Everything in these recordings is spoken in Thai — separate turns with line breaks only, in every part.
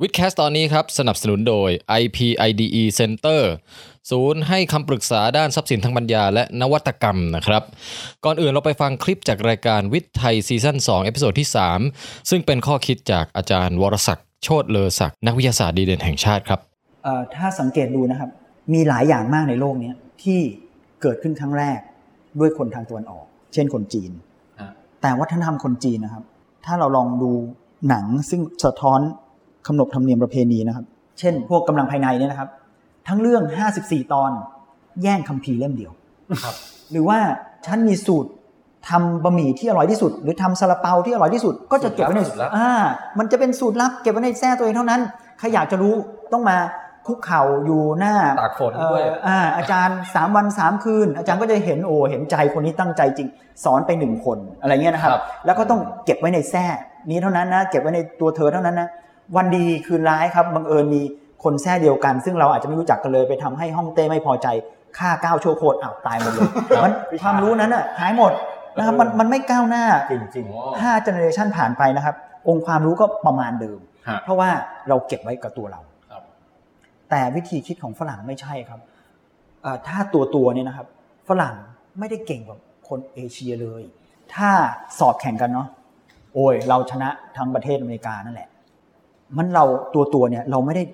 วิดแคสตอนนี้ครับ สนับสนุนโดย IPIDE Center ศูนย์ให้คำปรึกษาด้านทรัพย์สินทางปัญญาและนวัตกรรมนะครับ ก่อนอื่นเราไปฟังคลิปจากรายการวิทย์ไทยซีซั่น2 เอพิโซดที่ 3 ซึ่งเป็นข้อคิดจากอาจารย์วรศักดิ์โชตเลอศักดิ์นักวิทยาศาสตร์ดีเด่นแห่งชาติครับ
เอ่อถ้าสังเกตดูนะครับ มีหลายอย่างมากในโลกเนี้ยที่เกิดขึ้นครั้งแรกด้วยคนทางตะวันออก เช่นคนจีน
ฮะ
แต่วัฒนธรรมคนจีนนะครับ ถ้าเราลองดูหนังซึ่งสะท้อนขนบธรรมเนียมประเพณีนะครับ เช่น พวกกำลังภายในเนี่ยนะครับ ทั้งเรื่อง 54 ตอน แย่งคัมภีร์เล่มเดียว หรือว่าฉันมีสูตรทำบะหมี่ที่อร่อยที่สุด หรือทำซาลาเปาที่อร่อยที่สุด ก็จะเก็บไว้ใน
สูตรลับ
อ่ามันจะเป็นสูตรลับเก็บไว้ในแท้ตัวเองเท่านั้นใครอยากจะรู้ต้องมาคุกเข่าอยู่หน้า
ตากฝน
เอ่ออ่าอาจารย์ 3 วัน 3 คืน อาจารย์ก็จะเห็นโอ้เห็นใจคนนี้ตั้งใจจริง สอนไปหนึ่งคนอะไรเงี้ยนะครับ
ครับ
แล้วก็ต้องเก็บไว้ในแท้นี้เท่านั้นนะ เก็บไว้ในตัวเธอเท่านั้นนะ วันดีคืนร้ายครับบังเอิญมีคนแท้เดียวกัน ซึ่งเราอาจจะไม่รู้จักกันเลยไปทำให้ห้องเต้ไม่พอใจฆ่าก้าวโชว์โคตรอ้าวตายหมดเลยมันความรู้นั้นอ่ะหายหมดนะครับมันมันไม่ก้าวหน้า
จริงจริง
ห้าเจเนอเรชันผ่านไปนะครับ องค์ความรู้ก็ประมาณเดิม
ฮะ
เพราะว่าเราเก็บไว้กับตัวเรา
ครับ
แต่วิธีคิดของฝรั่งไม่ใช่ครับเอ่อถ้าตัวตัวเนี่ยนะครับ ฝรั่งไม่ได้เก่งกว่าคนเอเชียเลย ถ้าสอบแข่งกันเนาะโอ้ย เราชนะทั้งประเทศอเมริกานั่นแหละ มันเราตัวตัวเนี่ยเราไม่ได้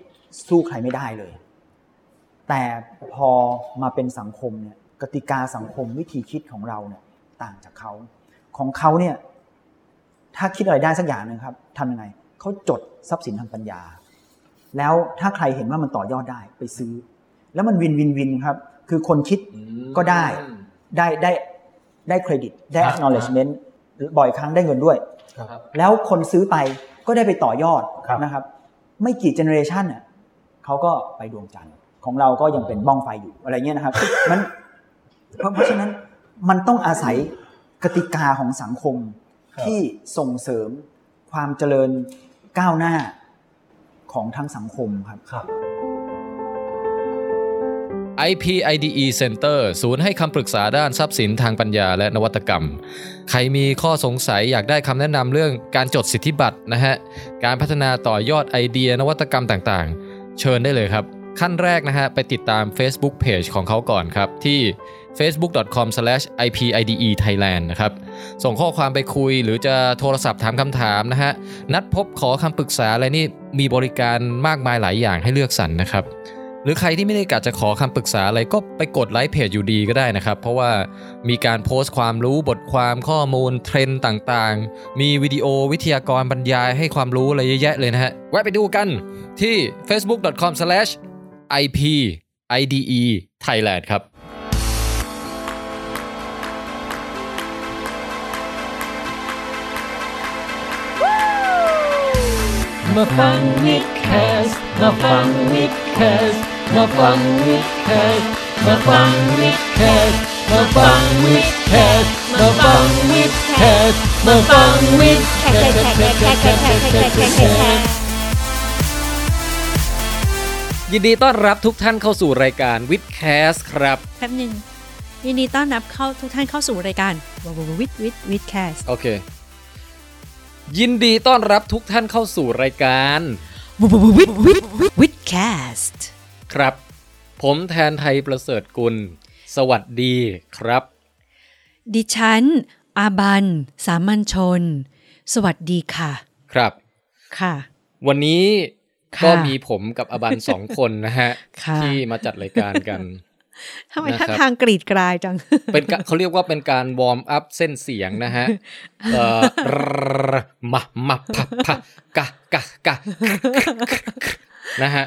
สู้ใครไม่ได้เลย แต่พอมาเป็นสังคมเนี่ยกติกาสังคมวิธีคิดของเราเนี่ยต่างจากเขา ของเขาเนี่ยถ้าคิดอะไรได้สักอย่างหนึ่งครับทำยังไงเขาจดทรัพย์สินทางปัญญา แล้วถ้าใครเห็นว่ามันต่อยอดได้ไปซื้อ แล้วมันวินวินวินครับคือคนคิด ก็ได้ ได้ได้ได้เครดิตได้
ครับ
acknowledgement บ่อยครั้งได้เงินด้วย แล้วคนซื้อไปก็ได้ไปต่อยอด
ครับ
นะครับ ไม่กี่เจเนอเรชันน่ะเขาก็ไปดวงจันทร์ของเราก็ยังเป็นบ้องไฟอยู่อะไรเงี้ยนะครับ มันเพราะเพราะฉะนั้นมันต้องอาศัยกติกาของสังคม
ครับ
ที่ส่งเสริมความเจริญก้าวหน้าของทั้งสังคมครับ
ครับ
IPIDE Center ศูนย์ให้คำปรึกษาด้านทรัพย์สินทางปัญญาและนวัตกรรม ใครมีข้อสงสัยอยากได้คำแนะนำเรื่องการจดสิทธิบัตรนะฮะ การพัฒนาต่อยอดไอเดียนวัตกรรมต่างๆ เชิญได้เลยครับ ขั้นแรกนะฮะ ไปติดตาม Facebook Page ของเขาก่อนครับ ที่ facebook.com/ipidethailand นะครับ ส่งข้อความไปคุยหรือจะโทรศัพท์ถามคำถามนะฮะ นัดพบขอคำปรึกษาอะไรนี่มีบริการมากมายหลายอย่างให้เลือกสรรนะครับ หรือใครที่ไม่ได้กะจะขอคำปรึกษาอะไรก็ไปกดไลค์เพจอยู่ดีก็ได้นะครับ เพราะว่ามีการโพสต์ความรู้บทความข้อมูลเทรนด์ต่างๆ มีวิดีโอวิทยากรบรรยายให้ความรู้อะไรเยอะแยะเลยนะฮะ แวะไปดูกันที่ facebook.com/ip/ide Thailand ครับ
มาฟังวิดแคสต์มาฟังวิดแคสต์มาฟังวิดแคสต์มาฟังวิดแคสต์มาฟังวิดแคสต์มาฟังวิดแคสต์มาฟังวิดแคสต์
ยินดีต้อนรับทุกท่านเข้าสู่รายการ w i t h c a s t ครับ
แป๊บหนึ่งยินดีต้อนรับเข้าทุกท่านเข้าสู่รายการววิดวิดวิดแคส
โอเค ยินดีต้อนรับทุกท่านเข้าสู่รายการ
ววิดวิดวิดวิดแคส
ครับ ผมแทนไทยประเสริฐกุล สวัสดีครับ
ดิฉัน อาบัน สามัญชน สวัสดีค่ะ
ครับ
ค่ะ
วันนี้
ค่ะ
ก็มีผมกับอบันสองคนนะฮะ
ค่ะ
ที่มาจัดรายการกัน
ทำไม
นะครับ
ท่าทางกรีดกรายจัง
เป็นกะเขาเรียกว่าเป็นการวอร์มอัพเส้นเสียงนะฮะเอ่อมามาพะพะกะกะกะนะฮะ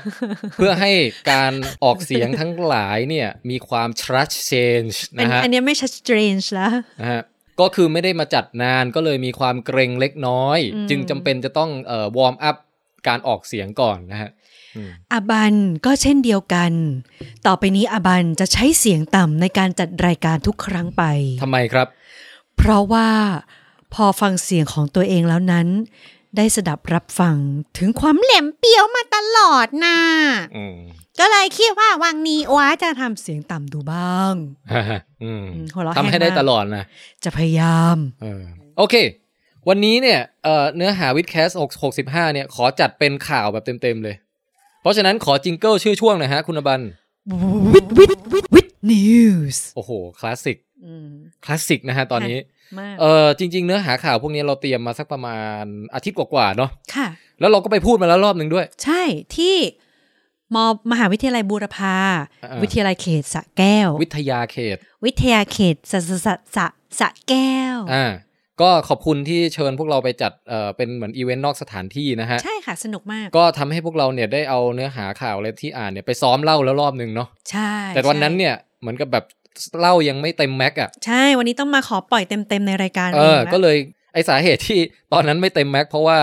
เพื่อให้การออกเสียงทั้งหลายเนี่ย มีความทรัชเชนจ์
อัน
นะฮะ
อันเนี้ยไม่ใช่ strange แล้ว
นะฮะก็คือไม่ได้มาจัดนานก็เลยมีความเกรงเล็กน้อย
อืม
จึงจำเป็นจะต้องเอ่อวอร์มอัพการออกเสียงก่อนนะฮะอืม
อาบันก็เช่นเดียวกัน ต่อไปนี้อาบันจะใช้เสียงต่ำในการจัดรายการทุกครั้งไป
ทำไมครับ
เพราะว่าพอฟังเสียงของตัวเองแล้วนั้น ได้สดับรับฟังถึงความแหลมเปียวมาตลอดนะ
อืม
ก็เลยคิดว่าวังนี้ว้าจะทำเสียงต่ำดูบ้าง
ฮ่าฮ่าอืม
อืมหัวเราะ
ทำให้ได้
แห้งมาก
ตลอดนะ
จะพยายาม
เออโอเค วันนี้เนี่ยเอ่อเนื้อหาวิดแคส65 เนี่ย ขอจัดเป็นข่าวแบบเต็ม ๆ เลย เพราะฉะนั้นขอจิงเกิลชื่อช่วงหน่อยฮะ คุณอบัน
วิดวิดวิดวิดนิวส์
โอ้โห คลาสสิก คลาสสิกนะฮะตอนนี้
มาก
เออจริง ๆ เนื้อหาข่าวพวกนี้เราเตรียมมาสักประมาณอาทิตย์กว่าๆเนาะ
ค่ะ
แล้วเราก็ไปพูดมาแล้วรอบหนึ่งด้วย
ใช่ที่มมหาวิทยาลัยบูรพา
อ่า
วิทยาลัยเขตสระแก้ว
วิทยาเขต
วิทยาเขตสระสระสระสระแก้ว
อ่า ก็ขอบคุณที่เชิญพวกเราไปจัดเอ่อเป็นเหมือนอีเวนต์นอกสถานที่นะฮะ
ใช่ค่ะ สนุกมาก
ก็ทำให้พวกเราเนี่ยได้เอาเนื้อหาข่าวอะไรที่อ่านเนี่ยไปซ้อมเล่าแล้วรอบหนึ่งเนาะ
ใช่
แต่วันนั้น
ใช่
เนี่ยเหมือนกับแบบเล่ายังไม่เต็มแม็กอะ
ใช่ วันนี้ต้องมาขอปล่อยเต็มๆในรายการ
เออ
งนะ
ก็เลยไอสาเหตุที่ตอนนั้นไม่เต็มแม็กเพราะว่า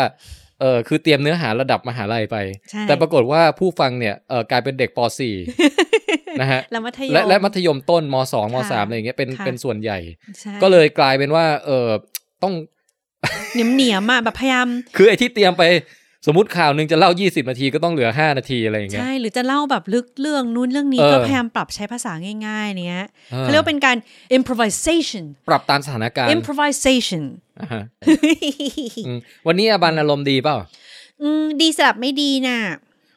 เออคือเตรียมเนื้อหาระดับมหาลัยไป
ใช่
แต่ปรากฏว่าผู้ฟังเนี่ยเออกลายเป็นเด็กป .4 นะฮะ
และมัธยม
และและมัธยมต้นม .2 ม
ค่ะ
.3 อะไรอย่างเงี้ยเป็น
ค่ะ
เป็นส่วนใหญ่
ใช่
ก็เลยกลายเป็นว่าเออต้อง
เหนียมเหนียมๆอ่ะแบบพยายาม
คือไอที่เตรียมไปสมมติข่าวหนึ่งจะเล่า 20 นาทีก็ต้องเหลือ 5 นาทีอะไรอย่างเงี้ย
ใช่ หรือจะเล่าแบบลึกเรื่องนู้นเรื่องนี้
เออ
ก็พยายามปรับใช้ภาษาง่ายๆเนี้ย
ออ
เขาเรียกว่าเป็นการ improvisation
ปรับตามสถานการณ์
improvisation
อ่าฮะอืมวันนี้อาบันอารมณ์ดีเปล่า
อืมดีสลับไม่ดีน่ะ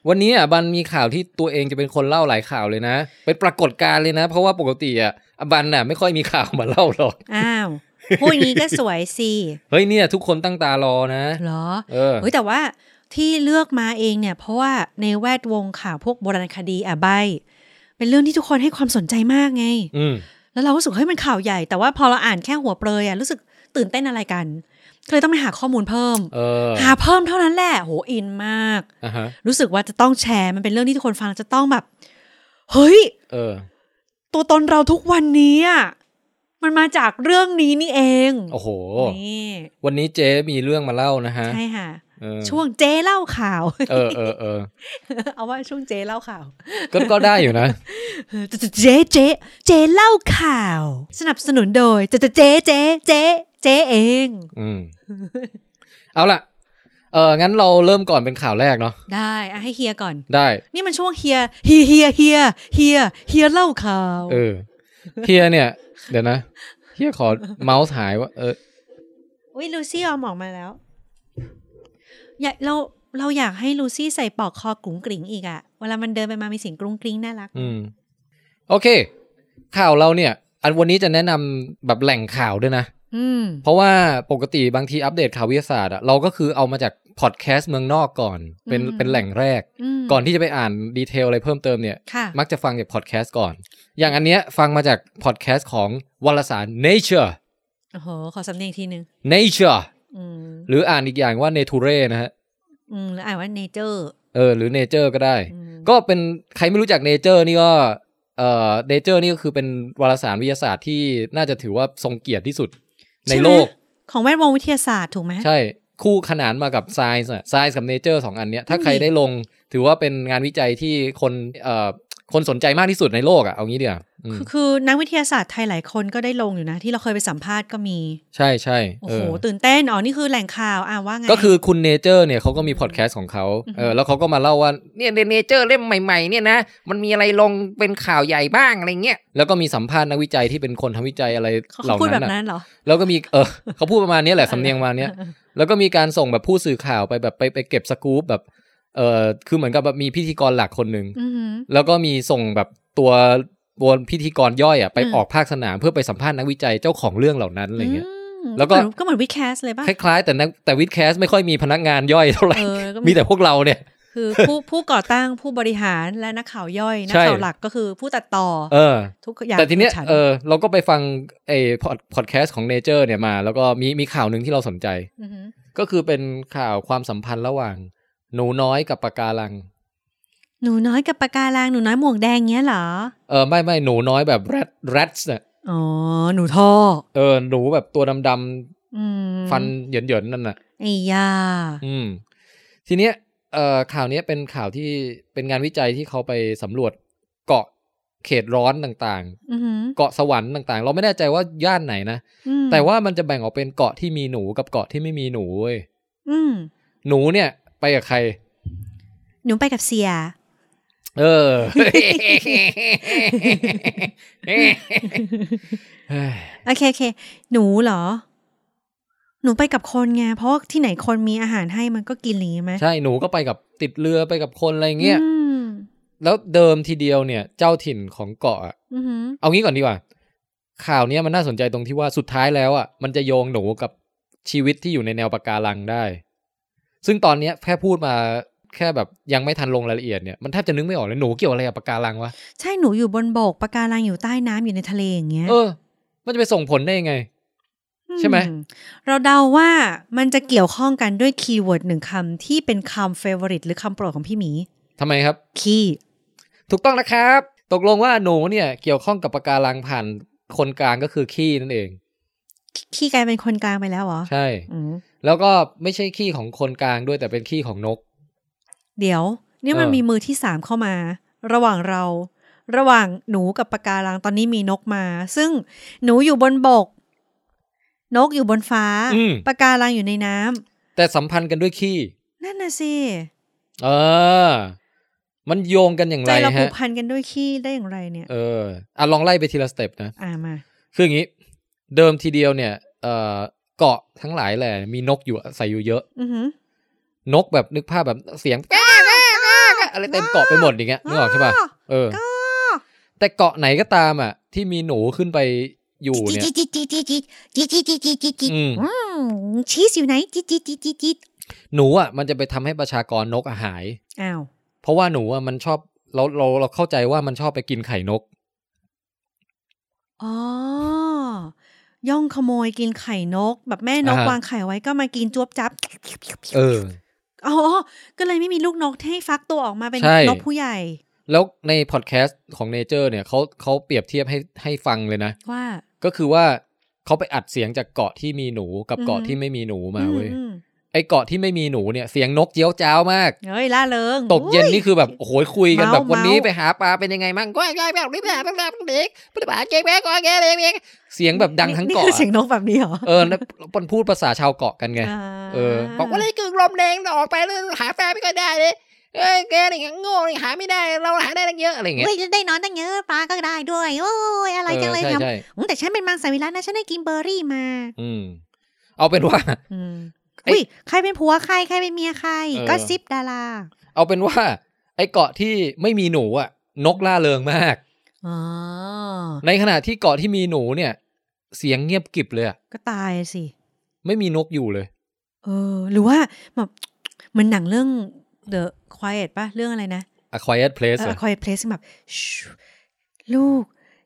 วันนี้อ่ะบันมีข่าวที่ตัวเองจะเป็นคนเล่าหลายข่าวเลยนะ เป็นปรากฏการณ์เลยนะ เพราะว่าปกติอ่ะอ่ะบันน่ะไม่ค่อยมีข่าวมาเล่าหรอก
อ้าวพูดอย่างนี้ก็สวยสิ
เฮ้ยเนี่ย ทุกคนตั้งตารอนะ
เหรอ
เออ
เฮ้ยแต่ว่าที่เลือกมาเองเนี่ย เพราะว่าในแวดวงข่าวพวกโบราณคดีอะใบ เป็นเรื่องที่ทุกคนให้ความสนใจมากไง
อืม
แล้วเราก็รู้สึกเฮ้ยมันข่าวใหญ่ แต่ว่าพอเราอ่านแค่หัวเปลยอะรู้สึกตื่นเต้นอะไรกัน ก็เลยต้องไปหาข้อมูลเพิ่ม
เออ
หาเพิ่มเท่านั้นแหละโหอินมาก
อ่ะฮะ
รู้สึกว่าจะต้องแชร์มันเป็นเรื่องที่ทุกคนฟังแล้วจะต้องแบบ เฮ้ย
เออ
ตัวตนเราทุกวันนี้อะมันมาจากเรื่องนี้นี่เอง
โอ้โห
นี่
วันนี้เจ๊มีเรื่องมาเล่านะฮะ
ใช่ค่ะ
เออ
ช่วงเจเล่าข่าว
เออเออเออ
เอาว่าช่วงเจเล่าข่าว
ก็ก็ได้อยู่นะ
เจเจเจเล่าข่าว สนับสนุนโดยเจเจเจเจเจเอง
อืม เอาล่ะ เอองั้นเราเริ่มก่อนเป็นข่าวแรกเนาะ
ได้อะให้เฮียก่อน
ได้
นี่มันช่วงเฮียเฮียเฮียเฮียเฮียเฮียเล่าข่าว
เออเฮียเนี่ย เดี๋ยวนะเฮียขอเมาส์หายว่าเออ
อุ้ยลูซี่ออมออกมาแล้วอยากเราเราอยากให้ลูซี่ใส่ปลอกคอกรุงกริงอีกอะเวลามันเดินไปมามีเสียงกรุงกริงน่ารัก
อืม โอเค ข่าวเราเนี่ย อันวันนี้จะแนะนำแบบแหล่งข่าวด้วยนะ
อืม
เพราะว่าปกติบางทีอัปเดตข่าววิทยาศาสตร์อะเราก็คือเอามาจากพอดแคสต์เมืองนอกก่อน เป็น
อืม
เป็นแหล่งแรก
ม
ก่อนที่จะไปอ่านดีเทลอะไรเพิ่มเติมเนี่ย
ค่ะ
มักจะฟังจากพอดแคสต์ก่อน อย่างอันเนี้ยฟังมาจากพอดแคสต์ของวารสาร Nature
โอ้โห ขอสำเนียงอีกทีนึง
Nature
อืม
หรืออ่านอีกอย่างว่า Nature นะฮะ
อืมแล้วอ่านว่าเนเจอร์
เออ หรือ Nature ก็ได้ ก็เป็นใครไม่รู้จัก Nature นี่ก็เอ่อ Nature นี่ก็คือเป็นวารสารวิทยาศาสตร์ที่น่าจะถือว่าทรงเกียรติที่สุดในโลก
ของแวดวงวิทยาศาสตร์ถูกไหม
ใช่คู่ขนานมากับ Science อะ Science กับ Nature สองอันเนี้ยถ้าใคร
อืม
ได้ลงถือว่าเป็นงานวิจัยที่คนเอ่อคนสนใจมากที่สุดในโลกอะเอางี้เดียวาอืม
คือคือนักวิทยาศาสตร์ไทยหลายคนก็ได้ลงอยู่นะ ที่เราเคยไปสัมภาษณ์ก็มี
ใช่ใช่
โอ้
เอ
โห
อ
ตื่นเต้น อ๋อ นี่คือแหล่งข่าวอ่ะว่าไง
ก็คือคุณเนเจอร์เนี่ยเขาก็มีพอดแคสต์ของเขาเออแล้วเขาก็มาเล่าว่าเนี่ยเนเจอร์เล่มใหม่ๆเนี่ยนะมันมีอะไรลงเป็นข่าวใหญ่บ้างอะไรเงี้ยแล้วก็มีสัมภาษณ์นักวิจัยที่เป็นคนทำวิจัยอะไร
เขา
เหล่า
พูดแบ
นั้นอะ
บนั้นเหรอ
แล้วก็มีเออเขาพูดประมาณเนี้ยแหละสำเนียงประมาณเนี้ยแล้วก็มีการส่งแบบผู้สื่อข่าวไปแบบไปไปเก็บสกู๊ปแบบเออคือเหมือนกับแบบมีพิธีกรหลักคนหนึ่ง
อือหือ
แล้วก็มีส่งแบบตัวตัวพิธีกรย่อยอ่ะไป
อืม
ออกภาคสนามเพื่อไปสัมภาษณ์นักวิจัยเจ้าของเรื่องเหล่านั้นอะไรเงี้ย
ม
แล้วก็
เหมือนก็เหมือนวิดแคสเลยป่ะ
คล้ายๆ แต่นักแต่วิดแคสไม่ค่อยมีพนักงานย่อยเท่าไหร่
เออแล้วก็มี
มีแต่พวกเราเนี่ย
คือผู้ผู้ก่อตั้งผู้บริหารและนักข่าวย่อย นัก
ใช่
ข่าวหลักก็คือผู้ตัดต่อ
เออ
ทุกอย่าง
แต่ทีเนี้ย
คือฉั
เออเราก็ไปฟังไอ้พอดแคสต์ของ Nature เนี่ยมา แล้วก็มีมีข่าวหนึ่งที่เราสนใจ
อหือ
ก็คือเป็นข่าวความสัมพันธ์ระหว่าง หนูน้อยกับปะการัง
หนูน้อยกับปะการังหนูน้อยหมวกแดงเงี้ยเหรอ
เออไม่ไม่หนูน้อยแบบแรดแรดเนี่ย
อ๋อ หนูท่อ
เออหนูแบบตัวดำ
อืม
ๆฟันเหยินๆนั่นน่ะ
ไอ้ยา
อืม ทีเนี้ยเอ่อข่าวเนี้ยเป็นข่าวที่เป็นงานวิจัยที่เขาไปสำรวจเกาะเขตร้อนต่าง
อือหือ
ๆ เกาะสวรรค์ต่างๆ เราไม่แน่ใจว่าย่านไหนนะ
อืม
แต่ว่ามันจะแบ่งออกเป็นเกาะที่มีหนูกับเกาะที่ไม่มีหนูเว้ย
อืม
หนูเนี่ย ไปกับใคร
หนูไปกับเสีย
เออ เฮ้ย
โอเคโอเค หนูเหรอ หนูไปกับคนไงเพราะว่าที่ไหนคนมีอาหารให้มันก็กินอย่างงี้ไหม
ใช่หนูก็ไปกับติดเรือไปกับคนอะไรเงี้ย
อืม
แล้วเดิมทีเดียวเนี่ย เจ้าถิ่นของเกาะอะ
อือหือ
เอางี้ก่อนดีกว่า ข่าวเนี้ยมันน่าสนใจตรงที่ว่าสุดท้ายแล้วอ่ะมันจะโยงหนูกับชีวิตที่อยู่ในแนวปะการังได้ ซึ่งตอนเนี้ยแค่พูดมาแค่แบบยังไม่ทันลงรายละเอียดเนี่ยมันแทบจะนึกไม่ออกเลยหนูเกี่ยวอะไรกับปะการังวะ
ใช่หนูอยู่บนโบกปะการังอยู่ใต้น้ำอยู่ในทะเลอย่างเงี้ย
เออ มันจะไปส่งผลได้ยังไง ใช่ไหม
อืเราเดาว่ามันจะเกี่ยวข้องกันด้วยคีย์เวิร์ดหนึ่งคำที่เป็นคำเฟเวอริตหรือคำโปรดของพี่หมี
ทำไมครับ
ขี้
ถูกต้องนะครับ ตกลงว่าหนูเนี่ยเกี่ยวข้องกับปะการังผ่านคนกลางก็คือขี้นั่นเอง
ขี้กลายเป็นคนกลางไปแล้วเหรอ
ใช่
อืม
แล้วก็ไม่ใช่ขี้ของคนกลางด้วยแต่เป็นขี้ของนก
เดี๋ยวเนี่ยมัน
เออ
มีมือที่สามเข้ามา ระหว่างเรา ระหว่างหนูกับปะการังตอนนี้มีนกมา ซึ่งหนูอยู่บนบก นกอยู่บนฟ้า
อืม
ปะการังอยู่ในน้ำ
แต่สัมพันธ์กันด้วยขี้
นั่นน่ะสิ
เออ มันโยงกันอย่าง
ใจ
ไร
เราผู
ฮะ
กพันกันด้วยขี้ได้อย่างไรเนี่ย
เอออ่ะลองไล่ไปทีละสเต็ปนะ
อ่ามา
คืออย่างนี้ เดิมทีเดียวเนี่ยเอ่อเกาะทั้งหลายแหละมีนกอยู่อาศัยอยู่เยอะ
อือหือน
กแบบนึกภาพแบบเสียงแก๊ะแก๊ะแก๊ะแก๊ะอะไรเต็มเกาะไปหมดอย่างเงี้ยนึกออกใช่ป่ะเออ
ก็
แต่เกาะไหนก็ตามอ่ะ ที่มีหนูขึ้นไปอยู่เนี่ย
จิตจิตจิตจิตจิตจิตจิตจิตจิตจิต
อืม
อืมชีสอยู่ไหนจิตจิตจิตจิตจิต
หนูอ่ะมันจะไปทำให้ประชากรนกอะหาย
อ้าว
เพราะว่าหนูอ่ะมันชอบเราเราเราเข้าใจว่ามันชอบไปกินไข่นก
อ๋อ ย่องขโมยกินไข่นก แบบแม่นก
อ่าฮะ
วางไข่ไว้ก็มากินจวบจับ
เออ
อ๋อ ก็เลยไม่มีลูกนกให้ฟักตัวออกมาเป็น
ใช่
นกผู้ใหญ่
แล้วในพอดแคสต์ของเนเจอร์เนี่ยเขาเขาเปรียบเทียบให้ให้ฟังเลยนะ
ว่า
ก็คือว่าเขาไปอัดเสียงจากเกาะที่มีหนูกับเกาะ
อือฮึ
ที่ไม่มีหนูมา
อื
เว้ย
อืม
ไอเกาะที่ไม่มีหนูเนี่ยเสียงนกเจี๊ยวจ้าวมาก
เฮ้ยล่าเริง
ตกเย็น
อุ๊
นี่คือแบบโอ้โหคุยกัน
เมา
แบบวันนี้
เมา
ไปหาปลาเป็นยังไงมั่งก้อยก้อยแบบนี้แบบแบบแบบเด็กปฏิบัติเก่งแม่ก้อยแก่เด็กเสียงแบบดังทั้ง
นี่
เกาะ
คือเสียงนกแบบนี้เหรอ
เออแล้วมันพูดภาษาชาวเกาะกันไง
า
เออบอกว่าเลยกึ่งลมแรงเราออกไปแล้วหาแฟนไม่ก็ได้เลยเอ้ยแกนี่โง่นี่หาไม่ได้เราหาได้ตั้งเยอะอะไรอย่างเงี้ย
เฮ้ยได้นอนตั้งเยอะปลาก็ได้ด้วย โอ้ยอะไรจังเลย
ใช่
ทำ
ใช่
อืมแต่ฉันเป็นมังสวิรัตนะ ฉันได้กินเบอร์รี่มา
อืมเอาเป็นว่า
อืม
เอ้ย
อุ้ยใครเป็นผัวใครใครเป็นเมียใคร
เออ
ก็ซิปดารา
เอาเป็นว่า ไอ้เกาะที่ไม่มีหนูอะนกล่าเริงมาก
อ๋อ
ในขณะที่เกาะที่มีหนูเนี่ย เสียงเงียบกริบเลยอะ
ก็ตายสิ
ไม่มีนกอยู่เลย
เออ หรือว่าแบบเหมือนหนังเรื่อง The Quiet ป่ะ เรื่องอะไรนะ
A Quiet Place
เอ
เหร
อ
อ
คอยเพลสแบบชูลูก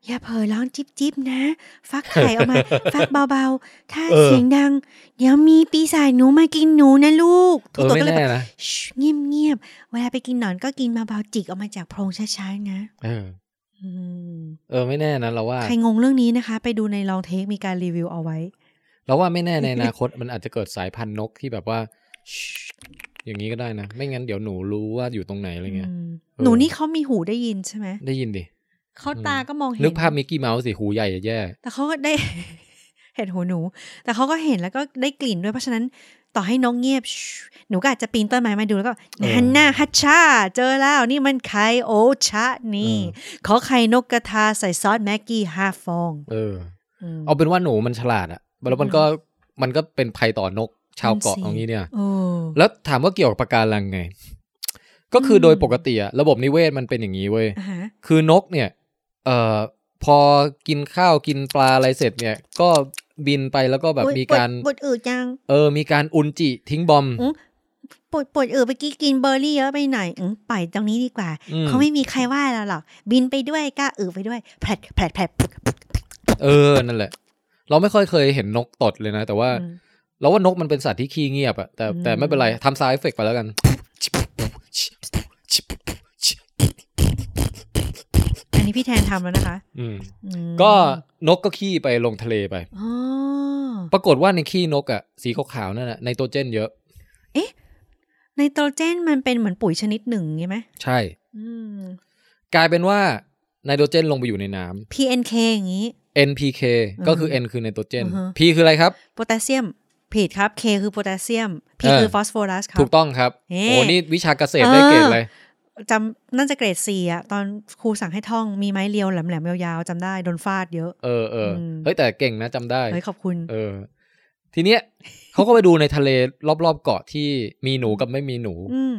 อย่าเผลอร้องจิบจิบนะ ฟักไข่ ออกมา ฟักเบาๆ ถ้าเสียงดัง เดี๋ยวมีปีศาจหนูมากินหนูนะลูก
เออ
ตัว
ไม่
ก็เลย
แน่
แบบ
นะ
ชูเงียบเงียบๆเวลาไปกินหนอนก็กินเบาๆจิกออกมาจากโพรงช้าๆนะ
เออ
อืม
เออไม่แน่นะเราว่า
ใครงงเรื่องนี้นะคะ ไปดูในลองเทคมีการรีวิวเอาไว้
เราว่าไม่แน่ในอนาคต มันอาจจะเกิดสายพันธุ์นกที่แบบว่า อย่างนี้ก็ได้นะ ไม่งั้นเดี๋ยวหนูรู้ว่าอยู่ตรงไหนอะไรเงี้ย
อืม
ออ
หนูนี่เขามีหูได้ยินใช่ไหม
ได้ยินดิ
เขา
อืม
ตาก็มองเห็น
นึกภาพมิกกี้เมาส์สิหูใหญ่จะแย่
แต่เขาก็ได้ เห็นหูหนู แต่เขาก็เห็นแล้วก็ได้กลิ่นด้วยเพราะฉะนั้นต่อให้น้องเงียบ ชูหนูก็อาจจะปีนต้นไม้มาดูแล้วก็
เออ
ฮันน่าฮัชชา เจอแล้วนี่มันไข่โอชะนี่
เออ
ขอไข่นกกระทาใส่ซอสแม็กกี้ห้าฟอง
เออ
ม
เอาเป็นว่าหนูมันฉลาดอะแล้วมัน
อืม
ก็มันก็เป็นภัยต่อนกชาวเกาะ
สิ
ตรงนี้เนี่ย
โอ้
แล้วถามว่าเกี่ยวกับปะการังไง ก็คืออ
ม
โดยปกติอะระบบนิเวศมันเป็นอย่างนี้เว้ย
อ่ะฮะ
คือนกเนี่ย เอ่อ พอกินข้าวกินปลาอะไรเสร็จเนี่ย ก็บินไปแล้วก็แบบ
อุ๊ย
มี
ปวด
การ
ปวดอืดยัง
เออ มีการอุนจิทิ้งบอม
ปวดปวดอืดเมื่อกี้กินเบอร์รี่เยอะไปหน่อยอืมปล่อยตรงนี้ดีกว่า
อืม
เขาไม่มีใครว่าเราหรอกบินไปด้วยกล้าอืดไปด้วยแผลดแผลดแผลด
เออ นั่นแหละ เราไม่ค่อยเคยเห็นนกตดเลยนะ แต่ว่า
อืม
เราว่านกมันเป็นสัตว์ที่ขี้เงียบอะแต่
อืม
แต่ไม่เป็นไรทำซาวด์เอฟเฟกต์ไปแล้วกัน
อันนี้พี่แทนทำแล้วนะคะ
อืม
อืม
ก็นกก็ขี้ไปลงทะเลไป
อ๋อ
ปรากฏว่าในขี้นกอะสีขาวๆนั่นแหละไนโตรเจนเยอะ
ไนโตรเจนมันเป็นเหมือนปุ๋ยชนิดหนึ่งใช่ไหม
ใช่
อืม
กลายเป็นว่าไนโตรเจนลงไปอยู่ในน้
PNK อย่างนี้
ำ NPK ก็คือ
อือฮึ
N คือไนโตรเจน
อือฮึ
P คืออะไรครับ
โพแทสเซียม ผิดครับ K คือโพแทสเซียม P
เออ
คือฟอสฟอรัสครับ
ถูกต้องครับ
เอ๊ะ
โอ้นี่วิชาเกษตรได้เกรด
เออ
เลย
จำน่าจะเกรด C อะตอนครูสั่งให้ท่องมีไม้เรียวแหลมๆยาวๆจำได้โดนฟาดเยอะ
เออเอออ
ม
เฮ้ยแต่เก่งนะจำได้
เฮ้ยขอบคุณ
เออ ทีเนี้ยเขาก็ไปดูในทะเลรอบๆเกาะที่มีหนูกับไม่มีหนู
อืม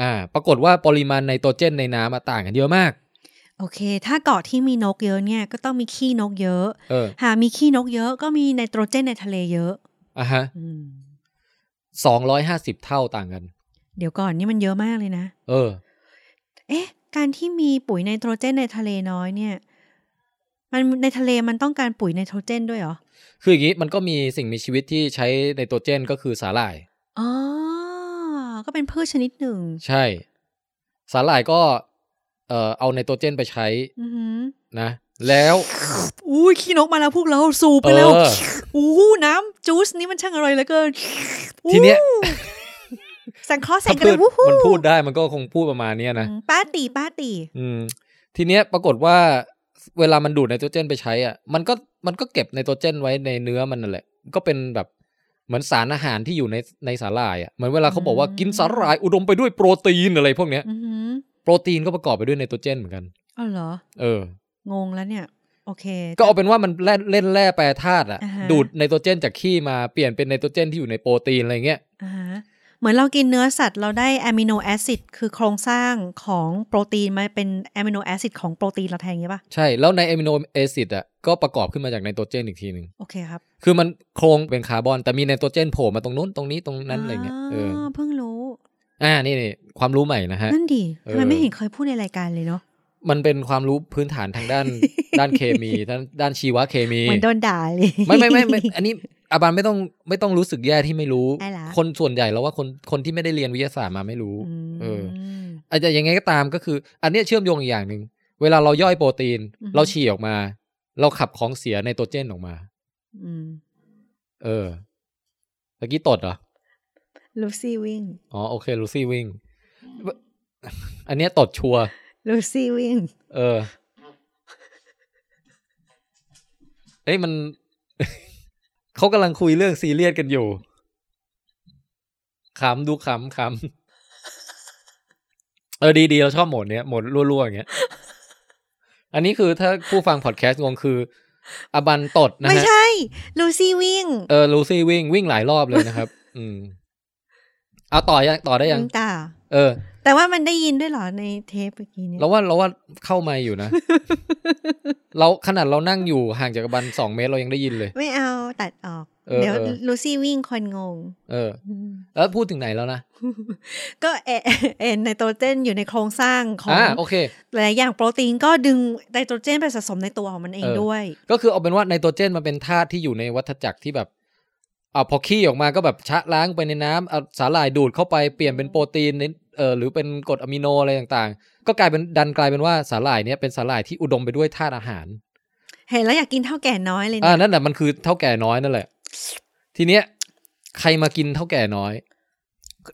อ่า ปรากฏว่าปริมาณไนโตรเจนในน้ำอะต่างกันเยอะมาก
โอเค ถ้าเกาะที่มีนกเยอะเนี่ย ก็ต้องมีขี้นกเยอะ
เออ
หากมีขี้นกเยอะก็มีไนโตรเจนในทะเลเยอะ
อ่ะฮะ
อืม
สองร้อยห้าสิบเท่าต่างกัน
เดี๋ยวก่อนนี่มันเยอะมากเลยนะ
เออ
เอ๊ะ การที่มีปุ๋ยไนโตรเจนในทะเลน้อยเนี่ย มันในทะเลมันต้องการปุ๋ยไนโตรเจนด้วยเหรอ
คืออย่างนี้มันก็มีสิ่งมีชีวิตที่ใช้ไนโตรเจนก็คือสาหร่าย
อ๋อ ก็เป็นพืชชนิดหนึ่ง
ใช่ สาหร่ายก็เอ่อเอาไนโตรเจนไปใช้
อือหือ
นะ แล้ว
อุ้ยขี้นกมาแล้วพวกเราสูบไปแล้ว
เออ
อู้น้ำจูสนี่มันช่างอร่อยเหลือเกิน
ทีเนี้ย
อู้สังเคราะห์แส
ถ้าง
กัน
พื
เล
ช
ยวู้ฮู้
มันพูดได้มันก็คงพูดประมาณเนี้ยนะ
อืมป้าตีป้าตี
อืมทีเนี้ยปรากฏว่าเวลามันดูดไนโตรเจนไปใช้อ่ะ มันก็มันก็เก็บไนโตรเจนไว้ในเนื้อมันนั่นแหละ ก็เป็นแบบเหมือนสารอาหารที่อยู่ในในสาหร่ายอ่ะเหมือนเวลาเขาบอกว่ากินสาหร่ายอุดมไปด้วยโปรตีนอะไรพวกเนี้ย
อือหือ
โปรตีนก็ประกอบไปด้วยไนโตรเจนเหมือนกัน
อ๋อเหรอ
เออ
งงแล้วเนี่ย โอเค
ก็เอาเป็นว่ามันแล่นเล่นแร่แปรธาตุอ่ะ
อ่าฮะ
ดูดไนโตรเจนจากขี้มาเปลี่ยนเป็นไนโตรเจนที่อยู่ในโปรตีนอะไรเงี้ย
อ่าฮะเหมือนเรากินเนื้อสัตว์เราได้อะมิโนแอซิดคือโครงสร้างของโปรตีนมาเป็นอะมิโนแอซิดของโปรตีนเราแทนอย่างงี้ป่ะ
ใช่แล้วในอะมิโนแอซิดอ่ะก็ประกอบขึ้นมาจากไนโตรเจนอีกทีหนึ่ง
โอเคครับ
คือมันโครงเป็นคาร์บอน แต่มีไนโตรเจนโผล่มาตรงนู้นตรงนี้ตรงนั้นอะไรเงี้ยเออ
เพิ่งรู้
อ่านี่นี่ความรู้ใหม่นะฮะ
นั่นดีทำไม
เออ
ไม่เห็นเคยพูดในรายการเลยเนาะ
มันเป็นความรู้พื้นฐานทางด้าน ด้านเคมีด้านด้านชีวเคมี
เหมือนโดนด่าเลย
ไม่ไม่ไม่ไม่อันนี้อาบานไม่ต้องไม่ต้องรู้สึกแย่ที่ไม่รู้
ได้ละ
คนส่วนใหญ่แล้วว่าคนคนที่ไม่ได้เรียนวิทยาศาสตร์มาไม่รู้
ม
เออ อาจจะยังไงก็ตามก็คือ อันเนี้ยเชื่อมโยงอีกอย่างหนึ่งเวลาเราย่อยโปรตีน
อือฮึ
เราฉี่ออกมา เราขับของเสียในโตัวเจนออกมา
อืม
เออตะกี้ตดเหรอ
ลูซี่วิ่ง
อ๋อโอเคลูซี่วิ่งอันเนี้ยตดชัวร์
ลูซี่วิ่ง
เออเอ้ยมัน เขากำลังคุยเรื่องซีเรียสกันอยู่ขำดูขำข ำเออดีดีเราชอบโหมดเนี้ยโหมดรั่วๆอย่างเงี้ย อันนี้คือถ้าผู้ฟังพอดแคสต์งงคือ อบันตดนะ
ไม่
ฮะ
ใช่ลูซี่วิ่ง
เออลูซี่วิ่งวิ่งหลายรอบเลยนะครับ อืม เอาต่อยังต่อได้ยัง
อืมตา
เออ
แต่ว่ามันได้ยินด้วยเหรอในเทปเมื่อกี้เนี่ย
เราว่าเราว่าเข้ามาอยู่นะ เราขนาดเรานั่งอยู่ห่างจากบันสองเมตรเรายังได้ยินเลย
ไม่เอาตัดออก
เออ
เดี๋ยว
เออ
ลูซี่วิ่งคนงง
เออ แล้วพูดถึงไหนแล้วนะ
ก็เอเอ็นไนโตรเจนอยู่ในโครงสร้างของ
อ่าโอเค
หลายๆอย่างโปรตีนก็ดึงไนโตรเจนไปสะสมในตัวของมันเอง
เออ
ด้วย
ก็คือเอาเป็นว่าไนโตรเจนมันเป็นธาตุที่อยู่ในวัฏจักรที่แบบเอาพอขี้ออกมาก็แบบชะล้างไปในน้ำเอาสาหร่ายดูดเข้าไปเปลี่ยนเป็นโปรตีนในเออหรือเป็นกรดอะมิโนอะไรต่างๆ ก็กลายเป็นดันกลายเป็นว่าสาหร่ายเนี้ยเป็นสาหร่ายที่อุดมไปด้วยธาตุอาหาร
เห็นแล้วอยากกินเท่าแก่น้อยเลย
อ่า
นะ
นั่นแหละมันคือเท่าแก่น้อยนั่นแหละ ทีเนี้ยใครมากินเท่าแก่น้อย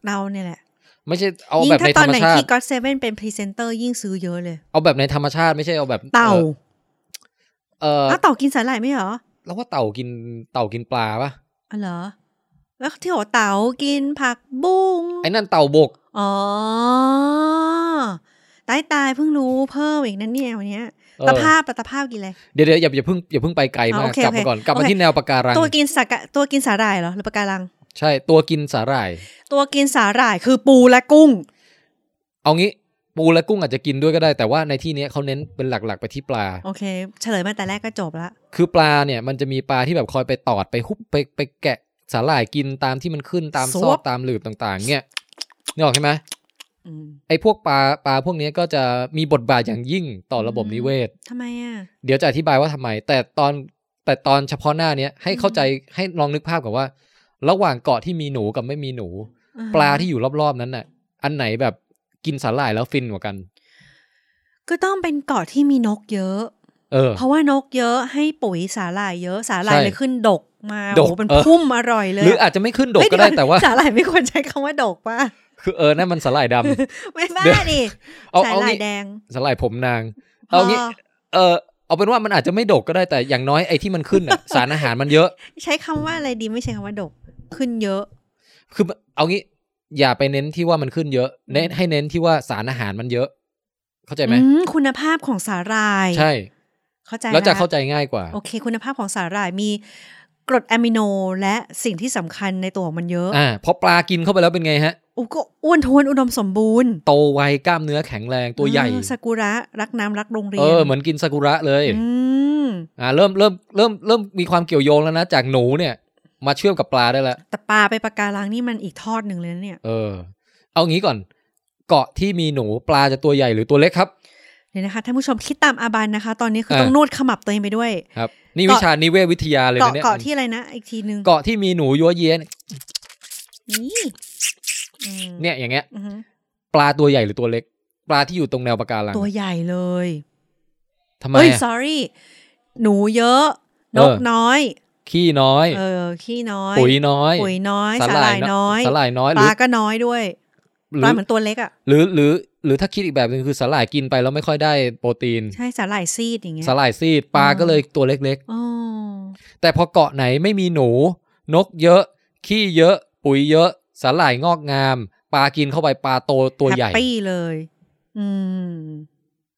เราเนี่ยแหละ
ไม่ใช่เอา
ยิ่ง
แบบในธ
ถ้าตอ
ร
น
รม
ไหน
ชา
ที่
ติ
ก็เซเว่นเป็นพรีเซนเตอร์ยิ่งซื้อเยอะเลย
เอาแบบในธรรมชาติไม่ใช่เอาแบบ
เต่า
เออเอ
อ้าว
อ
เต่ากินสาหร่ายไม่เหรอ
แล้วว่าเต่ากินเต่ากินปลาปะ
อ๋อเหรอ แล้วที่หัวเต่ากินผักบุ้ง
ไอ้นั่นเต่าบก
อ๋อตายตายๆเพิ่งรู้เพิ่มอีกนั่นเนี่ยวันเนี้ย
เออ
ตะภาพตะภาพกินอะไร
เดี๋ยวเดี๋ยวอย่าอย่าเพิ่งอย่าเพิ่งไปไกลมา
อ๋อก โอเค
กลับมา
โอเค
ก่อนกลับมา
โอเค
ที่แนวปะการัง
ตัวกินสากะตัวกินสาหร่ายเหรอหรือปะการัง
ใช่ตัวกินสาหร่าย
ตัวกินสาหร่ายคือปูและกุ้ง
เอางี้ปูและกุ้งอาจจะกินด้วยก็ได้ แต่ว่าในที่เนี้ยเขาเน้นเป็นหลักๆไปที่ปลา
โอเค เฉลยมาแต่แรกก็จบละ
คือปลาเนี่ยมันจะมีปลาที่แบบคอยไปตอดไปฮุบไปไปแกะสาหร่ายกินตามที่มันขึ้นตามซอกตามหลืบต่างๆเนี่ยนี่ออกใช่ไหม
อืม
ไอ้พวกปลาปลาพวกเนี้ยก็จะมีบทบาทอย่างยิ่งต่อระบบ
อืม
นิเวศ
ทำไมอ่ะ
เดี๋ยวจะอธิบายว่าทำไม แต่ตอนแต่ตอนเฉพาะหน้าเนี้ยให้เข้าใจให้ลองนึกภาพกับว่า ระหว่างเกาะที่มีหนูกับไม่มีหนู
อ่ฮะ
ปลาที่อยู่รอบๆนั้นน่ะ อันไหนแบบกินสาหร่ายแล้วฟินกว่ากัน
ก็ต้องเป็นเกาะที่มีนกเยอะ
เออ
เพราะว่านกเยอะให้ปุ๋ยสาหร่ายเยอะสาหร่าย
ใช่
เลยขึ้นดกมา
ดก
โอ้โหเป็น
เออ
พุ่มอร่อยเลย
หรืออาจจะไม่ขึ้นดกก็ได้
เยว
แต่ว่า
สาหร่ายไม่ควรใช้คำว่าดกป่ะ
คือเออนั่นมันสาหร่ายดำ
ไม่บ้า
เดี๋ยว
ดิ
เอา
สา
เอา
หร่าย
งี้
แดง
สาหร่ายผมนาง เอางี้
พ
เออเอาเป็นว่ามันอาจจะไม่ดกก็ได้แต่อย่างน้อยไอ้ที่มันขึ้น น่ะ สารอาหารมันเยอะ
ใช้คำว่าอะไรดีไม่ใช้คำว่าดกขึ้นเยอะ
คือเอางี้ อย่าไปเน้นที่ว่ามันขึ้นเยอะ เน้นให้เน้นที่ว่าสารอาหารมันเยอะ เข้าใจไหม
อืมคุณภาพของสาหร่าย
ใช่
เข้าใจ
แล้วจะ
ล
เข้าใจง่ายกว่า
โอเค คุณภาพของสาหร่ายมี กรดอะมิโนและสิ่งที่สำคัญในตัวของมันเยอะ
อ่าพอปลากินเข้าไปแล้วเป็นไงฮะ
อุยก็อ้วนท้วนอุดมสมบูรณ์
โตไวกล้ามเนื้อแข็งแรงตัวใหญ่
เออซากุระรักน้ำรักโรงเรี
เอน อเหมือนกินซากุระเลย
อืม
อ่าเริ่มเริ่มเริ่มเริ่มมีความเกี่ยวโยงแล้วนะ จากหนูเนี่ย มาเชื่อมกับปลาได้แล้ว
แต่ปลาไปปะการังนี่มันอีกทอดหนึ่งเลยนะเนี่ย
เออ เอางี้ก่อน เกาะที่มีหนูปลาจะตัวใหญ่หรือตัวเล็กครับ
เดี๋ยวนะคะท่านผู้ชมคิดตามอาบันนะคะ ตอนนี้คือ
เออ
ต้องนวดขมับตัวเองไปด้วย
ครับ นี่วิชานิเวศวิทยาเลย
เกาะ
นะเนี่ย
เกาะที่อะไรนะ อีกทีหนึ่ง
เกาะที่มีหนูยัวเยียเนย
นี่อืม
เนี่ยอย่างเงี้ย
อือฮึ
ปลาตัวใหญ่หรือตัวเล็ก ปลาที่อยู่ตรงแนวปะการัง
ตัวใหญ่เลย
ทำไม
เอ้ย
อะ
sorry หนูเยอะ นก
เออ
น้อย
ขี้น้อย
เออขี้น้อย
ปุ๋ยน้อย
ปุ๋ยน้อยสาห
ห
ร่ายน้อย
สาหร่ายน้อย
ป
หรื
ลา
อ
ก็น้อยด้วย
ห
ป
รื
ลา
อ
เหมือนตัวเล็กอ่ะ
หรือหรือหรือถ้าคิดอีกแบบหนึ่งคือสาหร่ายกินไปแล้วไม่ค่อยได้โปรตีน
ใช่สาหร่ายซีดอย่างเงี้ย
สาหร่ายซีดปลา
อืม
ก็เลยตัวเล็ก
อ๋อ
ๆ แต่พอเกาะไหนไม่มีหนู นกเยอะ ขี้เยอะ ปุ๋ยเยอะ สาหร่ายงอกงาม ปลากินเข้าไปปลาโตตัวใหญ่
แฮปปี้เลย อืม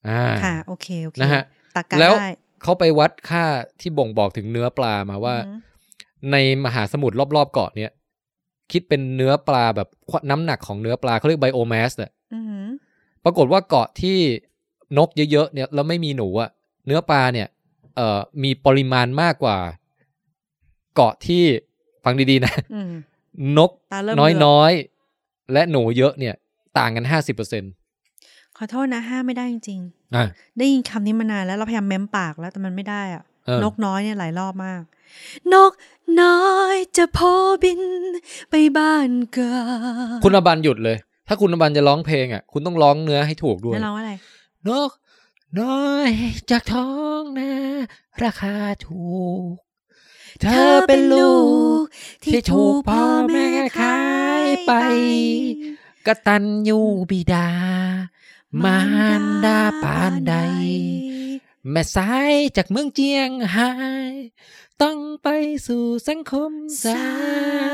อ่า
ค่ะโอเคโอเค
นะฮะ
ตักกะ
แล้ว
ได้
เขาไปวัดค่าที่บ่งบอกถึงเนื้อปลามาว่า
อือฮึ
ในมหาสมุทรรอบๆเกาะเนี่ย คิดเป็นเนื้อปลาแบบน้ำหนักของเนื้อปลาเขาเรียกไบโอแมสเนี่ย
อือฮึ
ปรากฏว่าเกาะที่นกเยอะๆเนี่ยแล้วไม่มีหนูอะเนื้อปลาเนี่ย เอ่อมีปริมาณมากกว่า เกาะที่ฟังดีๆนะ
อืม
นก
ตาเริ่ม
น้อย
เหลื
น้อยๆและหนูเยอะเนี่ย ต่างกันห้าสิบเปอร์เซ็นต์
ขอโทษนะห้ามไม่ได้จริง ๆ
อ่า
ได้ยินคำนี้มานานแล้วเราพยายามเม้มปากแล้วแต่มันไม่ได้อะ
เออ
นกน้อยเนี่ยหลายรอบมาก นกน้อยจะพอบิน ไปบ้านเกิด
คุณอบันหยุดเลย ถ้าคุณอบันจะร้องเพลงอ่ะ คุณต้องร้องเนื้อให้ถูกด้วย
แล้วร้องว่าอะไร
นกน้อยจากท้องนา ราคาถูก เธอเป็นลูก ที่ถูกพ่อแม่ขายไป กตันยูบิดา มารดาปานใด แม่สายจากเมืองเจียงไฮต้องไปสู่สังคมสาม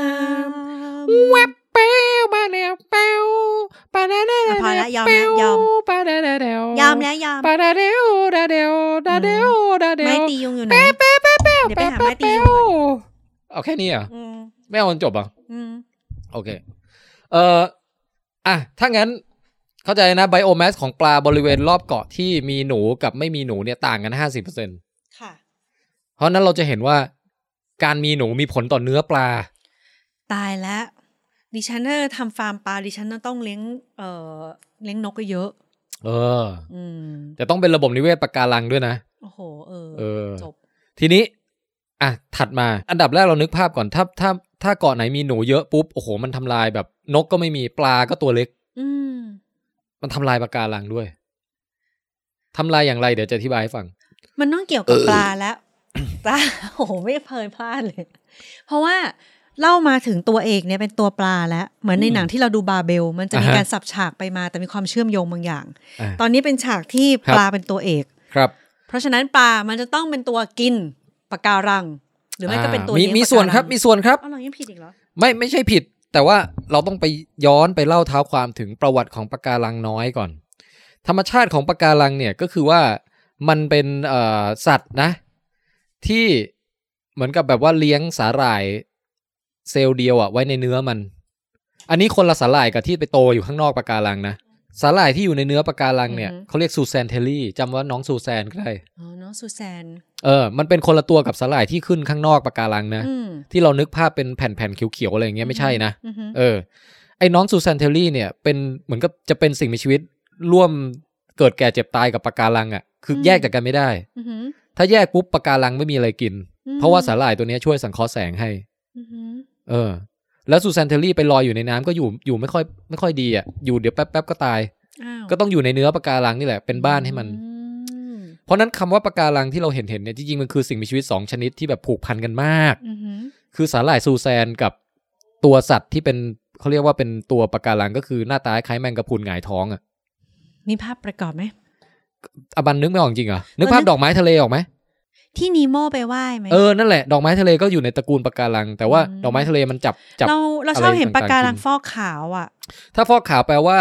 แวบ
เป้วมาแล้วเป้วปาดาเดว
อ่ะพอละยอมละยอม
ปาดาเดวย
อมแล้วยอม
ปาดาเดวดาเดวดาเดวดาเดว
ไม้ตียุงอยู่ไหน
เป้วเป้วเป้วเป้ว
เดี๋ยว
เป้ว
ไปหา
เป้
ไม้
ว
ตี
เป้
ก่
ว
อน
เอาแค่นี้เหรอ่ะ
อืม
ไม่เอาจนจบเหรอ่ะ
อืม
โอเค เอ่ออ่ะถ้างั้นเข้าใจนะไบโอแมสของปลาบริเวณรอบเกาะที่มีหนูกับไม่มีหนูเนี่ยต่างกัน 50%เ
ค่ะ
พราะฉะนั้นเราจะเห็นว่าการมีหนูมีผลต่อเนื้อปลา
ตายแล้วดิฉันน่าจะทำฟาร์มปลาดิฉันน่าต้องเลี้ยงเอ่อเลี้ยงนกก็เยอะ
เออ
อืม
แต่ต้องเป็นระบบนิเวศปะการังด้วยนะ
โอ้โห เออ
เออ
จบ
ทีนี้ อ่ะ ถัดมา อันดับแรกเรานึกภาพก่อน ถ้า ถ้า ถ้าเกาะไหนมีหนูเยอะปุ๊บ โอ้โห มันทำลายแบบ นกก็ไม่มี ปลาก็ตัวเล็ก
อืม
มันทำลายปะการังด้วย ทำลายอย่างไร เดี๋ยวจะอธิบายให้ฟัง
มันต้องเกี่ยวกับปลาแล้ว ปลา โอ้โห ไม่เพลินพลาดเลย เพราะว่าเล่ามาถึงตัวเอกเนี่ยเป็นตัวปลาแล้ว เหมือนในหนังที่เราดูบาเบล มันจะมี
อ่าฮะ
การสับฉากไปมาแต่มีความเชื่อมโยงบางอย่าง
อ่า
ตอนนี้เป็นฉากที่
ครับ
ปลาเป็นตัวเอก
ครับ
เพราะฉะนั้นปลามันจะต้องเป็นตัวกินปะการัง หรือไม่ก็เป็นตัว
อ่ามี
เลี้ยง
มี
ปะกา
ส่วนครับ มีส่วนครับ
เอาเรายังผิดอีกเหรอ
ไม่ ไม่ใช่ผิด แต่ว่าเราต้องไปย้อนไปเล่าเท้าความถึงประวัติของปะการังน้อยก่อน ธรรมชาติของปะการังเนี่ยก็คือว่ามันเป็นเอ่อสัตว์นะ ที่เหมือนกับแบบว่าเลี้ยงสาหร่ายเซลล์เดียวอะไว้ในเนื้อมัน อันนี้คนละสาหร่ายกับที่ไปโตอยู่ข้างนอกปะการังนะสาหร่ายที่อยู่ในเนื้อปะการังเนี่ย
อือหือ
เขาเรียกซูแซนเทลลี่จำว่าน้องซูแซนก็ได้
อ๋อน้องซูแซน
เออมันเป็นคนละตัวกับสาหร่ายที่ขึ้นข้างนอกปะการังนะ
อืม
ที่เรานึกภาพเป็นแผ่นๆเขียวๆอะไรอย่างเงี้ยไม่ใช่นะ
อือฮึ
เออ ไอ้น้องซูซานเทลลี่เนี่ย เป็นเหมือนกับจะเป็นสิ่งมีชีวิต ร่วมเกิดแก่เจ็บตายกับปะการังอะ่ะ คือแยกจากกันไม่ได้
อือฮึ
ถ้าแยกปุ๊บปะการังไม่มีอะไรกิน เพราะว่าสาหร่ายตัวเนี้ยช่วยสังเคราะห์แสงให้
อือฮึ
เออ แล้วซูซานเทลลี่ไปลอยอยู่ในน้ำก็อยู่อยู่ไม่ค่อยไม่ค่อยดีอะ่ะ อยู่เดี๋ยวแป๊บๆก็ตาย
อ้าว
ก็ต้องอยู่ในเนื้อปะการังนี่แหละเป็นบ้านให้มัน
อืม
เพราะนั้นคำว่าปะการังที่เราเห็นเห็นๆเนี่ยจริงๆมันคือสิ่งมีชีวิตสองชนิดที่แบบผูกพันกันมาก
อือฮึ
คือสาหร่ายซูแซนกับตัวสัตว์ที่เป็นเขาเรียกว่าเป็นตัวปะการังก็คือหน้าตาคล้ายแมงกะพรุนหงายท้องอ่ะ
มีภาพประกอบไหม
อะบันนึกไม่ออกจริงเหรอนึกภาพ
มันนึก
ดอกไม้ทะเลออกไหม
ที่นีโมไปไหว้ไหม
เออนั่นแหละดอกไม้ทะเลก็อยู่ในตระกูลปะการัง แต่ว่า
อืม
ดอกไม้ทะเลมันจับจับ
เราเราชอบเห็น
อะไร
ปะการั
ต่างๆ
ง
กิน
ฟอกขาวอ่ะ
ถ้าฟอกขาวแปลว่า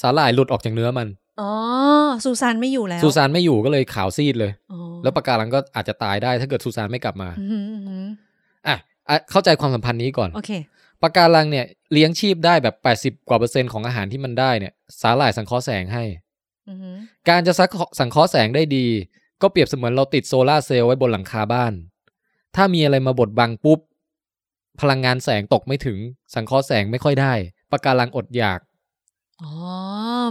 สาหร่ายหลุดออกจากเนื้อมัน
อ๋อ ซูซานไม่อยู่แล้ว
ซูซานไม่อยู่ก็เลยขาวซีดเลย
อ๋อ
แล้วปะการังก็อาจจะตายได้ถ้าเกิดซูซานไม่กลับมา
อืมอืม
อ่ะอ่ะเข้าใจความสัมพันธ์นี้ก่อน
โอเค
ปะการังเนี่ยเลี้ยงชีพได้แบบ 80 กว่าเปอร์เซ็นต์ของอาหารที่มันได้เนี่ยสาหร่ายสังเคราะห์แสงให้
อือหือ
การจะสังเคราะห์สังเคราะห์แสงได้ดี ก็เปรียบเสมือนเราติดโซลาร์เซลล์ไว้บนหลังคาบ้าน ถ้ามีอะไรมาบดบังปุ๊บ พลังงานแสงตกไม่ถึง สังเคราะห์แสงไม่ค่อยได้ปะการังอดอยาก
อ๋อ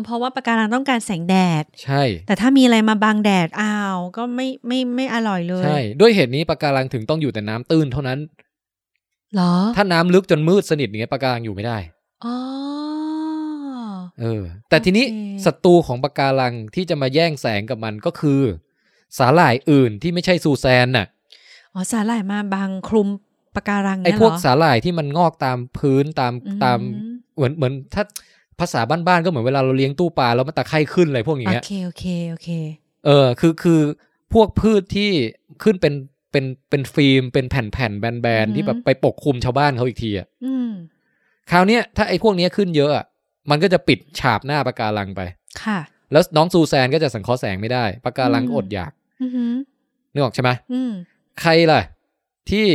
เพราะว่าปะการังต้องการแสงแดด
ใช่
แต่ถ้ามีอะไรมาบังแดดอ้าว ก็ไม่ไม่ไม่อร่อยเลย
ใช่ ด้วยเหตุนี้ปะการังถึงต้องอยู่แต่น้ำตื้นเท่านั้น
เหรอ
ถ้าน้ำลึกจนมืดสนิทอย่างเงี้ยปะการังอยู่ไม่ได้
อ๋อ
เออ แต่ทีนี้
โอเค
ศัตรูของปะการังที่จะมาแย่งแสงกับมันก็คือ สาหร่ายอื่นที่ไม่ใช่ซูแซนน่ะ
อ๋อสาหร่ายมาบังคลุมปะการัง
ไอ้
เนี่ย
พ
เหรอ
วกสาหร่ายที่มันงอกตามพื้นตาม
อือหือ
ตามเหมือนเหมือนถ้าภาษาบ้านๆก็เหมือนเวลาเราเลี้ยงตู้ปลาแล้วมันตะไคร่ขึ้นอะไรพวกอย่าง
โอ
เงี้ย
เคโอเคโอเค
เออคือคือพวกพืชที่ขึ้นเป็นเป็นเป็นฟิล์มเป็นแผ่นแผ่นๆแบน
อือหื
ๆ
อ
ที่แบบไปปกคลุมชาวบ้านเขาอีกทีอ่ะ
อืม
คราวเนี้ยถ้าไอ้พวกเนี้ยขึ้นเยอะอะมันก็จะปิดฉาบหน้าปะการังไป
ค่ะ
แล้วน้องซูแซนก็จะสังเคราะห์แสงไม่ได้ปะการัง
อืม
อดอยาก
อือหือ
นึกออกใช่ไหม
อืม
ใครล่ะ ที่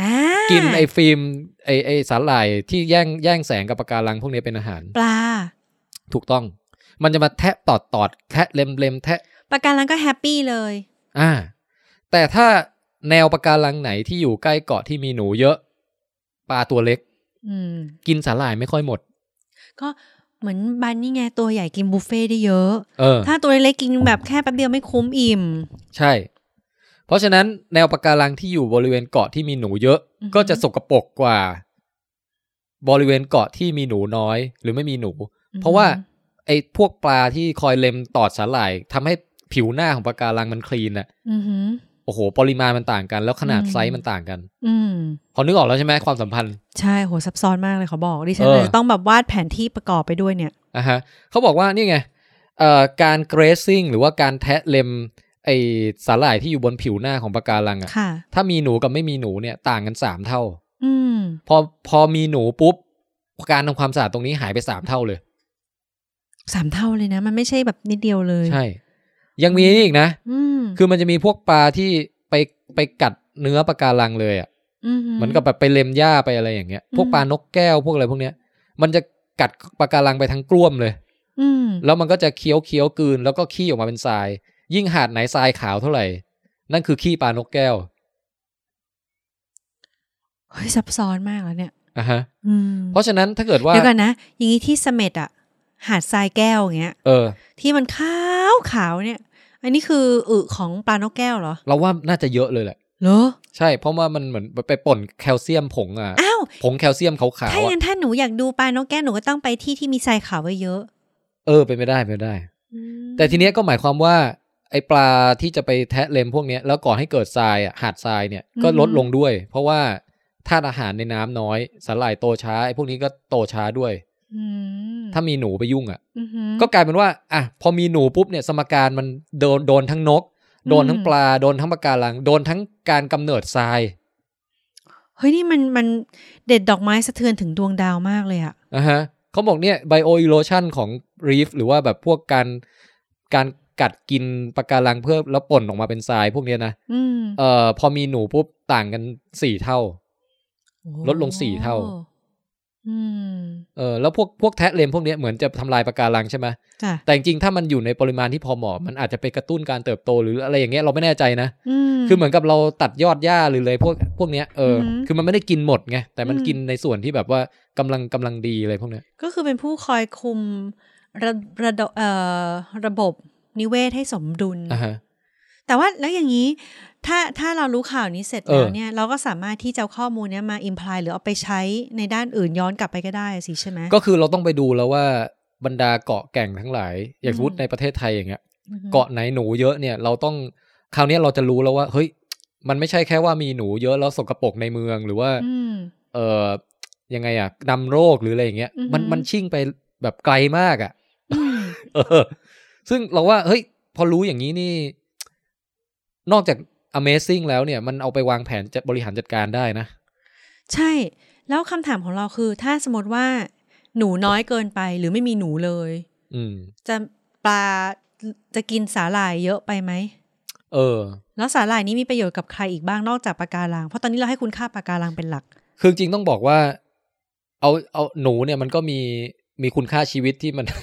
อ่า
กินไอ้ฟิล์มไอ้ไอ้สาหร่ายที่แย่งแย่งแสงกับปะการังพวกเนี้ยเป็นอาหาร
ปลา
ถูกต้อง มันจะมาแทะตอดตอดแทะเล็มเล็มแทะ
ปะการังก็แฮปปี้เลย
อ่า แต่ถ้าแนวปะการังไหนที่อยู่ใกล้เกาะที่มีหนูเยอะ ปลาตัวเล็ก
อืม
กินสาหร่ายไม่ค่อยหมด
ก็เหมือนบันนี่ไงตัวใหญ่กินบุฟเฟ่ต์ได้เยอะ
เออ
ถ้าตัวเล็กกินแบบแค่แป๊บเดียวไม่คุ้มอิ่ม
ใช่ เพราะฉะนั้นแนวปะการังที่อยู่บริเวณเกาะที่มีหนูเยอะ
อือฮึ
ก็จะสกปรกกว่า บริเวณเกาะที่มีหนูน้อย หรือไม่มีหนู เพราะว่าไอ้พวกปลาที่คอยเล็มตอดสาหร่ายทำให้ผิวหน้าของปะการังมันคลีนอะ
อือหือ
โอ้โห ปริมาณมันต่างกัน แล้วขนาด
อืม
ไซส์มันต่างกัน
อืม
พอนึกออกแล้วใช่ไหมความสัมพันธ์
ใช่โหซับซ้อนมากเลยเขาบอกดิฉัน
เออ
เลยต้องแบบวาดแผนที่ประกอบไปด้วยเนี่ย
นะฮะเขาบอกว่านี่ไงเอ่อการ grazing หรือว่าการแทะเล็มไอสาหร่ายที่อยู่บนผิวหน้าของปะการังอะ
ค่ะ
ถ้ามีหนูกับไม่มีหนูเนี่ยต่างกัน 3 เท่า
อืม
พอพอมีหนูปุ๊บ การทำความสะอาดตรงนี้หายไป 3 เท่าเลย
สามเท่าเลยนะ มันไม่ใช่แบบนิดเดียวเลย
ใช่ ยังมีนี่อีกนะ
อืม
คือมันจะมีพวกปลาที่ไปไปกัดเนื้อปะการังเลยอะ
หื
เหมือนกับแบบไปเล็มหญ้าไปอะไรอย่างเงี้ยพวกปลานกแก้วพวกอะไรพวกเนี้ยมันจะกัดปะการังไปทั้งกล้วมเลย
อืม
แล้วมันก็จะเคี้ยวเคี้ยวกลืนแล้วก็ขี้ออกมาเป็นทราย ยิ่งหาดไหนทรายขาวเท่าไหร่ นั่นคือขี้ปลานกแก้ว
เฮ้ยซับซ้อนมากแล้วเนี่ย
อ่ะฮะ
อืม
เพราะฉะนั้นถ้าเกิดว่า
เดี๋ยวกันนะ อย่างนี้ที่เสม็ดอะหาดทรายแก้วอย่างเงี้ย
เออ
ที่มันขาวขาวๆเนี่ย อันนี้คืออึของปลานกแก้วเหรอ
เราว่าน่าจะเยอะเลยแหละ
เหรอ
ใช่ เพราะว่ามันเหมือนไปป่นแคลเซียมผงอ่ะ
อ้าว
ผงแคลเซียมขาว
ถ้าอ
ๆอะ
ย่างนั้นถ้าหนูอยากดูปลานกแก้วหนูก็ต้องไปที่ที่มีทรายขาวไว้เยอะ
เออเป็นไม่ได้เป็นไม่ได้
อืม
แต่ทีเนี้ยก็หมายความว่า ไอปลาที่จะไปแทะเล็มพวกเนี้ยแล้วก่อให้เกิดทรายอ่ะหาดทรายเนี่ยก็ลดลงด้วย เพราะว่าธาตุอาหารในน้ำน้อยสาหร่ายโตช้าไอพวกนี้ก็โตช้าด้วย
อืม
ถ้ามีหนูไปยุ่งอ่ะ
อือหือ
ก็กลายเป็นว่าอ่ะพอมีหนูปุ๊บเนี่ยสมการมันโดนโดนทั้งนก โดนทั้ง
อืม
ปลา โดนทั้งปะการัง โดนทั้งการกำเนิดทราย
เฮ้ยนี่มันมันเด็ดดอกไม้สะเทือนถึงดวงดาวมากเลยอะ
นะฮะเขาบอกเนี่ยไบโออิโลชันของรีฟหรือว่าแบบพวกการการกัดกินปะการังเพื่อแล้วป่นออกมาเป็นทรายพวกเนี้ยนะ
อืม
เอ่อพอมีหนูปุ๊บต่างกันสี่เท่า
โอ้
ลดลงสี่เท่า
อืม
เออแล้วพวกพวกแทะเลมพวกเนี้ยเหมือนจะทำลายปะการังใช่ไหม
จ้ะ
แต่จริงๆถ้ามันอยู่ในปริมาณที่พอเหมาะมันอาจจะไปกระตุ้นการเติบโตหรืออะไรอย่างเงี้ยเราไม่แน่ใจนะ
อืม
คือเหมือนกับเราตัดยอดหญ้าหรือเลยพวกพวกเนี้ยเอออ
อหือ
คือมันไม่ได้กินหมดไงแต่มัน
อืม
กินในส่วนที่แบบว่ากำลังกำลังดีอะไรพวกเนี้ย
ก็คือเป็นผู้คอยคุมระระดบเอ่อระบบนิเวศให้สมดุล
อ่าฮะ
แต่ว่าแล้วอย่างนี้ ถ้าถ้าเรารู้ข่าวนี้เสร็จ
เอ
แล้ว
อ
เนี่ย เราก็สามารถที่จะเอาข้อมูลเนี้ยมาอิมพลายหรือเอาไปใช้ในด้านอื่นย้อนกลับไปก็ได้สิใช่ไหม
ก็คือเราต้องไปดูแล้วว่าบรรดาเกาะแก่งทั้งหลาย อย่าง
อืม
สมมติในประเทศไทยอย่างเงี้ย
อือฮึ
เกาะไหนหนูเยอะเนี่ยเราต้องคราวเนี้ยเราจะรู้แล้วว่าเฮ้ยมันไม่ใช่แค่ว่ามีหนูเยอะแล้วสกปรกในเมืองหรือว่า
อืม
เออยังไงอ่ะนำโรคหรืออะไรอย่างเงี้ย
อือหือ
มันมันชิ่งไปแบบไกลมากอ่ะ
อืม
เออซึ่งเราว่า เฮ้ย พอรู้อย่างนี้นี่ นอกจาก Amazing แล้วเนี่ย มันเอาไปวางแผนจะบริหารจัดการได้นะ
ใช่แล้วคำถามของเราคือ ถ้าสมมติว่าหนูน้อยเกินไปหรือไม่มีหนูเลย
อืม
จะปลาจะกินสาหร่ายเยอะไปไหม
เออ
แล้วสาหร่ายนี้มีประโยชน์กับใครอีกบ้างนอกจากปะการัง เพราะตอนนี้เราให้คุณค่าปะการังเป็นหลัก
คือจริงต้องบอกว่า เอาเอาหนูเนี่ยมันก็มีมีคุณค่าชีวิตที่มัน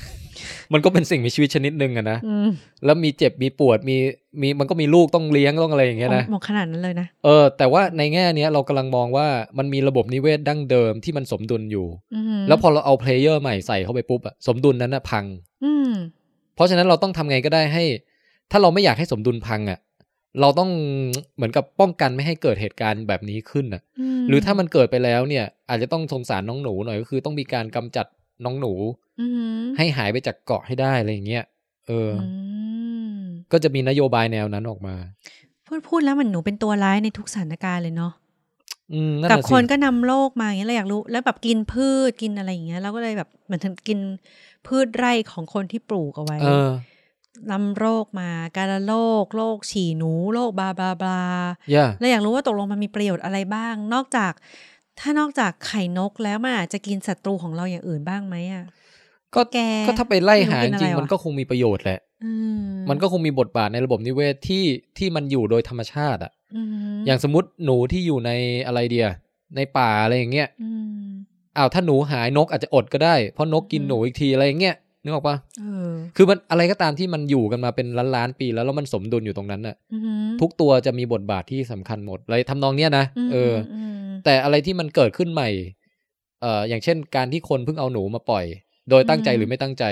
มันก็เป็นสิ่งมีชีวิตชนิดหนึ่งอะนะ
อืม
แล้วมีเจ็บมีปวดมีมีมันก็มีลูกต้องเลี้ยงต้องอะไรอย่างเงี้ยนะ
หมดขนาดนั้นเลยนะ
เออแต่ว่าในแง่เนี้ยเรากำลังมองว่ามันมีระบบนิเวศดั้งเดิมที่มันสมดุลอยู่
อืม
แล้วพอเราเอาเพลเยอร์ใหม่ใส่เข้าไปปุ๊บอะสมดุลนั้นอะพัง
อืม
เพราะฉะนั้นเราต้องทำไงก็ได้ให้ ถ้าเราไม่อยากให้สมดุลพังอะเราต้องเหมือนกับป้องกันไม่ให้เกิดเหตุการณ์แบบนี้ขึ้นอะ
ม
หรือถ้ามันเกิดไปแล้วเนี่ย อาจจะต้องสงสารน้องหนูหน่อยก็คือต้องมีการกำจัดน้องหนู
อืม
ให้หายไปจากเกาะให้ได้อะไรอย่างเงี้ยเอออ
ม
ก็จะมีนโยบายแนวนั้นออกมา
พูดพูดแล้วเหมือนหนูเป็นตัวร้ายในทุกสถานการณ์เลยเนาะ
อืมนั่น
กับ
น่ะสิ
คนก็นำโรคมาอย่างเงี้ยเราอยากรู้ แล้วแบบกินพืชกินอะไรอย่างเงี้ยเราก็เลยแบบเหมือนถึงกินพืชไร่ของคนที่ปลูกเอาไว้
เออ
นำโรคมาการะโรคโรคฉี่หนูโรคบลาบลาบลา
ย่า
แล้วอยากรู้ว่าตกลงมันมีประโยชน์อะไรบ้าง นอกจาก ถ้านอกจากไข่นกแล้วมันอาจจะกินศัตรูของเราอย่างอื่นบ้างไหมอ่ะ
ก็
แก
ก็ถ้าไปไล่หาจ
ไม่รู้กิน
ริ
อะ
งๆ
ไร
มัน
วะ
ก็คงมีประโยชน์แหละ
อื
มันก็คงมีบทบาทในระบบนิเวศที่ที่มันอยู่โดยธรรมชาติอ่ะ
อืม
อย่างสมมติหนูที่อยู่ในอะไรเดีย ในป่าอะไรอย่างเงี้ย
อืม
อ้าวถ้าหนูหายนกอาจจะอดก็ได้ เพราะนกกิน
อืม
หนูอีกทีอะไรอย่างเงี้ยนึกออกปะ
เออ
คือมันอะไรก็ตามที่มันอยู่กันมาเป็นล้านล้านๆปีแล้วแล้วมันสมดุลอยู่ตรงนั้นน่ะ
อืม
ทุกตัวจะมีบทบาทที่สำคัญหมดเลยทำนองเนี้ยนะ
ม
เอออ
ม
แต่อะไรที่มันเกิดขึ้นใหม่ เอ่ออย่างเช่นการที่คนเพิ่งเอาหนูมาปล่อย โดยตั้งใจหรือไม่ตั้งใจ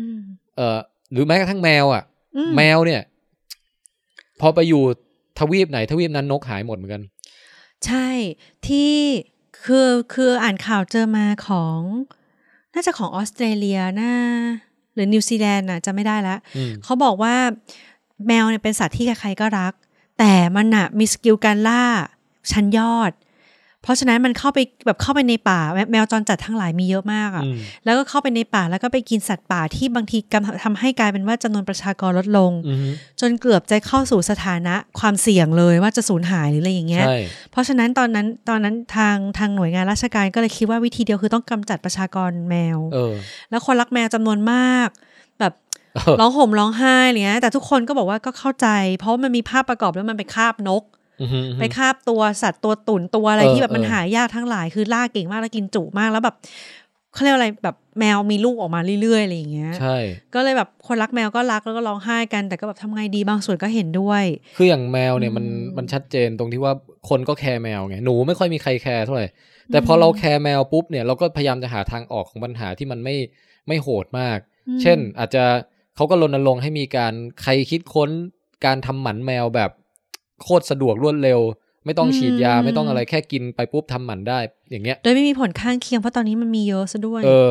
อืม
เอ่อหรือแม้กระทั่งแมวอ่ะ
อืม
แมวเนี่ย พอไปอยู่ทวีปไหนทวีปนั้นนกหายหมดเหมือนกัน
ใช่ที่คือคืออ่านข่าวเจอมาของ น่าจะของออสเตรเลียนะหรือนิวซีแลนด์น่ะจะไม่ได้ละ
อืม
เขาบอกว่าแมวเนี่ยเป็นสัตว์ที่ใครๆก็รัก แต่มันอะมีสกิลการล่าชั้นยอด เพราะฉะนั้นมันเข้าไปแบบเข้าไปในป่าแมแมวจรจัดทั้งหลายมีเยอะมากอะ
อืม
แล้วก็เข้าไปในป่าแล้วก็ไปกินสัตว์ป่าที่บางทีกำทำให้กลายเป็นว่าจำนวนประชากรลดลง
อืม
จนเกือบจะเข้าสู่สถานะความเสี่ยงเลยว่าจะสูญหายหรืออะไรอย่างเงี้ย
ใช่
เพราะฉะนั้นตอนนั้นตอนนั้นทางทางหน่วยงานราชการก็เลยคิดว่าวิธีเดียวคือต้องกำจัดประชากรแมว
เออ
แล้วคนรักแมวจำนวนมาก แบบ
เออ
ร้องห่มร้องไห้อะไรเงี้ยแต่ทุกคนก็บอกว่าก็เข้าใจ เพราะมันมีภาพประกอบแล้วมันไปคาบนก
อือหือ
ไปคาบตัวสัตว์ตัวตุ่นตัวอะไร
เออ
ที่แบบมัน
เออ
หายากทั้งหลายคือล่าเก่งมากแล้วกินจุมากแล้วแบบเขาเรียกอะไรแบบแมวมีลูกออกมาเรื่อยๆอะไรอย่างเงี้ย
ใช่
ก็เลยแบบคนรักแมวก็รักแล้วก็ร้องไห้กัน แต่ก็แบบทำไงดีบางส่วนก็เห็นด้วย
คืออย่างแมวเนี่ยมัน
อืม
มันชัดเจนตรงที่ว่าคนก็แคร์แมวไงหนูไม่ค่อยมีใครแคร์เท่าไหร่แต่พออ
ม
เราแคร์แมวปุ๊บเนี่ยเราก็พยายามจะหาทางออกของปัญหาที่มันไม่ไม่โหดมาก เช่น อาจจะเขาก็รณรงค์ให้มีการใครคิดค้นการทำหมันแมวแบบโคตรสะดวกรวดเร็ว ไม่ต้องฉีดยาไม่ต้องอะไรแค่กินไปปุ๊บทำหมันได้อย่างเงี้ย
โดยไม่มีผลข้างเคียงเพราะตอนนี้มันมีเยอะซะด้วย
เออ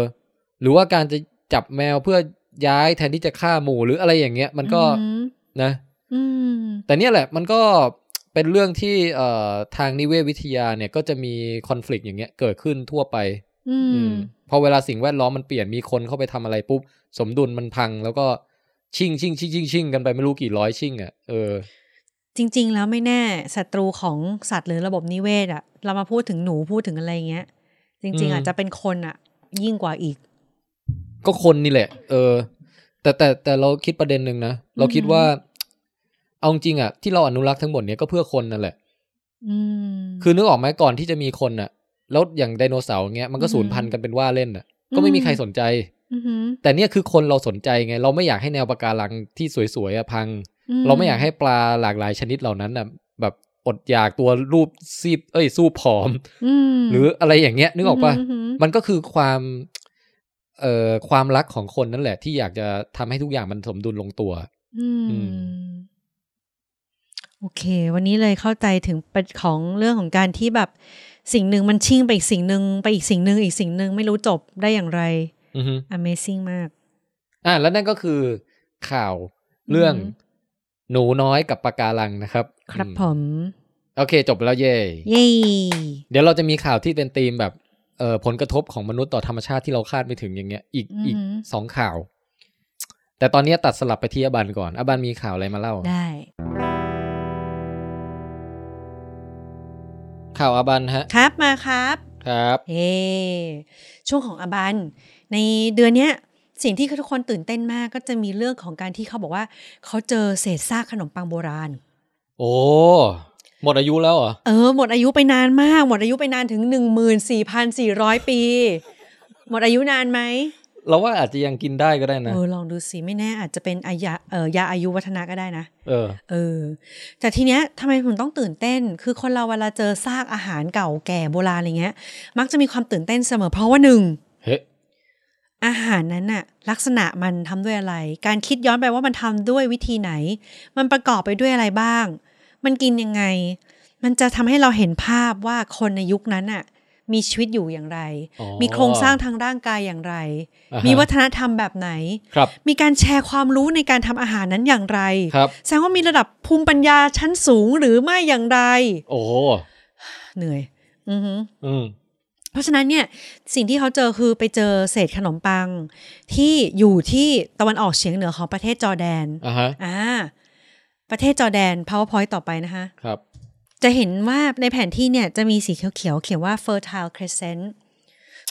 หรือว่าการจะจับแมวเพื่อย้ายแทนที่จะฆ่าหมูหรืออะไรอย่างเงี้ย มันก็
อืม
นะ
อืม
แต่เนี่ยแหละมันก็เป็นเรื่องที่เอ่อทางนิเวศวิทยาเนี่ยก็จะมีคอน FLICT อย่างเงี้ยเกิดขึ้นทั่วไป
อื
อื
ม
มพอเวลาสิ่งแวดล้อมมันเปลี่ยนมีคนเข้าไปทำอะไรปุ๊บ สมดุลมันพัง แล้วก็ชิงชิงชิงชิงชิงกันไปไม่รู้กี่ร้อยชิงอ่ะเออ
จริง ๆ แล้วไม่แน่ศัตรูของสัตว์หรือระบบนิเวศอะเรามาพูดถึงหนูพูดถึงอะไรเงี้ย จ
อื
ริง
ม
ๆ อาจจะเป็นคนอะยิ่งกว่าอีก
ก็คนนี่แหละ เออ แต่แต่แต่เราคิดประเด็นหนึ่งนะ เราคิดว่า เอาจริงๆอ่ะที่เราอนุรักษ์ทั้งหมดเนี่ยก็เพื่อคนนั่นแหละ
อืม
คือนึกออกไหมก่อนที่จะมีคนน่ะ แล้วอย่างไดโนเสาร์เงี้ยมันก็
อืม
สูญพันธุ์กันเป็นว่าเล่นน่ะ ก็ไม่มีใครสนใจ
อือหือ
แต่เนี่ยคือคนเราสนใจไง เราไม่อยากให้แนวปะการังที่สวยๆอะพัง เราไม่อยากให้ปลาหลากหลายชนิดเหล่านั้นน่ะ แบบอดอยากตัวรูปซีบเอ้ยสู้ผอม
ม
หรืออะไรอย่างเงี้ยนึกออกปะ
หือ
มันก็คือความเอ่อความรักของคนนั่นแหละ ที่อยากจะทำให้ทุกอย่างมันสมดุลลงตัว
อืม
อืม
โอเค วันนี้เลยเข้าใจถึงประเด็นของเรื่องของการที่แบบสิ่งหนึ่งมันชิ่งไปอีกสิ่งหนึ่งไปอีกสิ่งหนึ่งอีกสิ่งหนึ่งไม่รู้จบได้อย่างไร
อือฮึ
Amazing มาก
อ่ะแล้วนั่นก็คือข่าวเรื่อง
อือฮึ
หนูน้อยกับปะการังนะครับ
ครับ
อืม
ผม
โอเค จบแล้วเย่
เย้
เดี๋ยวเราจะมีข่าวที่เป็นธีมแบบเอ่อผลกระทบของมนุษย์ต่อธรรมชาติที่เราคาดไม่ถึงอย่างเงี้ย อีก
อือหืออี
อีกสองข่าว แต่ตอนนี้ตัดสลับไปที่อบันก่อน อบันมีข่าวอะไรมาเล่า
ได้
ข่าวอบันฮะ
ครับมาครับ
ครับ
เอช่วงของอบัน ในเดือนเนี้ยสิ่งที่ทุกคนตื่นเต้นมากก็จะมีเรื่องของการที่เขาบอกว่า เขาเจอเศษซากขนมปังโบราณ
โอ้ หมดอายุแล้วเหรอ
เออหมดอายุไปนานมาก หมดอายุไปนานถึง 14,400 ปี หมดอายุนานไหม
เราว่าอาจจะยังกินได้ก็ได้นะ
เออลองดูสิไม่แน่อาจจะเป็นอายาเออยาอายุวัฒนะก็ได้นะ
เออ
เออแต่ทีเนี้ยทำไมผมต้องตื่นเต้น คือคนเราเวลาเจอซากอาหารเก่าแก่โบราณอะไรเงี้ย มักจะมีความตื่นเต้นเสมอเพราะว่าหนึ่ง
เฮ้ย
อาหารนั้นน่ะลักษณะมันทำด้วยอะไร การคิดย้อนไปว่ามันทำด้วยวิธีไหน มันประกอบไปด้วยอะไรบ้าง มันกินยังไง มันจะทำให้เราเห็นภาพว่าคนในยุคนั้นน่ะมีชีวิตอยู่อย่างไร
อ๋อ
มีโครงสร้างทางร่างกายอย่างไร
อ่าฮะ
มีวัฒนธรรมแบบไหน
ครับ
มีการแชร์ความรู้ในการทำอาหารนั้นอย่างไร
ครับ
แสดงว่ามีระดับภูมิปัญญาชั้นสูงหรือไม่อย่างไร
โอ้โห
เหนื่อยอือหือ
อืม
เพราะฉะนั้นเนี่ยสิ่งที่เขาเจอคือไปเจอเศษขนมปัง ที่อยู่ที่ตะวันออกเฉียงเหนือของประเทศจอร์แดน
อ่ะฮะ
อ่าประเทศจอร์แดน powerpoint ต่อไปนะคะ
ครับ
จะเห็นว่าในแผนที่เนี่ยจะมีสีเขียวๆเขียนว่า fertile crescent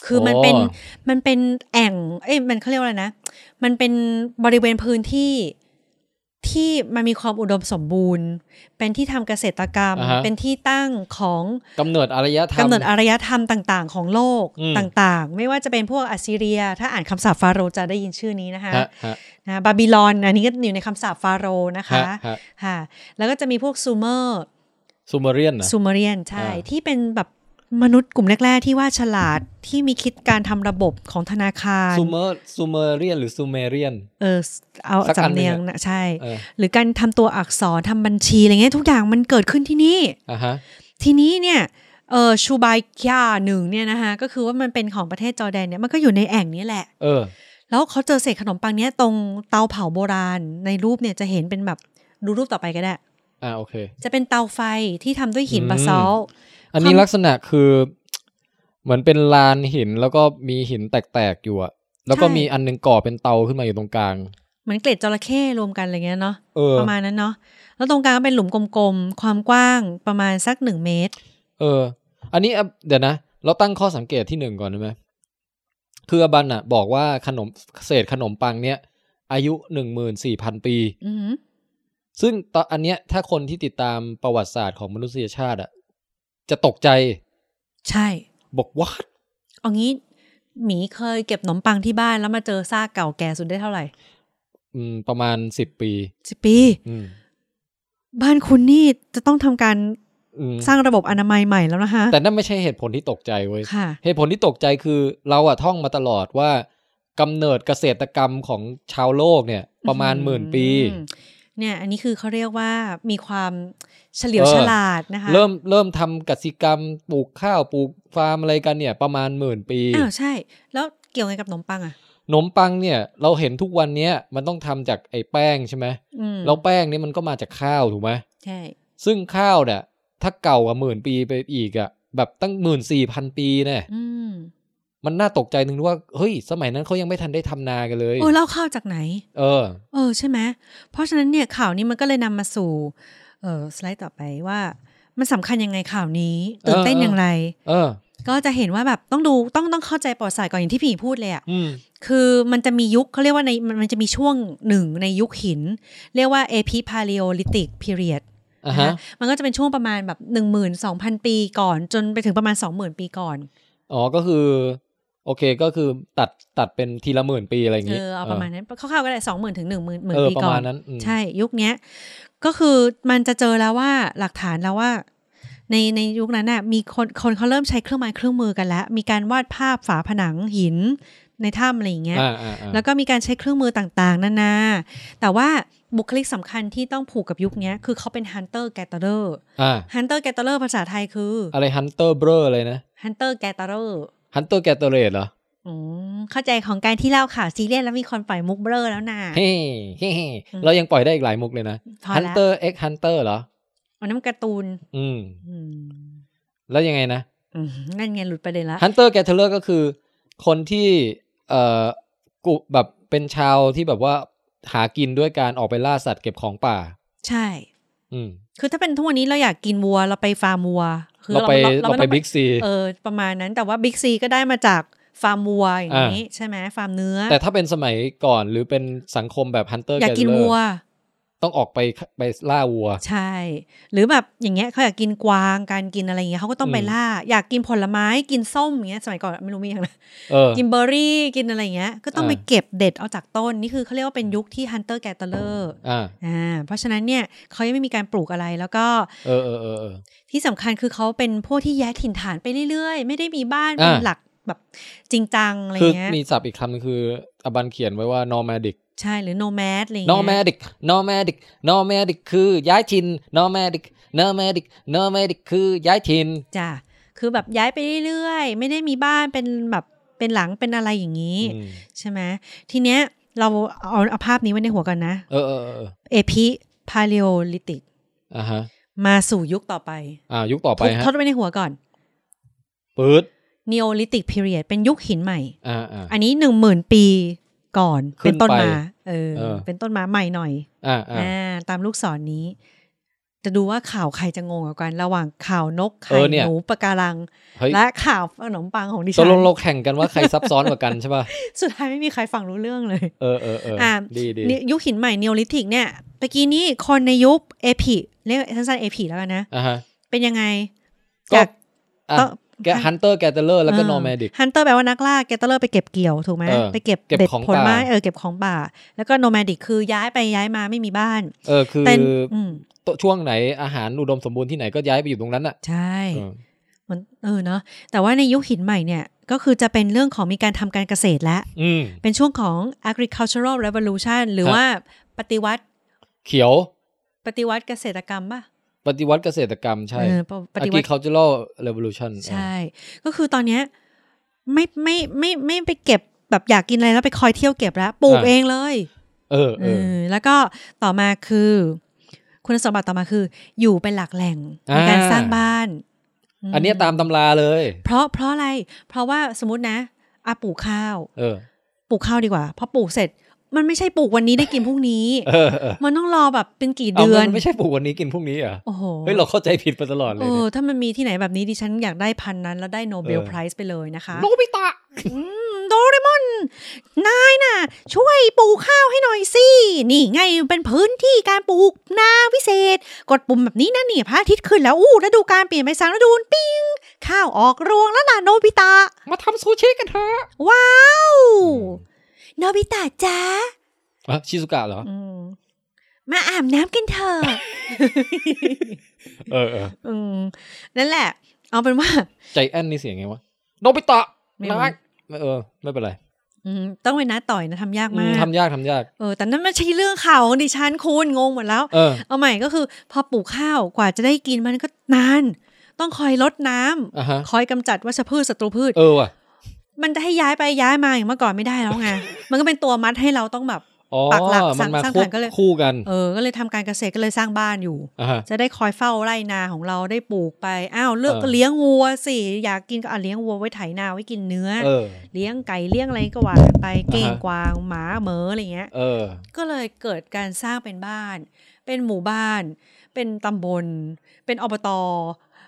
คือมันเป็น
อ๋อ
มันเป็นแอ่ง เอ้ยมันเขาเรียกว่าอะไรนะ มันเป็นบริเวณพื้นที่ที่มันมีความอุดมสมบูรณ์ เป็นที่ทำเกษตรกรรม
อ่าฮะ
เป็นที่ตั้งของ
กำเนิดอารยธรรม
กำเนิดอารยธรรมต่างๆ ของโลก
อืม
ต่างๆ ไม่ว่าจะเป็นพวกอัสซีเรีย ถ้าอ่านคำสาปฟาโรห์จะได้ยินชื่อนี้นะคะ
ฮะฮะ
นะบาบิลอนอันนี้ก็อยู่ในคำสาปฟาโรห์นะคะ
ฮะฮะ
ค่ะแล้วก็จะมีพวกซูเมอร์
ซูเมเรียนนะ
ซูเมเรียนใช่
อ่า
ที่เป็นแบบมนุษย์กลุ่มแรก ๆ ที่ว่าฉลาดที่มีคิดการทำระบบของธนาคาร
ซูเมอร์ซูเมเรียนหรือซูเมเรียน
เออเอา
สักอัน
สำ
หนึ่
เนี
ง
ย
อะ
งนะใช่
เออ
หรือการทำตัวอักษรทำบัญชีอะไรเงี้ยทุกอย่างมันเกิดขึ้นที่นี่
อ่ะฮะ
ทีนี้เนี่ยเออชูบายคิอาหนึ่งเนี่ยนะคะก็คือว่ามันเป็นของประเทศจอร์แดนเนี่ยมันก็อยู่ในแอ่งนี้แหละ
เออ
แล้วเขาเจอเศษขนมปังเนี้ยตรงเตาเผาโบราณในรูปเนี่ยจะเห็นเป็นแบบดูรูปต่อไปก็ได้
อ่าโอเค
จะเป็นเตาไฟที่ทำด้วยหินบาซอลต์
อันนี้
ความ
ลักษณะคือเหมือนเป็นลานหินแล้วก็มีหินแตกๆอยู่อะแล้วก็มีอันหนึงก่อเป็นเตาขึ้นมาอยู่ตรงกลาง
เหมือนเกล็ดจระเข้รวมกันอะไรเงี้ยเนาะ
เออ
ประมาณนั้นเนาะ แล้วตรงกลางก็เป็นหลุมกลมๆ ความกว้างประมาณสักหนึ่งเมตร
เออ อันนี้อ่ะเดี๋ยวนะ เราตั้งข้อสังเกตที่หนึ่งก่อนได้ไหมคืออบันอะบอกว่าขนมเศษขนมปังเนี้ยอายุหนึ่งหมื่นสี่พันปี
อือหือ
ซึ่งตอนอันเนี้ยถ้าคนที่ติดตามประวัติศาสตร์ของมนุษยชาติอะจะตกใจ
ใช่
บอกว่า
เอางี้หมีเคยเก็บขนมปังที่บ้านแล้วมาเจอซากเก่าแก่สุดได้เท่าไหร่
อืมประมาณสิบปี
สิบปี
อืม
บ้านคุณนี่จะต้องทำการ
อืม
สร้างระบบอนามัยใหม่แล้วนะคะ
แต่นั่นไม่ใช่เหตุผลที่ตกใจเว้ย
ค่ะ
เหตุผลที่ตกใจคือเราอะท่องมาตลอดว่ากำเนิดเกษตรกรรมของชาวโลกเนี่ยประมาณหมื่นปี
อืมเนี่ยอันนี้คือเขาเรียกว่ามีความเฉลียว
เออ
ฉลาดนะคะ
เริ่มเริ่มทำกสิกรรมปลูกข้าวปลูกฟาร์มอะไรกันเนี่ย ประมาณหมื่นปี
อ้าวใช่ แล้วเกี่ยวไงกับขนมปังอ่ะ
ขนมปังเนี่ย เราเห็นทุกวันเนี้ยมันต้องทำจากไอ้แป้งใช่ไหม
อืม
แล้วแป้งเนี่ยมันก็มาจากข้าวถูกไหม
ใช่
ซึ่งข้าวเนี่ยถ้าเก่ากว่าหมื่นปีไปอีกอะแบบตั้งหมื่นสี่พันปีเนี่ย
อืม
มันน่าตกใจนึงที่ว่าเฮ้ย สมัยนั้นเขายังไม่ทันได้ทำนากันเลย
โอ้ยแล้วเข้าวจากไหน
เออ
เออใช่ไหม เพราะฉะนั้นเนี่ยข่าวนี้มันก็เลยนำมาสู่เออสไลด์ต่อไปว่า มันสำคัญยังไงข่าวนี้ตื่นเต้น
เออ
อ
อ
ย่างไร
เออ
ก็จะเห็นว่าแบบต้องดูต้องต้องเข้าใจประวัติศาสตร์ก่อนอย่างที่พี่หมีพูดเลยอะ
อืม
คือมันจะมียุคเขาเรียกว่าในมันมันจะมีช่วงหนึ่งในยุคหิน เรียกว่า epi paleolithic period
อ่ะฮะ
มันก็จะเป็นช่วงประมาณแบบ1 2 0 0 0 ปีก่อน จนไปถึงประมาณ 20,000 ปีก่อน
อ๋อ ก็คือ โอเคก็คือตัดตัดเป็นทีละหมื่นปีอะไรอย่าง
เอ
งี้
อเอาประมาณนั้นคร่าวๆก็ได้20,000ถึง10,000หมื่น
เออ
ปี
ประ
ก่อ
มาณ
น
นั้นอืม
ใช่ยุคเนี้ยก็คือมันจะเจอแล้วว่าหลักฐานแล้วว่า ในในยุคนั้นน่ะมีคนคนเขาเริ่มใช้เครื่องไม้เครื่องมือกันแล้ว มีการวาดภาพฝาผนังหินในถ้ำอะไรอย่างเงี้ย
อ่าอ่าอ่า
แล้วก็มีการใช้เครื่องมือต่างๆนานาแต่ว่าบุคลิกสำคัญที่ต้องผูกกับยุคเนี้ยคือเขาเป็น hunter gatherer
อ่า
hunter gatherer ภาษาไทยคือ
อะไรฮันเตอร์เบอร์อะไรนะ
hunter gatherer
ฮันเตอร์แกตเตอร์เรเหรอ
อืมเข้าใจของการที่เล่าข่าวซีเรียสแล้วมีคนปล่อยมุกเบลอแล้วนะ
เฮ้เฮ้เฮ้
อืม
เรายังปล่อยได้อีกหลายมุกเลยนะ
พอ
ฮัน
แล้ว
เตอร์เอ็กฮันเตอร์เหรอ
อันนั้นมันการ์ตูน
อืม
อืม
แล้วยังไงนะ
อืมนั่นไงหลุดประเด็นละ
ฮันเตอร์แกตเตอร์ก็คือ คนที่เอ่อกุแบบเป็นชาวที่แบบว่าหากินด้วยการออกไปล่าสัตว์เก็บของป่า
ใช่
อืม
คือถ้าเป็นทุกวันนี้เราอยากกินวัวเราไปฟาร์มวัว คื
เราไป
เรา
เรา
ม่
ไป
ต้อง
บิ๊กซี
เออ ประมาณนั้น แต่ว่าบิ๊กซีก็ได้มาจากฟาร์มวัวอย่างนี้
อ่า
ใช่ไหมฟาร์มเนื้อ
แต่ถ้าเป็นสมัยก่อนหรือเป็นสังคมแบบฮันเตอร์
อยากกินวัว
ต้องออกไปไปล่าวัว
ใช่ หรือแบบอย่างเงี้ยเขาอยากกินกวางการกินอะไรอย่างเงี้ยเขาก็ต้องไป
อืม
ล่า อยากกินผลไม้กินส้มอย่างเงี้ยสมัยก่อนไม่รู้มีอย่างไร
เออ
กินเบอร์รี่กินอะไรอย่างเงี้ย ก็ต้อง
อ่า
ไปเก็บเด็ดเอาจากต้น นี่คือเขาเรียกว่าเป็นยุคที่ฮันเตอร์แกตเลอร์
อ่า
อ่าเพราะฉะนั้นเนี่ยเขายังไม่มีการปลูกอะไรแล้วก็
เออเออเออเออ
ที่สำคัญคือเขาเป็นพวกที่ย้ายถิ่นฐานไปเรื่อยๆ ไม่ได้มีบ้านเป็น
อ่า
หลักแบบจริงจังอะไร
คือ
เงี้ย
มีศัพท์อีกคำหนึงคืออบันเขียนไว้ว่า nomadic
ใช่หรือโนแมดอะไรเงี้ย
nomadic nomadic nomadic คือย้ายถิ่น nomadic nomadic nomadic คือย้ายถิ่น
จ้ะคือแบบย้ายไปเรื่อยๆ ไม่ได้มีบ้านเป็นแบบเป็นหลังเป็นอะไรอย่างนี้
อืม
ใช่ไหมทีเนี้ยเราเอาเอาภาพนี้ไว้ในหัวกันนะ
เออเออเออเออ
เอพิพาเลโอลิติก
อ่าฮะ
มาสู่ยุคต่อไป
อ่ายุคต่อไป
ทบ
ฮะ
ทดไว้ในหัวก่อน
ปืด
Neolithic period เป็นยุคหินใหม่
อ่าอ่า
อันนี้หนึ่งหมื่นปีก่อน
ขึ้น
เป็นต้นมา
ไป
เออ
เออ
เป็นต้นมาใหม่หน่อย
อ่าอ่า
อ่าตามลูกศรนี้ จะดูว่าข่าวใครจะงงกว่ากัน ระหว่างข่าวนก
เอ
ไข่
อเนี่ย
หนูปะการัง
เฮ้ย
และข่าวขนมปังของดิ
ต
ฉั
ก
น
ลงเราแข่งกันว่าใครซับซ้อนกว่ากันใช่ป่ะ
สุดท้ายไม่มีใครฟังรู้เรื่องเลย
เออเออเออ
อ่า
ดีดี
เนี่ยยุคหินใหม่ Neolithic เนี่ยตะกี้นี้คนในยุคเอพิเรียกสั้นๆเอพิแล้วกันนะ
อ่าฮะ
เป็นยังไง
ก็
อยาก
อ่ะ
เอ่อ
แกฮันเตอร์แกเตเลอร์แล้วก็ nomadic
ฮันเตอร์แปลว่านักล่า เกตเตอร์ไปเก็บเกี่ยวถูกไหม
เออ
ไปเก็บ
เก็บ
เด็ด
ของ
ผลไม้
ป่า
เออเก็บของป่า แล้วก็โนแมดิกคือย้ายไปย้ายมาไม่มีบ้าน
เออคือ
แต่อืม
ช่วงไหนอาหารอุดมสมบูรณ์ที่ไหนก็ย้ายไปอยู่ตรงนั้นอ่ะ
ใช่
เออ
มันเออเนาะแต่ว่าในยุคหินใหม่เนี่ยก็คือจะเป็นเรื่องของมีการทำการเกษตรและ
อืม
เป็นช่วงของ agricultural revolution หรือ
ฮะ
ว่าปฏิวัติ
เขียว
ปฏิวัติเกษตรกรรมป่ะ
ปฏิวัติเกษตรกรรมใช่
เออปปฏิวัติ
agricultural revolution
ใช่ ก็คือตอนเนี้ยไม่ไม่ไม่ไม่ไปเก็บแบบอยากกินอะไรแล้วไปคอยเที่ยวเก็บแล้วปลูก
อ่า
เองเลย
เออเออ
เออแล้วก็ต่อมาคือ คุณสมบัติต่อมาคือ อยู่เป็นหลักแหล่งใน
อ่า
การสร้างบ้านม
อันเนี้ยตามตำราเลย
เพราะเพราะอะไร เพราะว่าสมมตินะอาปลูกข้าว
เออ
ปลูกข้าวดีกว่าพอปลูกเสร็จ มันไม่ใช่ปลูกวันนี้ได้กินพรุ่งนี้
เออเออ
มันต้องรอแบบเป็นกี่
เอา
เดือน
มันไม่ใช่ปลูกวันนี้กินพรุ่งนี้เหรอ่ะ
โอ้โห
เฮ้ยเราเข้าใจผิดมาตลอดเล
เอย อ
เนี่ย
ถ้ามันมีที่ไหนแบบนี้ดิฉันอยากได้พันนั้น แล้วได้โนเบล
เออ
ไพรส์ไปเลยนะคะ
โนบิตะ
อืมโดเรมอน นายน่ะ ช่วยปลูกข้าวให้หน่อยสิ นี่ไงเป็นพื้นที่การปลูกนาวิเศษ กดปุ่มแบบนี้นะเนี่ยพระอาทิตย์ขึ้นแล้ว อู้ฤดูการเปลี่ยนไปสามฤดูปิ้ง ข้าวออกรวงแล้วล่ะโนบิตะ
มาทำซูชิกันเถอะ
ว้าว โนบิตะจ้า
อ่ะชิซุกะเหรอ
มาอาบน้ำกันเถอะ
เออเออ
อืมนั่นแหละ เอาเป็นว่า
ใจแอนนี่เสียงไงวะโนบิตะ
ไม่รู้
นายเออ ไม่เป็นไร
อืมต้องเป็นน้าต่อยนะทำยาก
อื
มามก
ทำยากทำยาก
เออ แต่นั่นไม่ใช่เรื่องข่าวของดิฉันคุณงงหมดแล้ว
เออ
เอาใหม่ก็คือพอปลูกข้าวกว่าจะได้กินมันก็นาน ต้องคอยลดน้ำ
อ่ะฮะ
คอยกำจัดวัชพืชศัตรูพืช
เออว่ะ
มันจะให้ย้ายไปย้ายมาอย่างเมื่อก่อนไม่ได้แล้วไง มันก็เป็นตัวมัดให้เราต้องแบบ
อ๋อ
ปักหลักส
มั
ร้าน ง
มา
สร้าง
ควบ
ฐานก็เลย
คู่กัน
เออ ก็เลยทำการเกษตรก็เลยสร้างบ้านอยู่
อ่ะฮะ
จะได้คอยเฝ้าไร่นาของเราได้ปลูกไป อ้าวเลือก
เออ
ก็เลี้ยงวัวสิ อยากกินก็อ่ะเลี้ยงวัวไว้ไถนาไว้กินเนื้อ
เออ
เลี้ยงไก่เลี้ยงอะไรก็ว่าไป เก้ง
อ่าฮะ
กวางหมาเหมออะไรเงี้ย
เออ
ก็เลยเกิดการสร้างเป็นบ้าน เป็นหมู่บ้าน เป็นตำบล เป็นอบต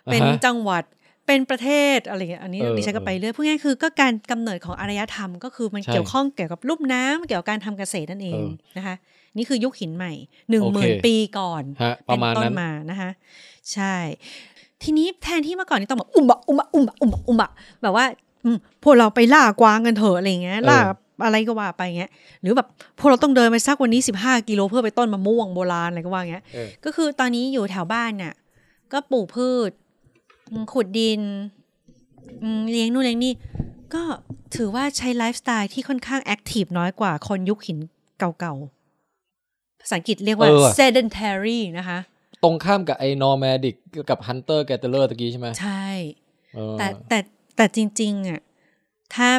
อ่าฮะ
เป็นจังหวัด เป็นประเทศอะไรอย่างเงี้ย อันนี้
เออ
ดิฉันก็
เออ
ไปเรื่อยพูดง่ายๆคือก็การกำเนิดของอารยธรรม ก็คือมัน
ใช่
เกี่ยวข้องเกี่ยวกับลุ่มน้ำเกี่ยวกับการทำเกษตรนั่นเอง
เออ
นะคะ นี่คือยุคหินใหม่หนึ่ง
โอ
ห
เค
มื่นปีก่อน
ฮะประมาณ
เต้
นั้น
นมานะคะ ใช่ ทีนี้แทนที่เมื่อก่อนนี่ต้องแบบอุมบะอุมบะอุมบะอุมบะอุมบะแบบว่าอืมพวกเราไปล่ากวางกันเถอะอะไรอย่างเงี้ยล่าอะไรก็ว่าไปอย่างเงี้ย หรือแบบพวกเราต้องเดินไปสักวันนี้ 15 กิโลเพื่อไปต้นมะม่วงโบราณอะไรก็ว่าอย่างเงี้ย
เออ
ก็คือตอนนี้อยู่แถวบ้านน่ะ ก็ปลูกพืชอืมขุดดินอืมเลี้ยงนู่นเลี้ยงนี่ ก็ถือว่าใช้ไลฟ์สไตล์ที่ค่อนข้างแอคทีฟน้อยกว่าคนยุคหินเก่าๆ ภาษาอังกฤษเรียกว่า
เออว่ะ
sedentary นะคะ
ตรงข้ามกับไอ้นอร์แมดิกกับฮันเตอร์แกเตเลอร์ตะกี้ใช่ไหม
ใช่
เออ
แต่แต่แต่จริงๆอ่ะถ้า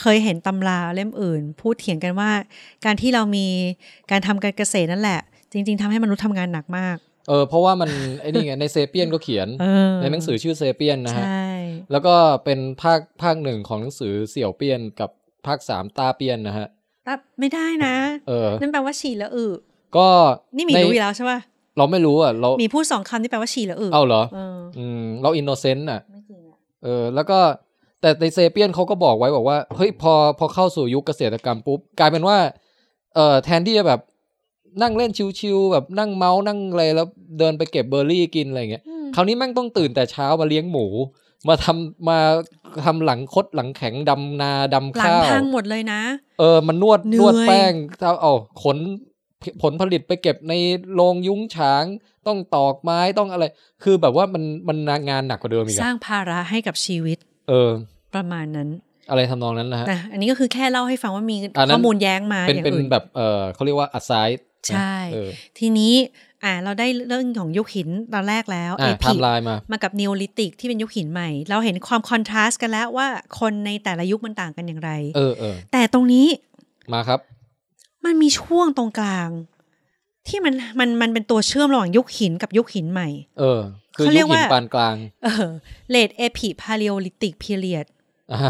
เคยเห็นตำราเล่มอื่น พูดเถียงกันว่า การที่เรามีการทำการเกษตรนั่นแหละ จริง ๆทำให้มนุษย์ทำงานหนักมาก
เออเพราะว่ามัน ไอ้นี่ไงในเซเปียนก็เขียน
เออ
ในหนังสือชื่อเซเปียนนะ
ใช
ฮะ
่
แล้วก็เป็นภาคภาคหนึ่งของหนังสือเสี่ยวเปียนกับภาคสามตาเปียนนะฮะ
รับไม่ได้นะ
เออ
นั่นแปลว่าฉี่แล้วอื
ก็
นี่หมี
ใน
รู้อยู่แล้วใช่ป่ะ
เราไม่รู้อ่ะ เรา
หมีพูดสองคำที่แปลว่าฉี่แล้วอื
เอาเหรอ
เออ
อืม เราอินโนเซนต์อ่ะ
ไม่จริงอะ
เออ แล้วก็แต่ในเซเปียนเขาก็บอกไว้บอกว่า เฮ้ย พอพอเข้าสู่ยุคเกษตรกรรมปุ๊บ กลายเป็นว่า เออแทนที่จะแบบ นั่งเล่นชิวๆแบบนั่งเมาส์นั่งอะไรแล้วเดินไปเก็บเบอร์รี่กินอะไรอย่างเงี้ย
อืม
คราวนี้แม่งต้องตื่นแต่เช้ามาเลี้ยงหมู มาทำมาทำหลังคดหลังแข็งดำนาดำ
หลัง
ข้าว
พังหมดเลยนะ
เออมันนวด
เหนื่
นวด
อย
แป้งเอาเอาขนผลผลิตไปเก็บในโรงยุ้งฉาง ต้องตอกไม้ต้องอะไร คือแบบว่ามันมันงานหนักกว่าเดิมอีก
ส
อะ
ร้างภาระให้กับชีวิต
เออ
ประมาณนั้น
อะไรทำนองนั้นนะฮะ
นะอันนี้ก็คือแค่เล่าให้ฟังว่ามี
อันนั้น
ข้อมูลแย้งมา
เป็น
อย่าง
เป็น
อื่น
แบบเออเขาเรียกว่าอัดไซด์
ใช่
เออ
ทีนี้อ่าเราได้เรื่องของยุคหินตอนแรกแล้ว
อ่ะ
ไอ้
ไท
ผิด
ม์ไลน์มา
มากับน e โอลิติกที่เป็นยุคหินใหม่ เราเห็นความคอนทราสต์กันแล้วว่าคนในแต่ละยุคมันต่างกันอย่างไร
เออเออ
แต่ตรงนี้
มาครับ
มันมีช่วงตรงกลาง ที่มันมันมันเป็นตัวเชื่อมระหว่างยุคหินกับยุคหินใหม่
เออ คือ
เขาเรี
ยุ
ย
ค
ก
หิน
ว่า
ปานกลาง
เออเลดเอพิพาเลโอลิติกพีเรียด
อ่า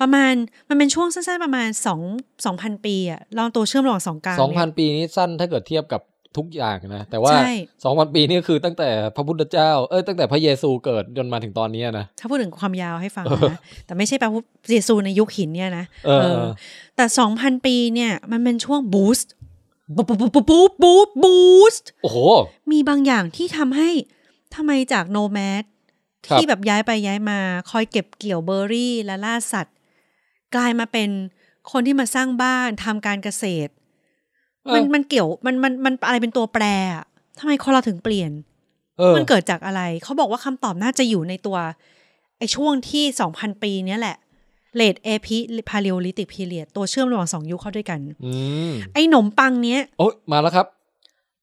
ประมาณมันเป็นช่วงสั้นๆประมาณ2 2,000 ปีอะลองตัวเชื่อมระหว่างสองกลาง
สองพัน
เย
ปีนี้สั้นถ้าเกิดเทียบกับทุกอย่างนะ แต่ว่า
ใช่
สองพันปีนี่คือตั้งแต่พระพุทธเจ้า เอ้ยตั้งแต่พระเยซูเกิดจนมาถึงตอนเนี้ยนะ
ถ้าพูดถึงความยาวให้ฟัง
เออ
นะแต่ไม่ใช่แปลว่าเยซูในยุคหินเนี่ยนะ
เออเออ
แต่ 2,000 ปีเนี่ยมันเป็นช่วงบูสต์บูบูบูบูบูบูสต์
โอ้โห
มีบางอย่างที่ทำให้ทำไมจากโนแมด
ครับ
ที่แบบย้ายไปย้ายมาคอยเก็บเกี่ยวเบอร์รี่และล่าสัตว์ กลายมาเป็นคนที่มาสร้างบ้านทำการเกษตร มันมันเกี่ยวมันมันมันอะไรเป็นตัวแปรอะทำไมคนเราถึงเปลี่ยน
เออ
มันเกิดจากอะไร เขาบอกว่าคำตอบน่าจะอยู่ในตัวไอ้ช่วงที่ 2,000 ปีเนี้ยแหละเลดเอพิพาเลโอลิติกพีเรียดตัวเชื่อมระหว่างสองยุคเข้าด้วยกัน
อืม
ไอ้หนมปังเนี้ย
โอ้ยมาแล้วครับ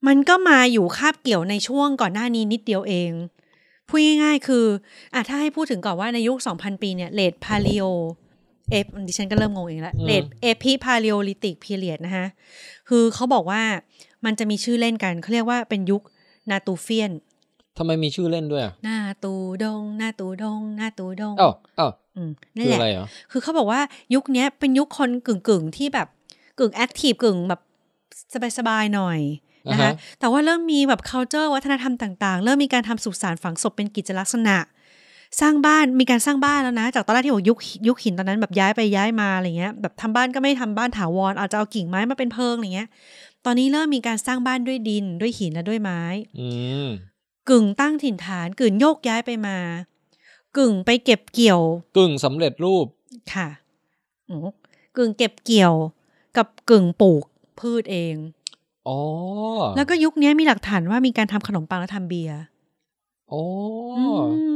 มันก็มาอยู่คาบเกี่ยวในช่วงก่อนหน้านี้นิดเดียวเอง พูดง่ายๆคืออ่ะถ้าให้พูดถึงก่อนว่าในยุค 2,000 ปีเนี่ยเลดพาเลโอเอฟดิฉันก็เริ่มงงเองละ
อืม
เลดเอพิพาเลโอลิติกพีเรียดนะคะคือเขาบอกว่ามันจะมีชื่อเล่นกันเขาเรียกว่าเป็นยุคนาตูเฟียน
ทำไมมีชื่อเล่นด้วยอ่ะ
หน้าตูดง หน้าตูดง หน้าตูดง
เอ้าเอ้า
อืมนั่น
คือ
แหละ
อะไรเหรอ
คือเขาบอกว่ายุคเนี้ยเป็นยุคคนกึ่งกึ่งๆที่แบบกึ่งแอคทีฟกึ่งแบบสบายๆหน่อยนะ
อ่า
คะ
ฮะ
แต่ว่าเริ่มมีแบบ culture วัฒนธรรมต่างๆ เริ่มมีการทำสุสานฝังศพเป็นกิจลักษณะ สร้างบ้านมีการสร้างบ้านแล้วนะ จากตอนแรกที่บอกยุคยุคหินตอนนั้นแบบย้ายไปย้ายมาอะไรเงี้ยแบบทำบ้านก็ไม่ทำบ้านถาวรอาจจะเอากิ่งไม้มาเป็นเพิงอะไรเงี้ย ตอนนี้เริ่มมีการสร้างบ้านด้วยดินด้วยหินและด้วยไม้
อืม
กึ่งตั้งถิ่นฐานกึ่งโยกย้ายไปมา กึ่งไปเก็บเกี่ยว
กึ่งสำเร็จรูป
ค่ะอืมกึ่งเก็บเกี่ยวกับกึ่งปลูกพืชเอง
อ๋อ
แล้วก็ยุคนี้มีหลักฐานว่ามีการทำขนมปังและทำเบียร์
อ๋ออ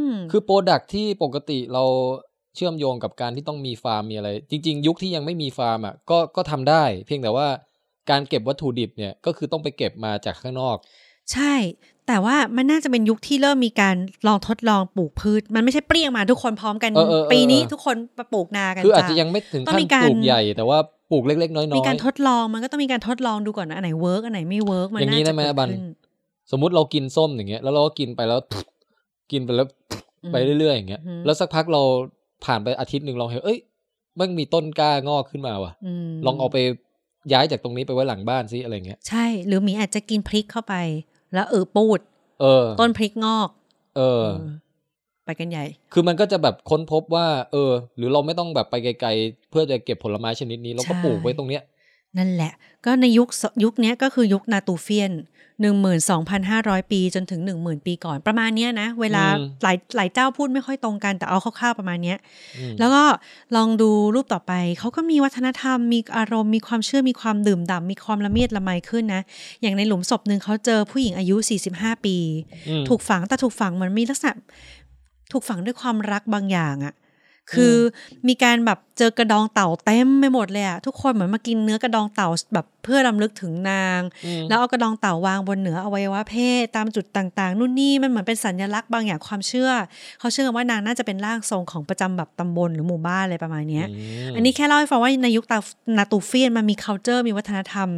ม
คือโปรดักที่ปกติเราเชื่อมโยงกับการที่ต้องมีฟาร์มมีอะไร จริง ๆ ยุคที่ยังไม่มีฟาร์มอ่ะ ก็ก็ทำได้ เพียงแต่ว่าการเก็บวัตถุดิบเนี่ยก็คือต้องไปเก็บมาจากข้างนอก
ใช่ แต่ว่ามันน่าจะเป็นยุคที่เริ่มมีการลองทดลองปลูกพืช มันไม่ใช่เปรี้ยงมาทุกคนพร้อมกัน
เออเออเออ
ปีนี้ทุกคนมาปลูกนากัน
คืออาจจะ
จ้ะ
ยังไม่ถึง
ต้อง
ขั้น
มีการ
ปลูกใหญ่ แต่ว่าปลูกเล็ก ๆ น้อยๆ
มีการทดลองมันก็ต้องมีการทดลองดูก่อนนะอันไหนเวิร์กอันไหนไม่เวิร์กมัน
อย่าง
น่า
นี้
จะ
ได้ไหม
เกิด
อะบัน
ขึ้น
สมมุติเรากินส้มอย่างเงี้ยแล้วเราก็กินไปแล้ว กินไปแล้ว
อืม
ไปเรื่อยๆอย่างเงี้ย
อือหือ
แล้วสักพักเราผ่านไปอาทิตย์หนึ่งเราเห็นเอ้ยมันมีต้นกล้างอกขึ้นมาว่ะ
ม
ลองเอาไปย้ายจากตรงนี้ไปไว้หลังบ้านซิอะไรเงี้ย
ใช่ หรือหมีอาจจะกินพริกเข้าไป แล้วเออปูด
เออ
ต้นพริกงอก
เออ
เออไปกันใหญ่
คือมันก็จะแบบค้นพบว่า เออ หรือเราไม่ต้องแบบไปไกลๆ เพื่อจะเก็บผลไม้ชนิดนี้เราก็
ใช่
ปลูกไว้ตรงเนี้ย
นั่นแหละ ก็ในยุคสยุคเนี้ยก็คือยุคนาตูเฟียน 12,500 ปีจนถึง 10,000 ปีก่อนประมาณเนี้ยนะ เวลา
อืม
หลายหลายเจ้าพูดไม่ค่อยตรงกันแต่เอาคร่าวๆประมาณเนี้ย
อืม
แล้วก็ลองดูรูปต่อไป เขาก็มีวัฒนธรรม มีอารมณ์ มีความเชื่อ มีความดื่มด่ำมีความละเมียดละไมขึ้นนะ อย่างในหลุมศพหนึ่งเขาเจอผู้หญิงอายุ 45 ปี
อืม
ถูกฝังแต่ถูกฝังเหมันมีลักษณะถูกฝังด้วยความรักบางอย่างอะคือมีการแบบเจอกระดองเต่าเต็มไปหมดเลยอะทุกคนเหมือนมากินเนื้อกระดองเต่าแบบเพื่อรำลึกถึงนาง
อืม
แล้วเอากระดองเต่าวางบนเหนืออวัยวะเพศตามจุดต่างๆ นู่นนี่มันเหมือนเป็นสัญลักษณ์บางอย่างความเชื่อ เขาเชื่อกันว่านางน่าจะเป็นร่างทรงของประจำแบบตำบลหรือหมู่บ้านอะไรประมาณเนี้ย
ม
อันนี้แค่เล่าให้ฟังว่าในยุคตานาตูเฟียนมันมี culture มีวัฒนธรรม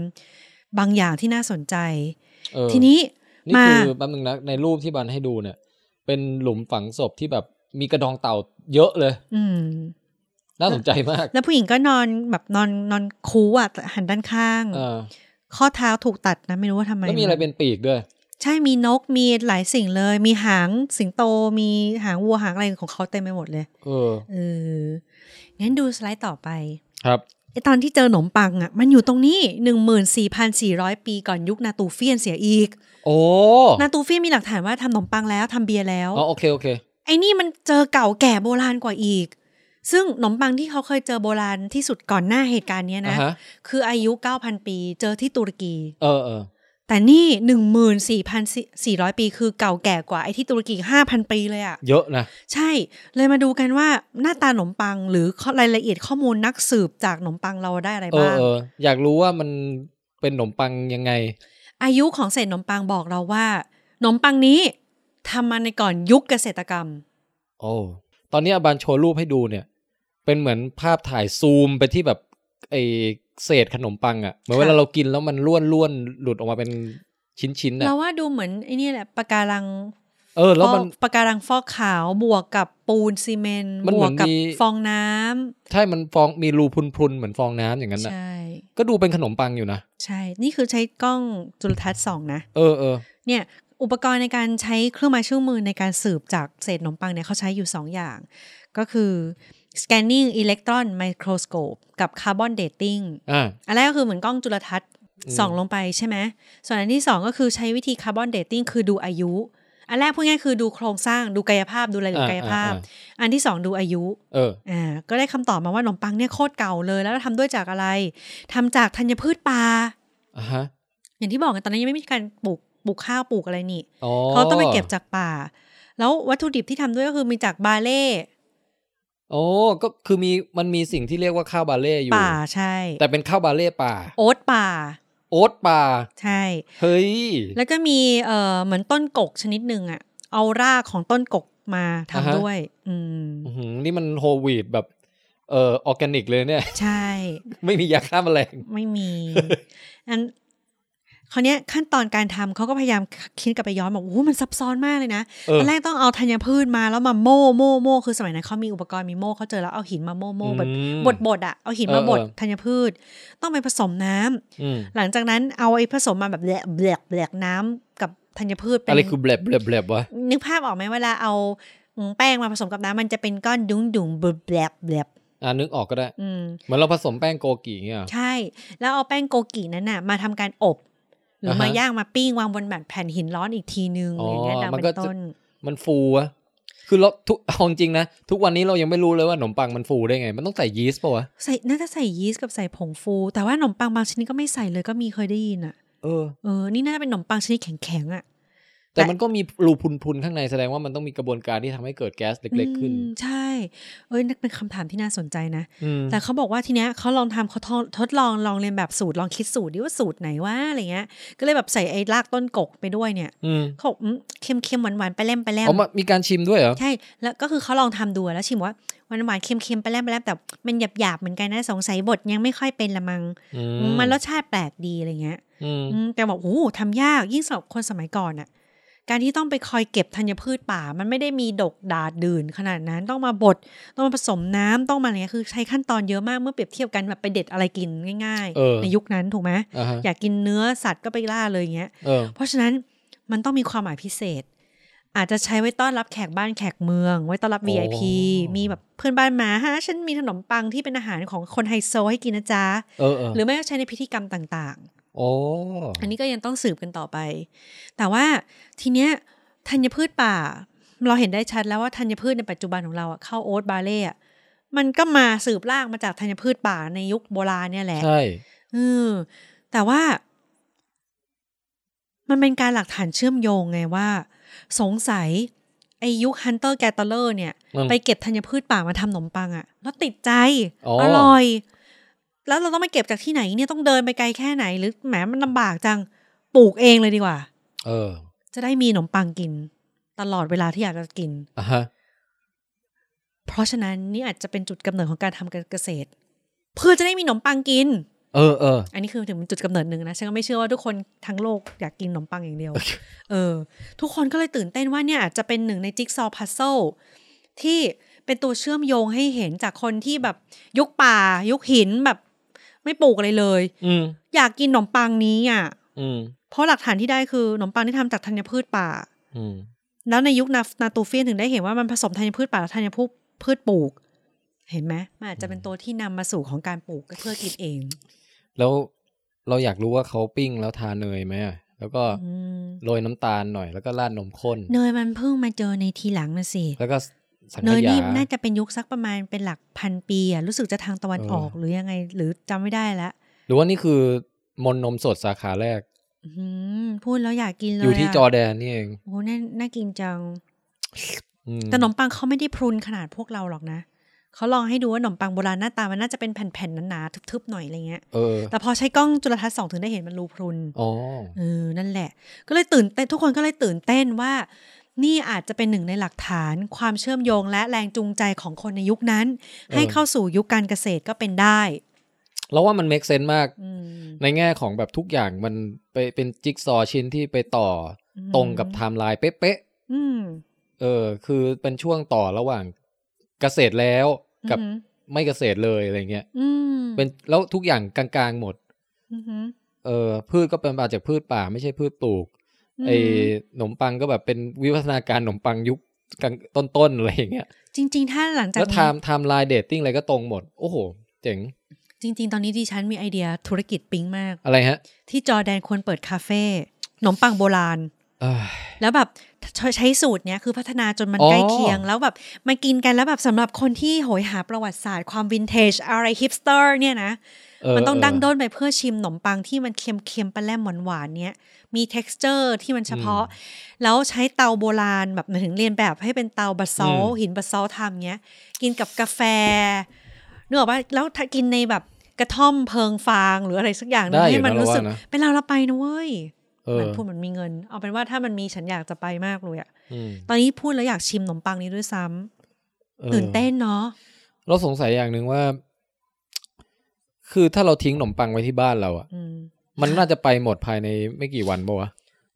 บางอย่างที่น่าสนใจ
เออ
ทีนี้
นี่
มา
คือแป๊บนึงนะในรูปที่บันให้ดูเนี่ย เป็นหลุมฝังศพที่แบบมีกระดองเต่าเยอะเลย
อืม
น่าสนใจมาก
แล้วผู้หญิงก็นอนแบบนอนนอนคูอ่ะแต่หันด้านข้าง
เออ
ข้อเท้าถูกตัดนะ ไม่รู้ว่าทำไม
แล้วมีอะไร
น
เป็นปีกด้วย
ใช่มีนกมีหลายสิ่งเลย มีหางสิงโตมีหางวัวหางอะไรของเขาเต็มไปหมดเลย
เออ
เอองั้นดูสไลด์ต่อไป
ครับ
ไอตอนที่เจอหนมปังอ่ะมันอยู่ตรงนี้ 14,400 ปีก่อนยุคนาตูเฟียนเสียอีก
โอ้
นาตูเฟียนมีหลักฐานว่าทำหนมปังแล้วทำเบียร์แล้ว
อ๋อโอเคโอเค
ไอ้นี่มันเจอเก่าแก่โบราณกว่าอีก ซึ่งหนมปังที่เขาเคยเจอโบราณที่สุดก่อนหน้าเหตุการณ์เนี้ย
อ่า
นะ
ฮะ
คืออายุ 9,000 ปีเจอที่ตุรกี
เออเออ
แต่นี่ 14,400 ปีคือเก่าแก่กว่าไอ้ที่ตุรกี 5,000 ปีเลยอะ่ะ
เยอะนะ
ใช่ เลยมาดูกันว่าหน้าตาขนมปังหรือข้อรายละเอียดข้อมูลนักสืบจากขนมปังเราได้อะไร
เออ
บ้าง
เอออยากรู้ว่ามันเป็นขนมปังยังไง
อายุของเศษขนมปังบอกเราว่าขนมปังนี้ทำมาในก่อนยุคเกษตรกรรม
โอ้ตอนนี้อาบานโชว์รูปให้ดูเนี่ย เป็นเหมือนภาพถ่ายซูมไปที่แบบไอเศษขนมปังอะ่ะเหมือนเวลาเรากินแล้วมันล้วนล้วนๆหลุดออกมาเป็นชิ้นชิ้นอ่ะ
เราว่าดูเหมือนไอ้นี่แหละปะการัง
เออ แล้วมัน
ฟอกปะการังฟอกขาวบวกกับปูนซีเมนต์
มัน
บ
เหมื
ว
อก น
กับ
มี
ฟองน้ำ
ใช่มันฟองมีรูพรุนๆเหมือนฟองน้ำอย่างนั้นอ่ะ
ใช่
ก็ดูเป็นขนมปังอยู่นะ
ใช่ นี่คือใช้กล้องจุลทรรศน์สองนะ
เออเออ
เนี่ย อุปกรณ์ในการใช้เครื่องไม้เครื่องมือในการสืบจากเศษขนมปังเนี่ยเขาใช้อยู่ 2 อย่าง ก็คือ scanning electron microscope กับ carbon dating
อ่า
อันแรกก็คือเหมือนกล้องจุลทรรศน์
อืม
ส่องลงไปใช่ไหม ส่วนอันที่ 2 ก็คือใช้วิธี carbon dating คือดูอายุ อันแรกพูดง่ายคือดูโครงสร้างดูกายภาพดูรายละเอียดกายภาพ อันที่ 2 ดูอายุ
เออ
อ่าก็ได้คำตอบมาว่าขนมปังเนี่ยโคตรเก่าเลย แล้วทำด้วยจากอะไรทำจากธัญพืชป่า
อ่ะฮะ
อย่างที่บอกไงตอนนั้นยังไม่มีการปลูกปลูกข้าวปลูกอะไรนี่
อ๋อ
เขาต้องไปเก็บจากป่า แล้ววัตถุดิบที่ทำด้วยก็คือมีจากบาเล่
โอ้ก็คือมีมันมีสิ่งที่เรียกว่าข้าวบาเล่อยู่
ป่าใช่
แต่เป็นข้าวบาเล่ป่า
โอ๊ตป่า
โอ๊ตป่า
ใช่
เฮ้ย
แล้วก็มีเอ่อเหมือนต้นกกชนิดหนึ่งอะเอารากของต้นกกมาทำ
อ่าฮะ
ด้วย อืม
อื้อหือนี่มันโฮลวีดแบบเอ่อออร์แกนิกเลยเนี่ย
ใช่
ไม่มียาฆ่าแมลง
ไม่มี อันคราวเนี้ยขั้นตอนการทำเขาก็พยายามคิดกลับไปย้อนบอกโอ้โหมันซับซ้อนมากเลยนะ
เออ
ตอนแรกต้องเอาธัญพืชมาแล้วมาโม่โม่โม่คือสมัยนั้นเขามีอุปกรณ์มีโม่เขาเจอแล้วเอาหินมาโม่โม่แบบ
อืม
บดบดอ่ะเอาหินมา
เออบ
ด
เออ
ธัญพืช ต้องไปผสมน้ำ
อืม
หลังจากนั้นเอาไอ้ผสมมาแบบแหลกแหลกแหลกน้ำกับธัญพืชเป็น
อะไรคือแบลบแบลบแบลบวะ
นึกภาพออกไหมเวลาเอาอืมแป้งมาผสมกับน้ำมันจะเป็นก้อนดุ้งดุ้งๆแบบแหลกแหลก
อ่านึกออกก็ได้
อืม
เหมือนเราผสมแป้งโกกีเงี้ยเหรอ
ใช่ แล้วเอาแป้งโกกินั้นน่ะ มาทำการอบ หรือ
อ่าฮะ
มาย่างมาปิ้งวางบนแบบแผ่นหินร้อนอีกทีนึง
อ๋
อ
ออย่าง
เงี้ยดัง
มัน
เป็
ก็
น
จะ
ต้น
มันฟูอะคือเราทุก เอาจริงๆนะ ทุกวันนี้เรายังไม่รู้เลยว่าขนมปังมันฟูได้ไง มันต้องใส่ยีสต์ป่ะวะ
ใส่น่าจะใส่ยีสต์กับใส่ผงฟู แต่ว่าขนมปังบางชนิดก็ไม่ใส่เลยก็มีเคยได้ยินอ่ะ
เออ
เออนี่น่าจะเป็นขนมปังชนิดแข็งๆอ่ะ
แต่มันก็มีรูพุนๆข้างในแสดงว่ามันต้องมีกระบวนการที่ทำให้เกิดแก๊สเล็ก ๆ ขึ้น
อืมใช่ เอ้ยนั่นเป็นคำถามที่น่าสนใจนะ
อืม
แต่เขาบอกว่าทีเนี้ยเขาลองทำเขาทดทดลองลองเรียนแบบสูตรลองคิดสูตรดิว่าสูตรไหนว่าอะไรเงี้ย ก็เลยแบบใส่ไอ้รากต้นกกไปด้วยเนี่ย
อืม
เขาบอกอืมเค็มๆหวานๆไปเล่มไปเล่ม
อ๋อมันมีการชิมด้วยเหรอ
ใช่ แล้วก็คือเขาลองทำดูแล้วชิมว่าหวานๆเค็มๆไปแล้วไปแล้วแต่มันหยาบๆเหมือนกันนะสงสัยบทยังไม่ค่อยเป็นละมัง
อื
มันรสชาติแปลกดีอะไรเงี้ย
อืม
อืมแต่บอกโอ้โหทำยากยิ่งสำหรับคนสมัยก่อนอะการที่ต้องไปคอยเก็บธัญพืชป่า มันไม่ได้มีดกดาดดื่นขนาดนั้นต้องมาบดต้องมาผสมน้ำต้องมาอะไรเงี้ยคือใช้ขั้นตอนเยอะมากเมื่อเปรียบเทียบกันแบบไปเด็ดอะไรกินง่าย
เออ
ๆ ในยุคนั้นถูกไหม
อ่าฮะ
อยากกินเนื้อสัตว์ก็ไปล่าเลยอย่างเงี้ย
เออ
เพราะฉะนั้นมันต้องมีความหมายพิเศษ อาจจะใช้ไว้ต้อนรับแขกบ้านแขกเมือง ไว้ต้อนรับ
โอ้
VIP มีแบบเพื่อนบ้านมาฮะฉันมีขนมปังที่เป็นอาหารของคนไฮโซให้กินนะจ๊ะ
เออเออ
หรือไม่ก็ใช้ในพิธีกรรมต่าง
โอ้
ๆ อันนี้ก็ยังต้องสืบกันต่อไป แต่ว่าทีเนี้ยธัญพืชป่า เราเห็นได้ชัดแล้วว่าธัญพืชในปัจจุบันของเราอะเข้าโอ๊ตบาเล่อะมันก็มาสืบลากมาจากธัญพืชป่าในยุคโบราณเนี่ยแหละ
ใช่
เออแต่ว่า มันเป็นการหลักฐานเชื่อมโยงไงว่า สงสัยไอยุคฮันเตอร์แกตเลอร์เนี่ย
อืม
ไปเก็บธัญพืชป่ามาทำขนมปังอะแล้วติดใจ
อ๋ออ
ร่อย แล้วเราต้องไปเก็บจากที่ไหนเนี่ยต้องเดินไปไกลแค่ไหนหรือแหมมันลำบากจังปลูกเองเลยดีกว่า
เออ
จะได้มีขนมปังกิน ตลอดเวลาที่อยากจะกิน
อ่ะฮะ
เพราะฉะนั้นนี่อาจจะเป็นจุดกำเนิดของการทำการเกษตร เพื่อจะได้มีขนมปังกิน
เออเออ
อันนี้คือถึงเป็นจุดกำเนิดหนึ่งนะฉันก็ไม่เชื่อว่าทุกคนทั้งโลกอยากกินขนมปังอย่างเดียว เออ ทุกคนก็เลยตื่นเต้นว่าเนี่ยอาจจะเป็นหนึ่งในจิ๊กซอว์พัซเซิลที่เป็นตัวเชื่อมโยงให้เห็นจากคนที่แบบยุคป่า ยุคหินแบบ ไม่ปลูกอะไรเลย
อืม
อยากกินขนมปังนี้อ่ะ
อืม
เพราะหลักฐานที่ได้คือขนมปังที่ทำจากธัญพืชป่า
อืม
แล้วในยุคนานาตูเฟียนถึงได้เห็นว่ามันผสมธัญพืชป่าและธัญพืชปลูก เห็นไหมมันอาจจะเป็นตัวที่นำมาสู่ของการปลูกเพื่อกินเอง
แล้วเราอยากรู้ว่าเขาปิ้งแล้วทาเนยไหมอะแล้วก็
อืม
โรยน้ำตาลหน่อยแล้วก็ราดนมข้น
เนยมันเพิ่งมาเจอในทีหลังนะสิ
แล้วก็สัง
เน
ข
ย
ยา
นี่น่าจะเป็นยุคสักประมาณเป็นหลักพันปีอ่ะรู้สึกจะทางตะวัน
เออ
ออกหรือยังไง หรือจำไม่ได้ละ
หรือว่านี่คือมนต์นมสดสาขาแรก
อื้อหือพูดแล้วอยากกินเลย
อยู่ที่
ะ
จอร์แดนนี่เอง
โอ้โหน่าน่ากินจัง
อืม
แต่ขนมปังเขาไม่ได้พรุนขนาดพวกเราหรอกนะเขาลองให้ดูว่าขนมปังโบราณหน้าตามันน่าจะเป็นแผ่นๆหนาๆทึบๆหน่อยอะไรเงี้ย
เออ
แต่พอใช้กล้องจุลทรรศน์สองถึงได้เห็นมันรูพรุน
อ๋อ
เออ นั่นแหละ ก็เลยตื่นเต้นทุกคนก็เลยตื่นเต้นว่า นี่อาจจะเป็นหนึ่งในหลักฐาน ความเชื่อมโยงและแรงจูงใจของคนในยุคนั้น
ออ
ให้เข้าสู่ยุคการเกษตรก็เป็นได้
เราว่ามัน make sense มาก
อืม
ในแง่ของแบบทุกอย่างมันไปเป็นจิ๊กซอว์ชิ้นที่ไปต่ออตรงกับไทม์ไลน์เป๊ะ
อืม
ๆเออ คือเป็นช่วงต่อระหว่างเกษตรแล้วกับ
อือหือ
ไม่เกษตรเลยอะไรเงี้ย
อืม
เป็นแล้วทุกอย่างกลางๆหมด
อือหือ
เออพืชก็เป็นมาจากพืชป่า ไม่ใช่พืชปลูก
อืม
ไอ้ขนมปังก็แบบเป็นวิวัฒนาการขนมปังยุคกลางต้นๆอะไรอย่างเงี้ย
จริง ๆ ถ้าหลังจาก
แล้วไท
นี้
ม์ไทม์ไลน์เดทติ้งอะไรก็ตรงหมด โอ้โห เจ๋ง
จริง ๆ ตอนนี้ดิฉันมีไอเดียธุรกิจปิ๊งมาก
อะไรฮะ
ที่จอร์แดนควรเปิดคาเฟ่ขนมปังโบราณ
เอ้ย
แล้วแบบใช้ใช้สูตรเนี้ยคือพัฒนาจนมัน
อ๋อ
ใกล้เคียง แล้วแบบมากินกันแล้วแบบสำหรับคนที่โหยหาประวัติศาสตร์ความวินเทจอะไรฮิปสเตอร์เนี่ยนะ
เ
มันต้องดั้งด้นไปเพื่อชิมขนมปังที่มันเค็มๆปลาแลมหวานๆเนี้ยมี t e x t อร์ที่มันเฉพาะ แล้วใช้เตาโบราณแบบหมายถึงเรียนแบบให้เป็นเตาบัสซอล
อืม
หินบัสซอลทำเงี้ย กินกับกาแฟนึกออกปะแล้วถ้ากินในแบบกระท่อมเพลิงฟางหรืออะไรสักอย่างหนึง
ได้อ
ให้
ยู่
มัน
นะเรา
รู้สึก
ว่านะ
เป็นเราเราไปนะเว้ย
เอ
เหมื
อ
อนพูดเหมือนมีเงิน เอาเป็นว่าถ้ามันมีฉันอยากจะไปมากเลยอะ
อืม
ตอนนี้พูดแล้วอยากชิมขนมปังนี้ด้วย
อ
ซ้ำ
อ
ตื่นเต้นเนาะ
เราสงสัยอย่างหนึ่งว่า คือถ้าเราทิ้งขนมปังไว้ที่บ้านเราอะ
อืม
มันน่าจะไปหมดภายในไม่กี่วันปะวะ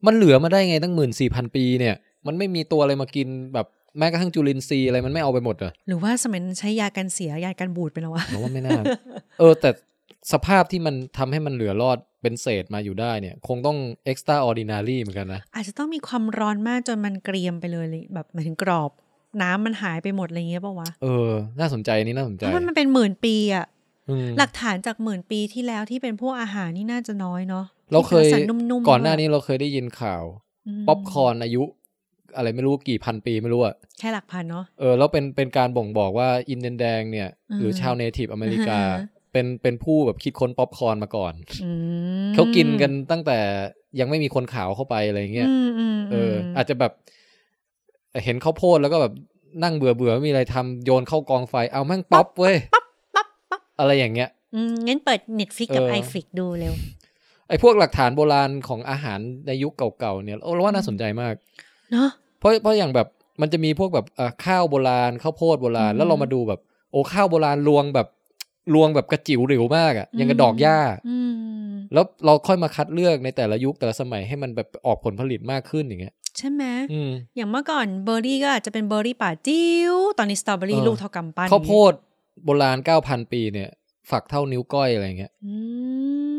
มันเหลือมาได้ไงตั้งหมื่นสี่พันปีเนี่ย มันไม่มีตัวอะไรมากินแบบแม้กระทั่งจุลินทรีย์อะไรมันไม่เอาไปหมดเหรอ
หรือว่าสมัยนั้นใช้ยากันเสียยากันบูดไปแล้ววะ
เราว่าไม่น่า เออ แต่สภาพที่มันทำให้มันเหลือรอดเป็นเศษมาอยู่ได้เนี่ย คงต้อง extraordinary เหมือนกันนะ
อาจจะต้องมีความร้อนมากจนมันเกรียมไปเลยเลยแบบหมายถึงกรอบ น้ำมันหายไปหมดอะไรเงี้ยปะวะ
เออ น่าสนใจอันนี่น่าสน
เพ
ใจ
ราะมันมันเป็นหมื่นปีอะ
อืม
หลักฐานจากหมื่นปีที่แล้วที่เป็นพวกอาหารนี่น่าจะน้อยเนาะ
เราเคย
ที่ป็นลักษณะนุ่มๆ
ก่อนหน้านี้เราเคยได้ยินข่าว
ม
ป๊อปคอร์นอายุ อะไรไม่รู้กี่พันปีไม่รู้อะ
แค่หลักพันเนาะ
เออแล้วเป็นเป็นการบ่งบอกว่าอินเดียนแดงเนี่ย
อืม
หรือชาวเนทีฟอเมริกา
อ่าฮะ
เป็นเป็นผู้แบบคิดค้นป๊อปคอร์นมาก่อน
อืม
เขากินกันตั้งแต่ยังไม่มีคนขาวเข้าไปอะไรเงี้ย
อืมอืม
เอออ
ม
อาจจะแบบ เห็นข้าวโพดแล้วก็แบบนั่งเบื่อเบื่อไม่มีอะไรทำโยนเข้ากองไฟเอาแม่งป๊อปเว้ยป๊อปป๊อปอะไรอย่างเงี้ย
อืมงั้นเปิด Netflix กับ
เออ
i f i x ดูเร็ว
ไอ้พวกหลักฐานโบราณของอาหารในยุคเก่าๆเนี่ยเราว่าน่าสนใจมาก
เนาะ
เพราะเพราะอย่างแบบมันจะมีพวกแบบเอ่อข้าวโบราณข้าวโพดโบราณ
อืม
แล้วเรามาดูแบบ โอ้ข้าวโบราณลวงแบบลวงแบบกระจิ๋วหริวมากอะ่ะ
อืม
ยังกระดอกหญ้า
อืม
แล้วเราค่อยมาคัดเลือกในแต่ละยุคแต่ละสมัยให้มันแบบออกผลผลิตมากขึ้นอย่างเงี้ย
ใช่ไหม
อืม
อย่างเมื่อก่อนเบอร์รี่ก็อาจจะเป็นเบอร์รี่ป่าจิ๋ว ตอนนี้สตรอเบอ
เอ
รี่
อ
ลูกเท่ากำปั้น
ข้าวโพดโบราณเก้าพันปีเนี่ย ฝักเท่านิ้วก้อยอะไรเงี้ย
อื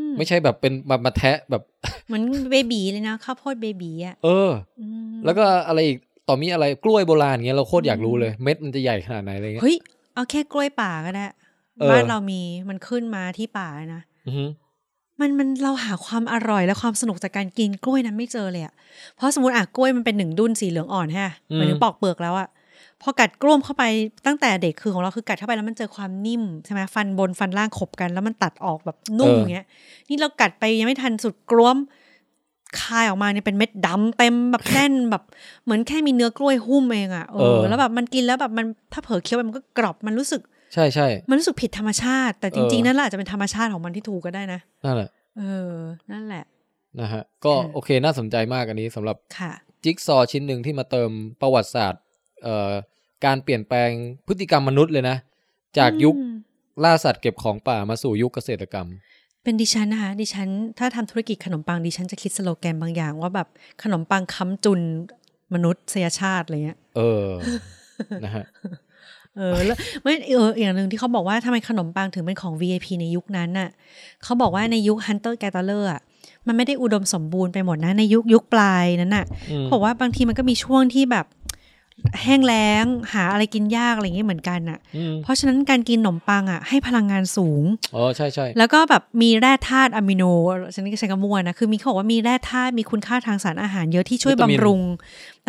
ม
ไม่ใช่แบบเป็นมามาแทะแบบ
เหมือนเบบีเลยนะข้าวโพดเบบีอ่ะ
เออ
อืม
แล้วก็อะไรอีกต่อมีอะไรกล้วยโบราณเงี้ยเราโคตรอยากรู้เลยเม็ดมันจะใหญ่ขนาดไหนอะไรเงี้ย
เฮ้ย เอาแค่กล้วยป่าก็ได้
เออ
บ้านเรามีมันขึ้นมาที่ป่านะ
อือฮึ
มันมันเราหาความอร่อยและความสนุกจากการกินกล้วยนั้นไม่เจอเลยอะเพราะสมมติอ่ะกล้วยมันเป็นหนึ่งดุนสีเหลืองอ่อนฮะหมายถึงปอกเปลือกแล้วอะพอกัดกล้วมเข้าไปตั้งแต่เด็กคือของเราคือกัดเข้าไปแล้วมันเจอความนิ่มใช่ไหมฟันบนฟันล่างขบกัน แล้วมันตัดออกแบบนุ่มอย่างเงี้ย นี่เรากัดไปยังไม่ทันสุดกล้วมคายออกมาเนี่ยเป็นเม็ดดำเต็มแบบแน่นแบบเหมือนแค่มีเนื้อกล้วยหุ้มเองอะเออแล้วแบบมันกินแล้วแบบมันถ้าเผลอเคี้ยวไปมันก็กรอบมันรู้สึก
ใช่ใช่
มันรู้สึกผิดธรรมชาติ แต่จริง ๆนั่นแหละอาจจะเป็นธรรมชาติของมันที่ถูกก็ได้นะ
นั่นแหละ
เออ นั่นแหละ
นะฮะก็
ค่ะ
โอเคน่าสนใจมากอันนี้สำหรับ
ค่ะ
จิ๊กซอว์ชิ้นหนึ่งที่มาเติมประวัติศาสตร์เอ่อการเปลี่ยนแปลงพฤติกรรมมนุษย์เลยนะ จากยุค
อืม
ล่าสัตว์เก็บของป่ามาสู่ยุคเกษตรกรรม
เป็นดิฉันนะคะ ดิฉัน ถ้าทำธุรกิจขนมปังดิฉันจะคิดสโลแกนบางอย่างว่าแบบขนมปังค้ำจุนมนุษยชาติอะไรเงี้ย
เออ นะฮะ
เอ อ แล้วไม่เอออย่างหนึ่งที่เขาบอกว่าทำไมขนมปังถึงเป็นของ VIP ในยุคนั้นน่ะ เขาบอกว่าในยุค Hunter Gatherer อ่ะ มันไม่ได้อุดมสมบูรณ์ไปหมดนะ ในยุคยุคปลายนั้นน่ะ
อืม
บอกว่าบางทีมันก็มีช่วงที่แบบ แห้งแล้ง หาอะไรกินยากอะไรอย่างเงี้ยเหมือนกันอ่ะ
อืม
เพราะฉะนั้นการกินขนมปังอ่ะให้พลังงานสูง
อ๋อใช่ใช่
แล้วก็แบบมีแร่ธาตุอะมิโนฉันก็ใช้คำมั่วนะ คือมีเขาบอกว่ามีแร่ธาตุมีคุณค่าทางสารอาหารเยอะที่ช่วยบำรุง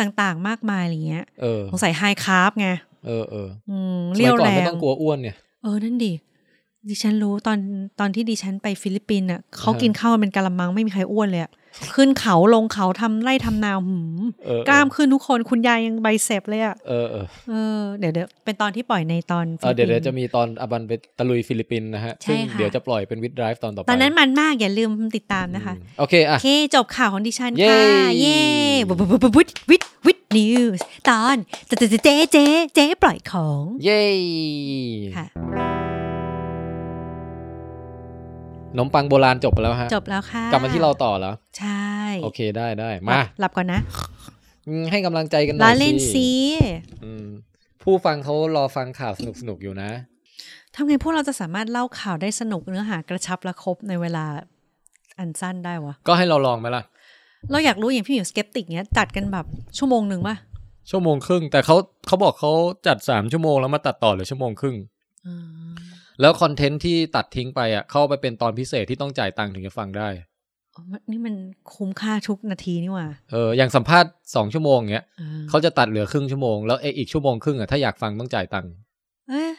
ต่างๆ มากมายอะไรเงี้ย
เออ
สงสัยไฮคาร์บไง
เออเออ
อืม
ส
เรี่
มั
ย
ยว ก่อน
แร
ไม่
ง
ต้องกลัวอ้วนเนี่ย
เออ นั่นดิ ดิฉันรู้ตอนตอนที่ดิฉันไปฟิลิปปินส์อ่ะเขากินข้าวมันเป็นกะละมังไม่มีใครอ้วนเลยอะขึ้นเขาลงเขาทำไร่ทำนาหืม
เออเออ
กล้ามขึ้นทุกคนคุณยายยังใบเสบเลยอ่ะ
เออเออ
เออเดี๋ยวเดี๋ยวเป็นตอนที่ปล่อยในตอน
เออเดี๋ยว
ฟิ
เดี๋ย
ลิ
ว
ปปิ
จะ
นส์
มีตอนอบันไปตะลุยฟิลิปปินส์นะฮะ
ใช่
ซึ่ง
ค่ะ
เดี๋ยวจะปล่อยเป็นวิดไดฟ์ตอนต่อไป
ตอนนั้นมันมากอย่าลืมติดตามนะคะ
อืมโอเคอ่ะ
โอเค จบข่าวของดิฉัน
เย้
ค่ะ เย่บุบบุบบุบวิทวิทวิทนิวส์ตอนเจ๊เจ๊เจ๊เจ๊เจ๊ปล่อยของ
เย้
ค่ะ
ขนมปังโบราณจบไปแล้วฮะ
จบแล้วค่ะ
กลับมาที่เราต่อแล้ว
ใช่
โอเคได้ได้
ห
มา
ลับหลับก่อนนะ
อืมให้กำลังใจกันหน่
ลา
อย
เล่น
สิ
ซี
อืมผู้ฟังเขารอฟังข่าวสนุกสนุกๆอยู่นะ
ทำไงพวกเราจะสามารถเล่าข่าวได้สนุกเนื้อหากระชับและครบในเวลาอันสั้นได้วะ
ก็ให้เราลองไหมล่ะ
เราอยากรู้อย่างพี่หมิวสเก็ปติกเนี้ยจัดกันแบบชั่วโมงหนึ่งป่ะ
ชั่วโมงครึ่ง แต่เขาเขาบอกเขาจัดสามชั่วโมงแล้วมาตัดต่อเหลือชั่วโมงครึ่ง
อืม
แล้วคอนเทนต์ที่ตัดทิ้งไปอ่ะเข้าไปเป็นตอนพิเศษที่ต้องจ่ายตังค์ถึงจะฟังได้
อ๋อนี่มันคุ้มค่าทุกนาทีนี่หว่า
เอออย่างสัมภาษณ์สองชั่วโมงเงี้ย
ออ
เขาจะตัดเหลือครึ่งชั่วโมงแล้วเอออีกชั่วโมงครึ่งอ่ะถ้าอยากฟังต้องจ่ายตังค์
เอ๊ะ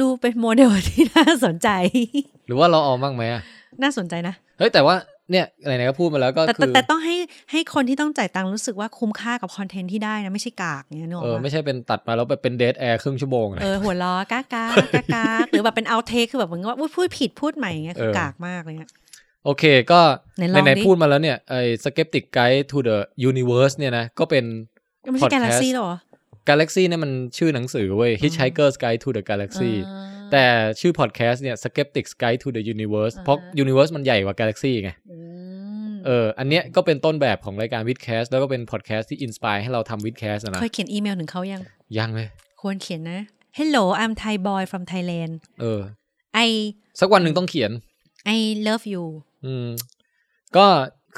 ดูเป็นโมเดลที่น่าสนใจ
หรือว่าเราเอามั่งไหมอะ
น่าสนใจนะ
เฮ้ยแต่ว่าเนี่ยไหนๆก็พูดมาแล้วก็
แต่
คื
แต่
อ
แต่ต้องให้ให้คนที่ต้องจ่ายตังค์รู้สึกว่าคุ้มค่ากับคอนเทนต์ที่ได้นะ ไม่ใช่กากเนี่ยนึกออ
เอก อ
ปะ
ไม่ใช่เป็นตัดมาแล้วไปเป็นเดทแอร์ครึ่งชั่วโมงนะ
เออหัวล้อกากากากากาหรือแบบเป็นเอาเทคคือแบบเหมือนกับว่าอุ๊ยพูดผิดพูดใหม่อย่างเงี้ยคือ
เออ
กากมากเลยเนี่ย
โอเคก็
ไหนลองดิ
ไหนๆพูดมาแล้วเนี่ยไอ้ Skeptic Guide to the Universe เนี่ยนะก็เป็น
ไม่ใช่กาแล็ก
podcast
ซี่หรอ
Galaxy เนี่ยมันชื่อหนังสือเว้ย Hitchhiker's Guide to the
เอ
Galaxy
อ
แต่ชื่อพอดแคสต์เนี่ย Skeptics Guide to the Universe
อ่าฮะ
เพราะ Universe มันใหญ่กว่า Galaxy ไง
อืม
เออ อันเนี้ยก็เป็นต้นแบบของรายการวิดแคสแล้วก็เป็นพอดแคสต์ที่อินสปายให้เราทำวิดแคสนะนะ
เคยเขียนอีเมลถึงเขายัง
ยังเลย
ควรเขียนนะ Hello I'm Thai boy from Thailand
เออ
I
สักวันหนึ่งต้องเขียน
I love you
อืม ก็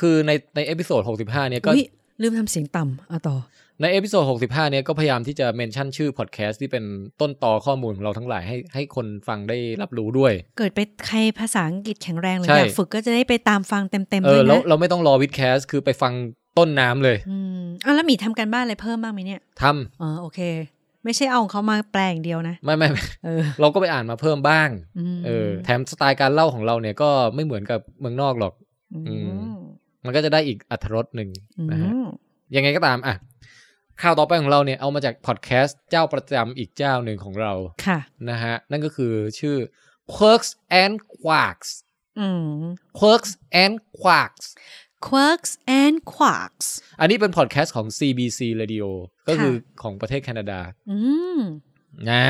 คือในในเอพิโซด65 เนี่ยก็
อุ๊ยลืมทำเสียงต่ำเอาต่อ
ในเอพิโซด65 เนี่ยก็พยายามที่จะเมนชั่นชื่อพอดแคสต์ที่เป็นต้นต่อข้อมูลของเราทั้งหลายให้ให้คนฟังได้รับรู้ด้วย
เกิดไปใครภาษาอังกฤษแข็งแรงเลย
ใช่
อยากฝึกก็จะได้ไปตามฟังเต็ม
เอ
ๆด้ว
อย แล้ว
นะ
เราไม่ต้องรอวิดแคสคือไปฟังต้นน้ำเลย
อืมอ่ะแล้วหมีทำกันบ้านอะไรเพิ่มบ้างไหมเนี่ย
ทำ
อ๋อโอเค ไม่ใช่เอาของเขามาแปลอย่างเดียวนะ
ไม่ไม่ไม่
เออ
เราก็ไปอ่านมาเพิ่มบ้าง
อืม
เออ แถมสไตล์การเล่าของเราเนี่ยก็ไม่เหมือนกับเมืองนอกหรอก
อืม
มันก็จะได้อีกอรรถรสหนึ่ง
อื
นะฮะ
ม
ยังไงก็ตามอ่ะข่าวต่อไปของเราเนี่ยเอามาจากพอดแคสต์เจ้าประจำอีกเจ้าหนึ่งของเรา
ค่ะ
นะฮะ นั่นก็คือชื่อ Quirks and Quarks
อืม
Quirks and Quarks
quirks and quarks
อันนี้เป็นพอดแคสต์ของ CBC Radio ก็คือของประเทศแคนาดา
อืม
นะ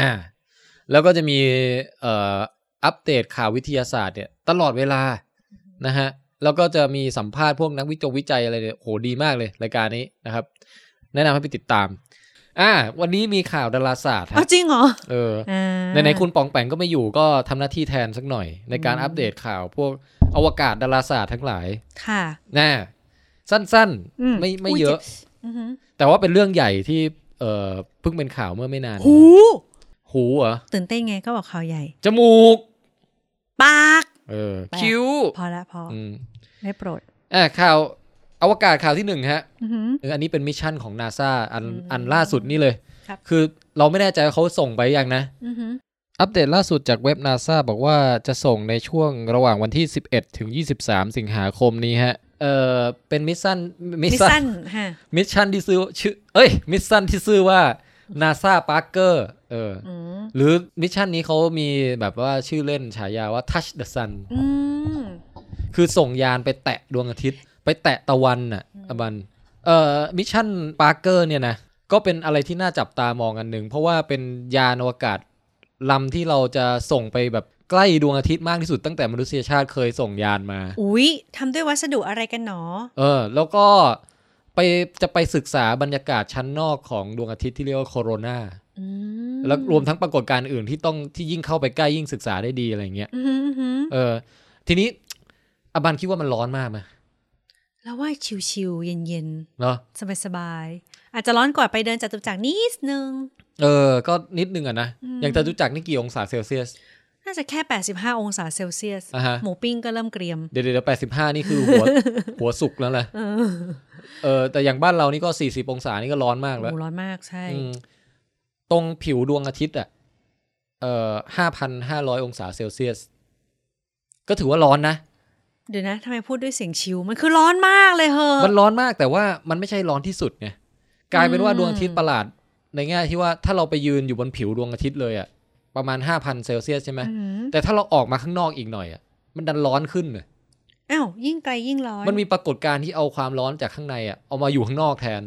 แล้วก็จะมีเอ่ออัปเดตข่าววิทยาศาสตร์เนี่ยตลอดเวลานะฮะแล้วก็จะมีสัมภาษณ์พวกนักวิจงวิจัยอะไรเนี่ยโหดีมากเลยรายการนี้นะครับ แนะนำให้ไปติดตาม อ่า วันนี้มีข่าวดาราศาสตร์
เอา
ฮะ
จริงเหรอ
เออ
อ่า
ในในๆคุณปองแปงก็ไม่อยู่ก็ทำหน้าที่แทนสักหน่อย ในการอัปเดตข่าวพวกอวกาศดาราศาสตร์ทั้งหลาย
ค่ะ
นะสั้น
อืม
ๆ ไม่ไม่เยอะ
อือหือ
แต่ว่าเป็นเรื่องใหญ่ที่เอ่อเพิ่งเป็นข่าวเมื่อไม่นาน
หู
หูเหรอ
ตื่นเต้นไงก็บอกข่าวใหญ่
จมูก
ปาก
เออ
แปด
คิ้ว
พอละพออ
อืม
ได้โปรด
อ่ะข่าวอวกาศข่าวที่หนึ่งฮะ
อือหือ
เอออันนี้เป็นมิชชั่นของนาซาอัน
อืม
อันล่าสุดนี่เลย
ครับ
คือเราไม่แน่ใจว่าเขาส่งไปยังนะ
อือหือ
อัปเดตล่าสุดจากเว็บนาซาบอกว่าจะส่งในช่วงระหว่างวันที่ 11 ถึง 23 สิงหาคมนี้ฮะ เออเป็นมิชชั่นมิช
มิส
ชั่
ซั
น
นฮะ
มิชชั่นที่ซื้อชื่อเอ้ยมิชชั่นที่ซื้อว่านาซาปาร์เกอร์เอออ
อืม
หรือมิชชั่นนี้เขามีแบบว่าชื่อเล่นฉายาว่า Touch the Sun
อืม
คือส่งยานไปแตะดวงอาทิตย์ ไปแตะตะวันน่ะอบันเอ่อมิชชั่นปาร์เกอร์เนี่ยนะ ก็เป็นอะไรที่น่าจับตามองอันหนึ่ง เพราะว่าเป็นยานอวกาศลำที่เราจะส่งไปแบบใกล้ดวงอาทิตย์มากที่สุดตั้งแต่มนุษยชาติเคยส่งยานมา
อุ๊ย ทำด้วยวัสดุอะไรกันหนอ
เออ แล้วก็ไปจะไปศึกษาบรรยากาศชั้นนอกของดวงอาทิตย์ที่เรียกว่าโคโรนา
อืม
แล้วรวมทั้งปรากฏการณ์อื่นที่ต้องที่ยิ่งเข้าไปใกล้ยิ่งศึกษาได้ดีอะไรอย่างเงี้ย
อือหืออื้อหือ
เออทีนี้อบันคิดว่ามันร้อนมากไหม
แล้วว่าชิวๆเย็น
เนาะ
ๆ สบายๆ อาจจะร้อนกว่าไปเดินจตุจักรนิดนึง
เออ ก็นิดนึงอะนะ
อืม
อย่างจตุจักรนี่กี่องศาเซลเซียส
น่าจะแค่ 85 องศาเซลเซียส
อ่าฮะ
หมูปิ้งก็เริ่มเกรียม
เดี๋ยวเดี๋ยวแปดสิบห้านี่คือ หัว หัวสุกแล้วแหละ
เออ
เออแต่อย่างบ้านเรานี่ก็สี่สิบองศานี่ก็ร้อนมากแล้ว
หมูร้อนมากใช่
อืมตรงผิวดวงอาทิตย์อะเอ่อห้าพันห้าร้อยองศาเซลเซียส ก็ถือว่าร้อนนะ
เดี๋ยวนะทำไมพูดด้วยเสียงชิว มันคือร้อนมากเลยเหอะ
มันร้อนมากแต่ว่ามันไม่ใช่ร้อนที่สุดไงกลายเป็นว่าดวงอาทิตย์ประหลาด ในแง่ที่ว่าถ้าเราไปยืนอยู่บนผิวดวงอาทิตย์เลยอะประมาณห้าพันเซลเซียสใช่ไหม
อืม
แต่ถ้าเราออกมาข้างนอกอีกหน่อยอะมันดันร้อนขึ้นน่ะ
อ้าวยิ่งไกลยิ่งร้อน
มันมีปรากฏการณ์ที่เอาความร้อนจากข้างในอะเอามาอยู่ข้างนอกแทน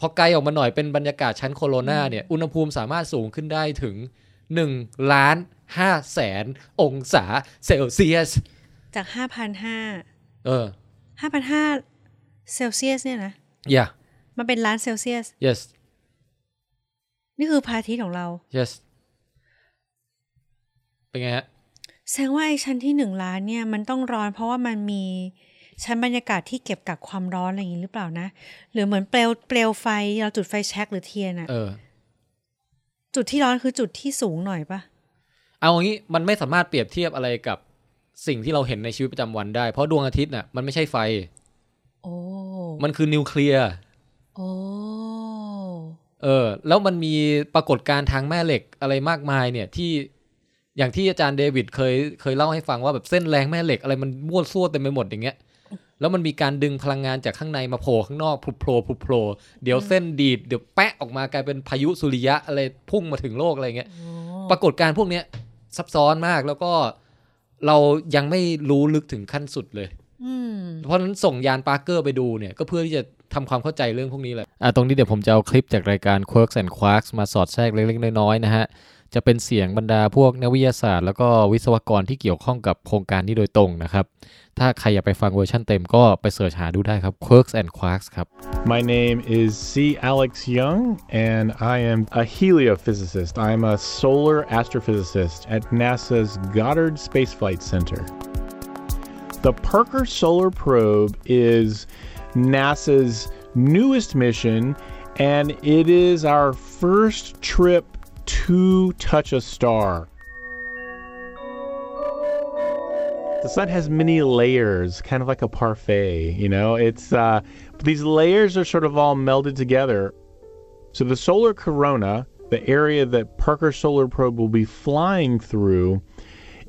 พอไกลออกมาหน่อยเป็นบรรยากาศชั้นโคโรนาเนี่ยอุณหภูมิสามารถสูงขึ้นได้ถึงหนึ่งล้านห้าแสนองศาเซลเซียส
จาก 5,500
เออ
5,500 เซลเซียสเนี่ยนะ
yeah
มันเป็นล้านเซลเซียส
yes
นี่คือพระอาทิตย์ของเรา
yes เป็นไงฮะ
แสดงว่าไอ้ชั้นที่หนึ่งล้านเนี่ยมันต้องร้อนเพราะว่ามันมีชั้นบรรยากาศที่เก็บกักความร้อนอะไรอย่างนี้หรือเปล่านะ หรือเหมือนเปลวเปลวไฟเราจุดไฟแช็กหรือเทียนอะ
เออ
จุดที่ร้อนคือจุดที่สูงหน่อยปะ
เอางี้มันไม่สามารถเปรียบเทียบอะไรกับสิ่งที่เราเห็นในชีวิตประจำวันได้ เพราะดวงอาทิตย์น่ะมันไม่ใช่ไฟ
โอ้
มันคือนิวเคลียร์
โอ้
เออ แล้วมันมีปรากฏการณ์ทางแม่เหล็กอะไรมากมายเนี่ยที่อย่างที่อาจารย์เดวิดเคยเคยเล่าให้ฟังว่าแบบเส้นแรงแม่เหล็กอะไรมันมั่วซั่วเต็มไปหมดอย่างเงี้ย แล้วมันมีการดึงพลังงานจากข้างในมาโผล่ข้างนอกพลุโผล่พลุโผล่เดี๋ยวเส้นดีดเดี๋ยวแปะออกมากลายเป็นพายุสุริยะอะไรพุ่งมาถึงโลกอะไรเงี้ย ปรากฏการณ์พวกเนี้ยซับซ้อนมากแล้วก็เรายังไม่รู้ลึกถึงขั้นสุดเลย
อืม
เพราะฉะนั้นส่งยานปาร์เกอร์ไปดูเนี่ยก็เพื่อที่จะทำความเข้าใจเรื่องพวกนี้แหละอ่ะตรงนี้เดี๋ยวผมจะเอาคลิปจากรายการ Quirks and Quarks มาสอดแทรกเล็กๆน้อยๆนะฮะ จะเป็นเสียงบรรดาพวกนักวิทยาศาสตร์ แล้วก็วิศวกรที่เกี่ยวข้องกับโครงการนี้โดยตรงนะครับ ถ้าใครอยากไปฟังเวอร์ชั่นเต็มก็ไปเสิร์ชหาดูได้ครับ Quirks and Quarks ครับ
My name is C. Alex Young, and I am a heliophysicist. I'm a solar astrophysicist at NASA's Goddard Space Flight Center. The Parker Solar Probe is NASA's newest mission, and it is our first trip to touch a star. The sun has many layers, kind of like a parfait, you know? It's uh these layers are sort of all melded together. So the solar corona, the area that Parker Solar Probe will be flying through,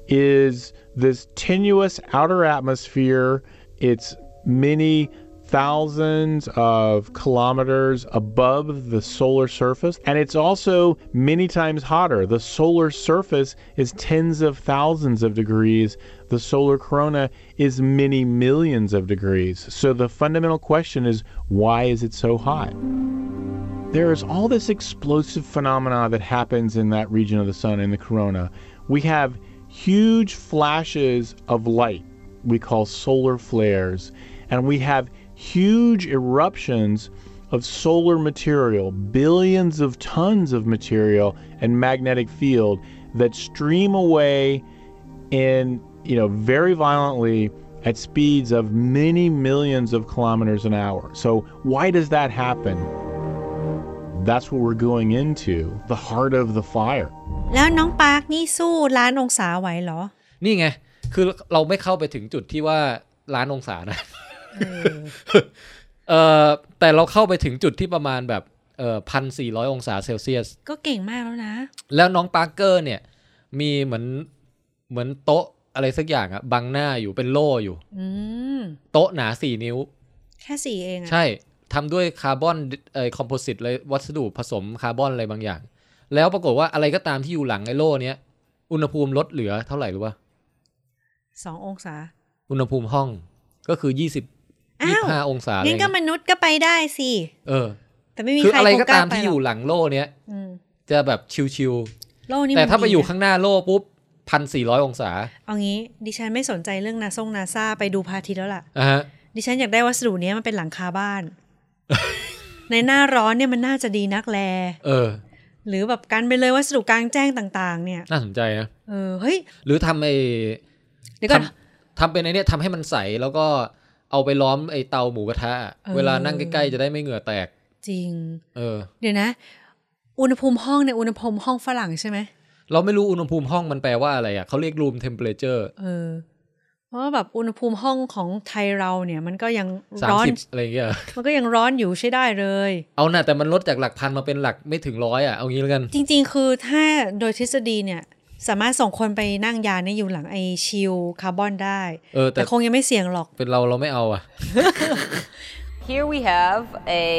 is this tenuous outer atmosphere. It's many thousands of kilometers above the solar surface, and it's also many times hotter. The solar surface is tens of thousands of degrees, the solar corona is many millions of degrees. So the fundamental question is why is it so hot? There is all this explosive phenomena that happens in that region of the sun in the corona. We have huge flashes of light we call solar flares, and we have huge eruptions of solar material, billions of tons of material and magnetic field that stream away in you know very violently at speeds of many millions of kilometers an hour. So why does that happen? That's what we're going into, the heart of the fire.
แล้วน้องปาร์คนี่สู้ล้านองศาไหวเหรอ
นี่ไง คือเราไม่เข้าไปถึงจุดที่ว่าล้านองศานะ
เออ
เอ่อแต่เราเข้าไปถึงจุดที่ประมาณแบบเอ่อพันสี่ร้อยองศาเซลเซียส
ก็เก่งมากแล้วนะ
แล้วน้องปาร์เกอร์เนี่ย มีเหมือนเหมือนโต๊ะอะไรสักอย่างอะบังหน้าอยู่เป็นโล่อยู่
อืม
โต๊ะหนาสี่นิ้ว
แค่สี่เองอะ
ใช่ทำด้วยคาร์บอนเอ่อคอมโพสิตเลยวัสดุผสมคาร์บอนอะไรบางอย่าง แล้วปรากฏว่าอะไรก็ตามที่อยู่หลังไอ้โล่เนี้ย อุณหภูมิลดเหลือเท่าไหร่รู้ป่ะ
สององศา
อุณหภูมิห้องก็คือยี่สิบ
อ้า
ยี่
ว
ห้าองศาอะไร
งั้นก็
เงี้ย
มนุษย์ก็ไปได้สิ
เออ
แต่ไม่มี
คือ
ใคร
อะไร
คง
ก็
ล้
ตาม
ไป
ที่อ
หร
ยู่
ก
หลังโล่เนี้ย
อืม
จะแบบชิว
โลกนี้
ๆแต่
มัน
ถ้าไปอยู่
ดีนะ
ข้างหน้าโล่ปุ๊บพันสี่ร้อยองศา
เอางี้ดิฉันไม่สนใจเรื่องนาซงนาซาไปดูพระอาทิตย์แล้วล่ะ
อ่ะฮะ
ดิฉันอยากได้วัสดุเนี้ยมันเป็นหลังคาบ้าน ในหน้าร้อนเนี่ยมันน่าจะดีนักแล
เออ
หรือแบบกันไปเลยวัสดุกลางแจ้งต่างๆ เนี่ย
น่าสนใจนะ
เออเฮ้ย
หรือทำไอ้
เดี๋ยวก่อน
ทำทำเป็นไอ้เนี่ยทำให้มันใสแล้วก็ เอาไปล้อมไอเตาหมูกระทะอะ
เออ
เวลานั่งใกล้ๆจะได้ไม่เหงื่อแตก
จริง
เออ
เดี๋ยวนะ อุณหภูมิห้องในยอุณหภูมิห้องฝรั่งใช่ไหม
เราไม่รู้อุณหภูมิห้องมันแปลว่าอะไรอ่ะเขาเรียก room temperature
เออ เพราะว่าแบบอุณหภูมิห้องของไทยเราเนี่ย มันก็ยัง
สาม
ร้อน
สิบอะไรอย่างเงี้ย
มันก็ยังร้อนอยู่ใช้ได้เลย
เอาน่ะแต่มันลดจากหลักพันมาเป็นหลักไม่ถึงร้อยอ่ะเอางี้แล้วกัน
จริง ๆ คือถ้าโดยทฤษฎีเนี่ย สามารถส่งคนไปนั่งยานในอยู่หลังไอชิลคาร์บอนได้
เออแต่
แต่คงยังไม่เสี่ยงหรอก
เป็นเราเราไม่เอาอ่ะ
Here we have a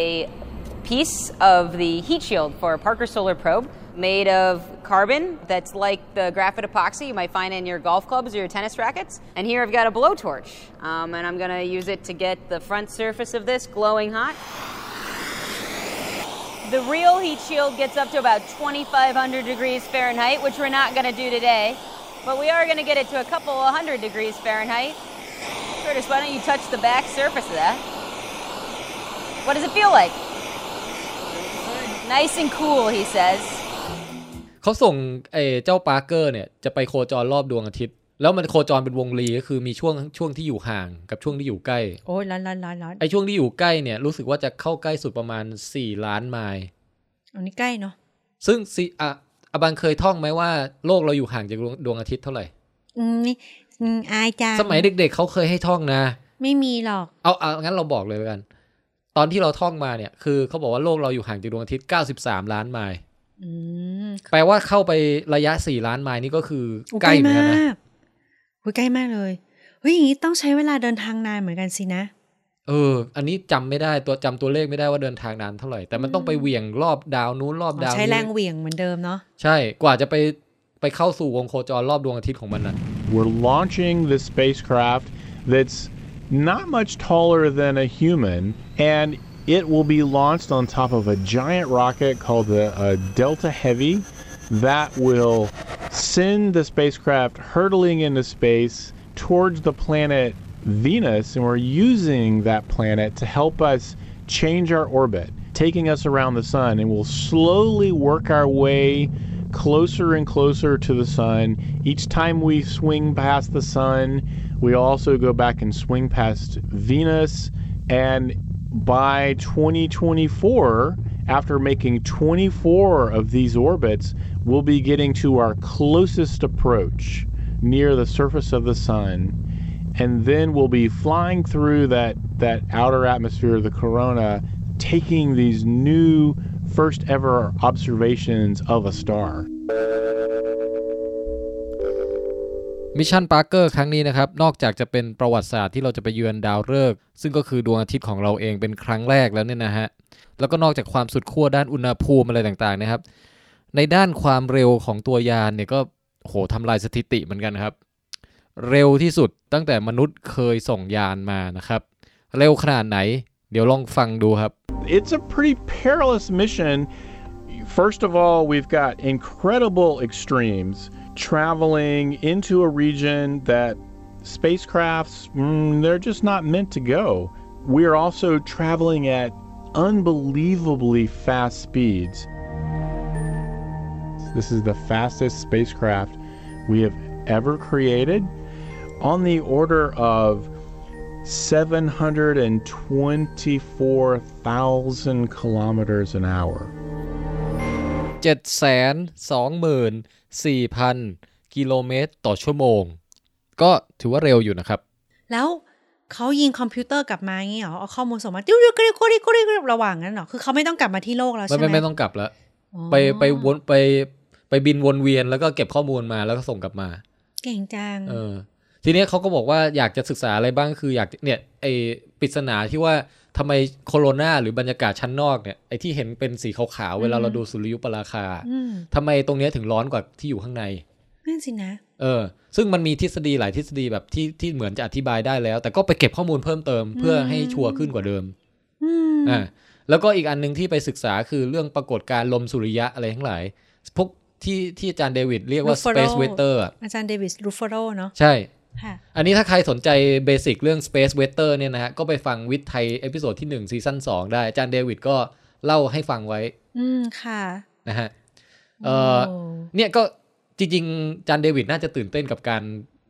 piece of the heat shield for a Parker Solar Probe made of carbon that's like the graphite epoxy you might find in your golf clubs or your tennis rackets. And here I've got a blowtorch, um, and I'm going to use it to get the front surface of this glowing hot. The real heat shield gets up to about 2,500 degrees Fahrenheit, which we're not going to do today, but we are going to get it to a couple of hundred degrees Fahrenheit. Curtis, why don't you touch the back surface of that? What does it feel like? Nice and cool, he says.
เขาส่งไอ้เจ้าปาร์เกอร์เนี่ยจะไปโคจรรอบดวงอาทิตย์ แล้วมันโคจรเป็นวงรีก็คือมีช่วงช่วงที่อยู่ห่างกับช่วงที่อยู่ใกล้
โอ้ยร้อนร้อนร้อนร้อน
ไอ้ช่วงที่อยู่ใกล้เนี่ยรู้สึกว่าจะเข้าใกล้สุดประมาณ 4 ล้านไมล์
อันนี้ใกล้เนาะ
ซึ่งสี่อ่ะอาบังเคยท่องไหมว่าโลกเราอยู่ห่างจากดวงดวงอาทิตย์เท่าไหร่
อืมนี่อืมอายจัง
สมัยเด็กๆเขาเคยให้ท่องนะ
ไม่มีหรอก
เอาเอางั้นเราบอกเลยแล้วกัน ตอนที่เราท่องมาเนี่ย คือเขาบอกว่าโลกเราอยู่ห่างจากดวงอาทิตย์ 93 ล้านไมล์
อืม
แปลว่าเข้าไประยะ 4 ล้านไมล์นี่ก็คือ
โอ้
ใกล้เหมือนกันนะ
กโอ้ยใกล้มากเลยเฮ้ยอย่างนี้ต้องใช้เวลาเดินทางนานเหมือนกันสินะ
เออ อันนี้จำไม่ได้ตัวจำตัวเลขไม่ได้ว่าเดินทางนานเท่าไหร่ แต่มันต้องไปเหวี่ยงรอบดาวนู้นรอบดาว
ใช้
นี้
แรงเหวี่ยงเหมือนเดิมเนาะ
ใช่ กว่าจะไปไปเข้าสู่วงโคจรรอบดวงอาทิตย์ของมันน่ะ
We're launching this spacecraft that's not much taller than a human, and it will be launched on top of a giant rocket called the uh, Delta Heavy that will send the spacecraft hurtling into space towards the planet Venus, and we're using that planet to help us change our orbit, taking us around the sun, and we'll slowly work our way closer and closer to the sun. Each time we swing past the sun, we also go back and swing past Venus. And by 2024, after making 24 of these orbits, we'll be getting to our closest approach near the surface of the sun. And then we'll be flying through that, that outer atmosphere of the corona, taking these new first ever observations of a star.
มิชชั่นปาร์เกอร์ครั้งนี้นะครับ นอกจากจะเป็นประวัติศาสตร์ที่เราจะไปเยือนดาวฤกษ์ซึ่งก็คือดวงอาทิตย์ของเราเองเป็นครั้งแรกแล้วเนี่ยนะฮะ แล้วก็นอกจากความสุดขั้วด้านอุณหภูมิอะไรต่างๆนะครับ ในด้านความเร็วของตัวยานเนี่ยก็โหทำลายสถิติเหมือนกันครับ เร็วที่สุดตั้งแต่มนุษย์เคยส่งยานมานะครับ เร็วขนาดไหน เดี๋ยวลองฟังดูครับ
It's a pretty perilous mission. First of all, we've got incredible extremes traveling into a region that spacecrafts, mm, they're just not meant to go. We're also traveling at unbelievably fast speeds. This is the fastest spacecraft we have ever created, on the order of 724,000 kilometers an hour.
7 2 4 0 0 0 กิโลเมตรต่อชั่วโมง ก็ถือว่าเร็วอยู่นะครับ
แล้วเขายิงคอมพิวเตอร์กลับมาอย่างงี้เหรอเอาข้อมูลส่งมาติ้วเรียกเรียกเรียกเรียกเรียกระหว่างนั้นเหรอคือเขาไม่ต้องกลับมาที่โลกแล้ว
ไม่
ใช่ไหม
ไม่ไม่ต้องกลับละไปไปวนไปไปบินวนเวียนแล้วก็เก็บข้อมูลมาแล้วก็ส่งกลับมา
เก่งจัง
เออ ทีเนี้ยเขาก็บอกว่าอยากจะศึกษาอะไรบ้างคืออยากเนี่ยไอปริศนาที่ว่าทำไมโคโรนาหรือบรรยากาศชั้นนอกเนี่ยไอที่เห็นเป็นสีขาวๆเวลาเราดูสุริยุปราคาทำไมตรงเนี้ยถึงร้อนกว่าที่อยู่ข้างใน
นั่นสินะ
เออ ซึ่งมันมีทฤษฎีหลายทฤษฎีแบบที่ที่เหมือนจะอธิบายได้แล้ว แต่ก็ไปเก็บข้อมูลเพิ่มเติมเพื่อให้ชัวร์ขึ้นกว่าเดิมอ่าแล้วก็อีกอันหนึงที่ไปศึกษาคือเรื่องปรากฏการณ์ลมสุริยะอะไรทั้งหลาย พวกที่ที่อาจารย์เดวิดเรียกว่า
ลูฟฟอโร
space weather อะ
อาจารย์เดวิสรูฟโรเนาะ
ใช่
ค่ะ
อันนี้ถ้าใครสนใจเบสิกเรื่อง space weather เนี่ยนะฮะ ก็ไปฟังวิทย์ไทยเอพิโซดที่1ซีซั่น2ได้ อาจารย์เดวิดก็เล่าให้ฟังไว้
อืมค่ะ
นะฮะเออ
โอ้
เนี่ยก็จริงๆ จานเดวิดน่าจะตื่นเต้นกับการ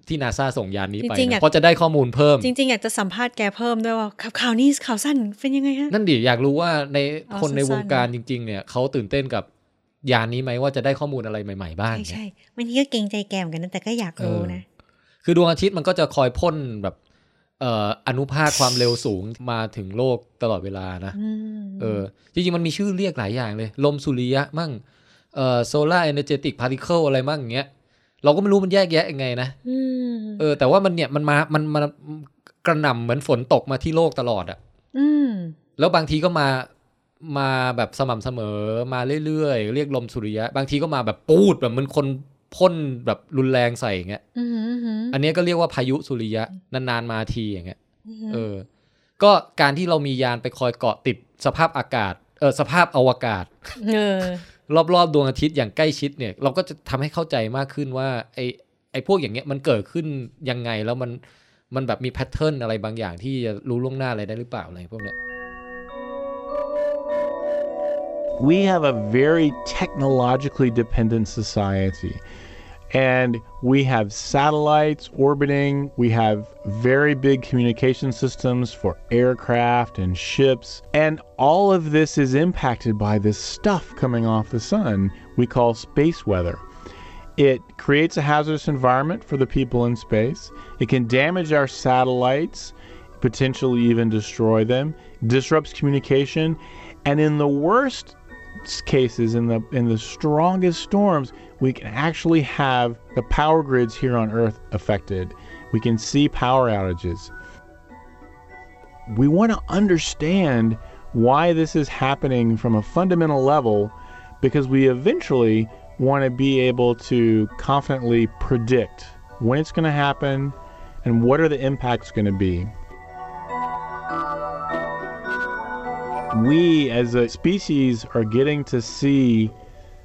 ที่นาซาส่งยานนี้ไป
จริงๆ
นะ
อะ
เพราะจะได้ข้อมูลเพิ่ม
จริงๆอยากจะสัมภาษณ์แกเพิ่มด้วยว่าข่าวข่าวนี้ข่าวสั้นเป็นยังไงฮะ
นั่นดิอยากรู้ว่าใน
เอา
คนใน
สั้นๆ
วงการจริง ๆ เนี่ยเขาตื่นเต้นกับยานนี้ไหมว่าจะได้ข้อมูลอะไรใหม่ ๆ บ้าง
ใช่
เนี่ย
ใช่วันนี้ก็เกรงใจแกเหมอนกันนะแต่ก็อยาก
เอ
รู้
อ
นะ
คือดวงอาทิตย์มันก็จะคอยพ่นแบบเอ่ออนุภาคความเร็วสูง มาถึงโลกตลอดเวลานะ
อืม
เออจริงๆ มันมีชื่อเรียกหลายอย่างเลย ลมสุริยะมั่งเอ่อโซลาร์เอเนเจติกพาร์ติเคิลอะไรมั่งอย่างเงี้ยเราก็ไม่รู้มันแยกแยะยังไงนะ
ม
เออ แต่ว่ามันเนี่ย มันมา มันมนกระหน่ำเหมือนฝนตกมาที่โลกตลอดอะ
อืม
แล้วบางทีก็มามาแบบสม่ำเสมอมาเรื่อยๆ เรียกลมสุริยะ บางทีก็มาแบบปูดแบบเหมันคนพ่นแบบรุนแรงใส่อย่างเงี้ย
อืมอืมอืม
อันเนี้ยก็เรียกว่าพายุสุริยะนานๆมาทีอย่างเงี้ย
ม
เออ ก็การที่เรามียานไปคอยเกาะติดสภาพอากาศ เออสภาพอวกาศ
เออ
รอบๆดวงอาทิตย์อย่างใกล้ชิดเนี่ย เราก็จะทำให้เข้าใจมากขึ้นว่า ไอไอพวกอย่างเงี้ยมันเกิดขึ้นยังไงแล้วมันมันแบบมีแพทเทิร์นอะไรบางอย่างที่จะรู้ล่วงหน้าอะไรได้หรือเปล่าอะไรพวกเนี้ย
we have a very technologically dependent society. And we have satellites orbiting, we have very big communication systems for aircraft and ships. And all of this is impacted by this stuff coming off the sun we call space weather. It creates a hazardous environment for the people in space. It can damage our satellites, potentially even destroy them, disrupts communication, and in the worst s- cases in the in the strongest storms, we can actually have the power grids here on earth affected. We can see power outages. We want to understand why this is happening from a fundamental level because we eventually want to be able to confidently predict when it's going to happen and what are the impacts going to be. We as a species are getting to see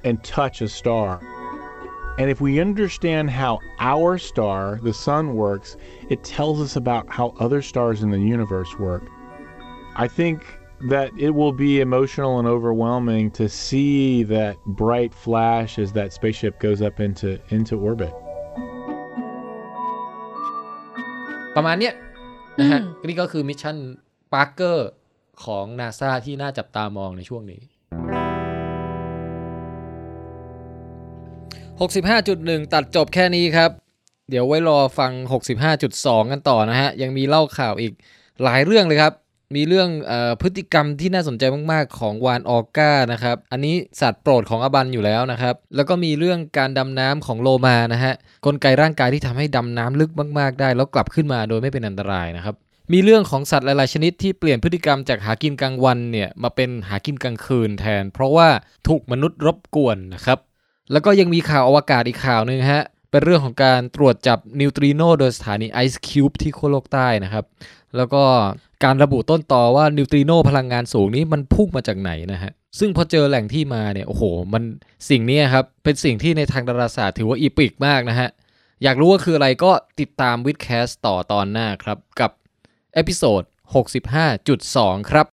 and touch a star. And if we understand how our star, the sun, works, it tells us about how other stars in the universe work. I think that it will be emotional and overwhelming to see that bright flash as that spaceship goes up into into orbit.
ประมาณเนี้ยนะฮะ
อืม
นี่ก็คือมิชชั่นปาร์เกอร์ของนาซาที่น่าจับตามองในช่วงนี้ 65.1 ตัดจบแค่นี้ครับ เดี๋ยวไว้รอฟัง 65.2 กันต่อนะฮะ ยังมีเล่าข่าวอีกหลายเรื่องเลยครับ มีเรื่องเออพฤติกรรมที่น่าสนใจมาก ๆ ของวานออก้านะครับ อันนี้สัตว์โปรดของอบันอยู่แล้วนะครับ แล้วก็มีเรื่องการดำน้ำของโลมานะฮะ กลไกร่างกายที่ทำให้ดำน้ำลึกมาก ๆ ได้ แล้วกลับขึ้นมาโดยไม่เป็นอันตรายนะครับ มีเรื่องของสัตว์หลาย ๆ ชนิดที่เปลี่ยนพฤติกรรมจากหากินกลางวันเนี่ยมาเป็นหากินกลางคืนแทน เพราะว่าถูกมนุษย์รบกวนนะครับ แล้วก็ยังมีข่าวอวกาศอีกข่าวหนึ่งฮะ เป็นเรื่องของการตรวจจับนิวตริโนโดยสถานีไอซ์คิวบที่ขั้วโลกใต้นะครับ แล้วก็การระบุต้นต่อว่านิวตริโนพลังงานสูงนี้มันพุ่งมาจากไหนนะฮะ ซึ่งพอเจอแหล่งที่มาเนี่ย โอ้โห มันสิ่งเนี้ยครับ เป็นสิ่งที่ในทางดาราศาสตร์ถือว่าอีปิกมากนะฮะ อยากรู้ว่าคืออะไรก็ติดตามวิดแคสต่อตอนหน้าครับ กับเอพิโซด65.2 ครับ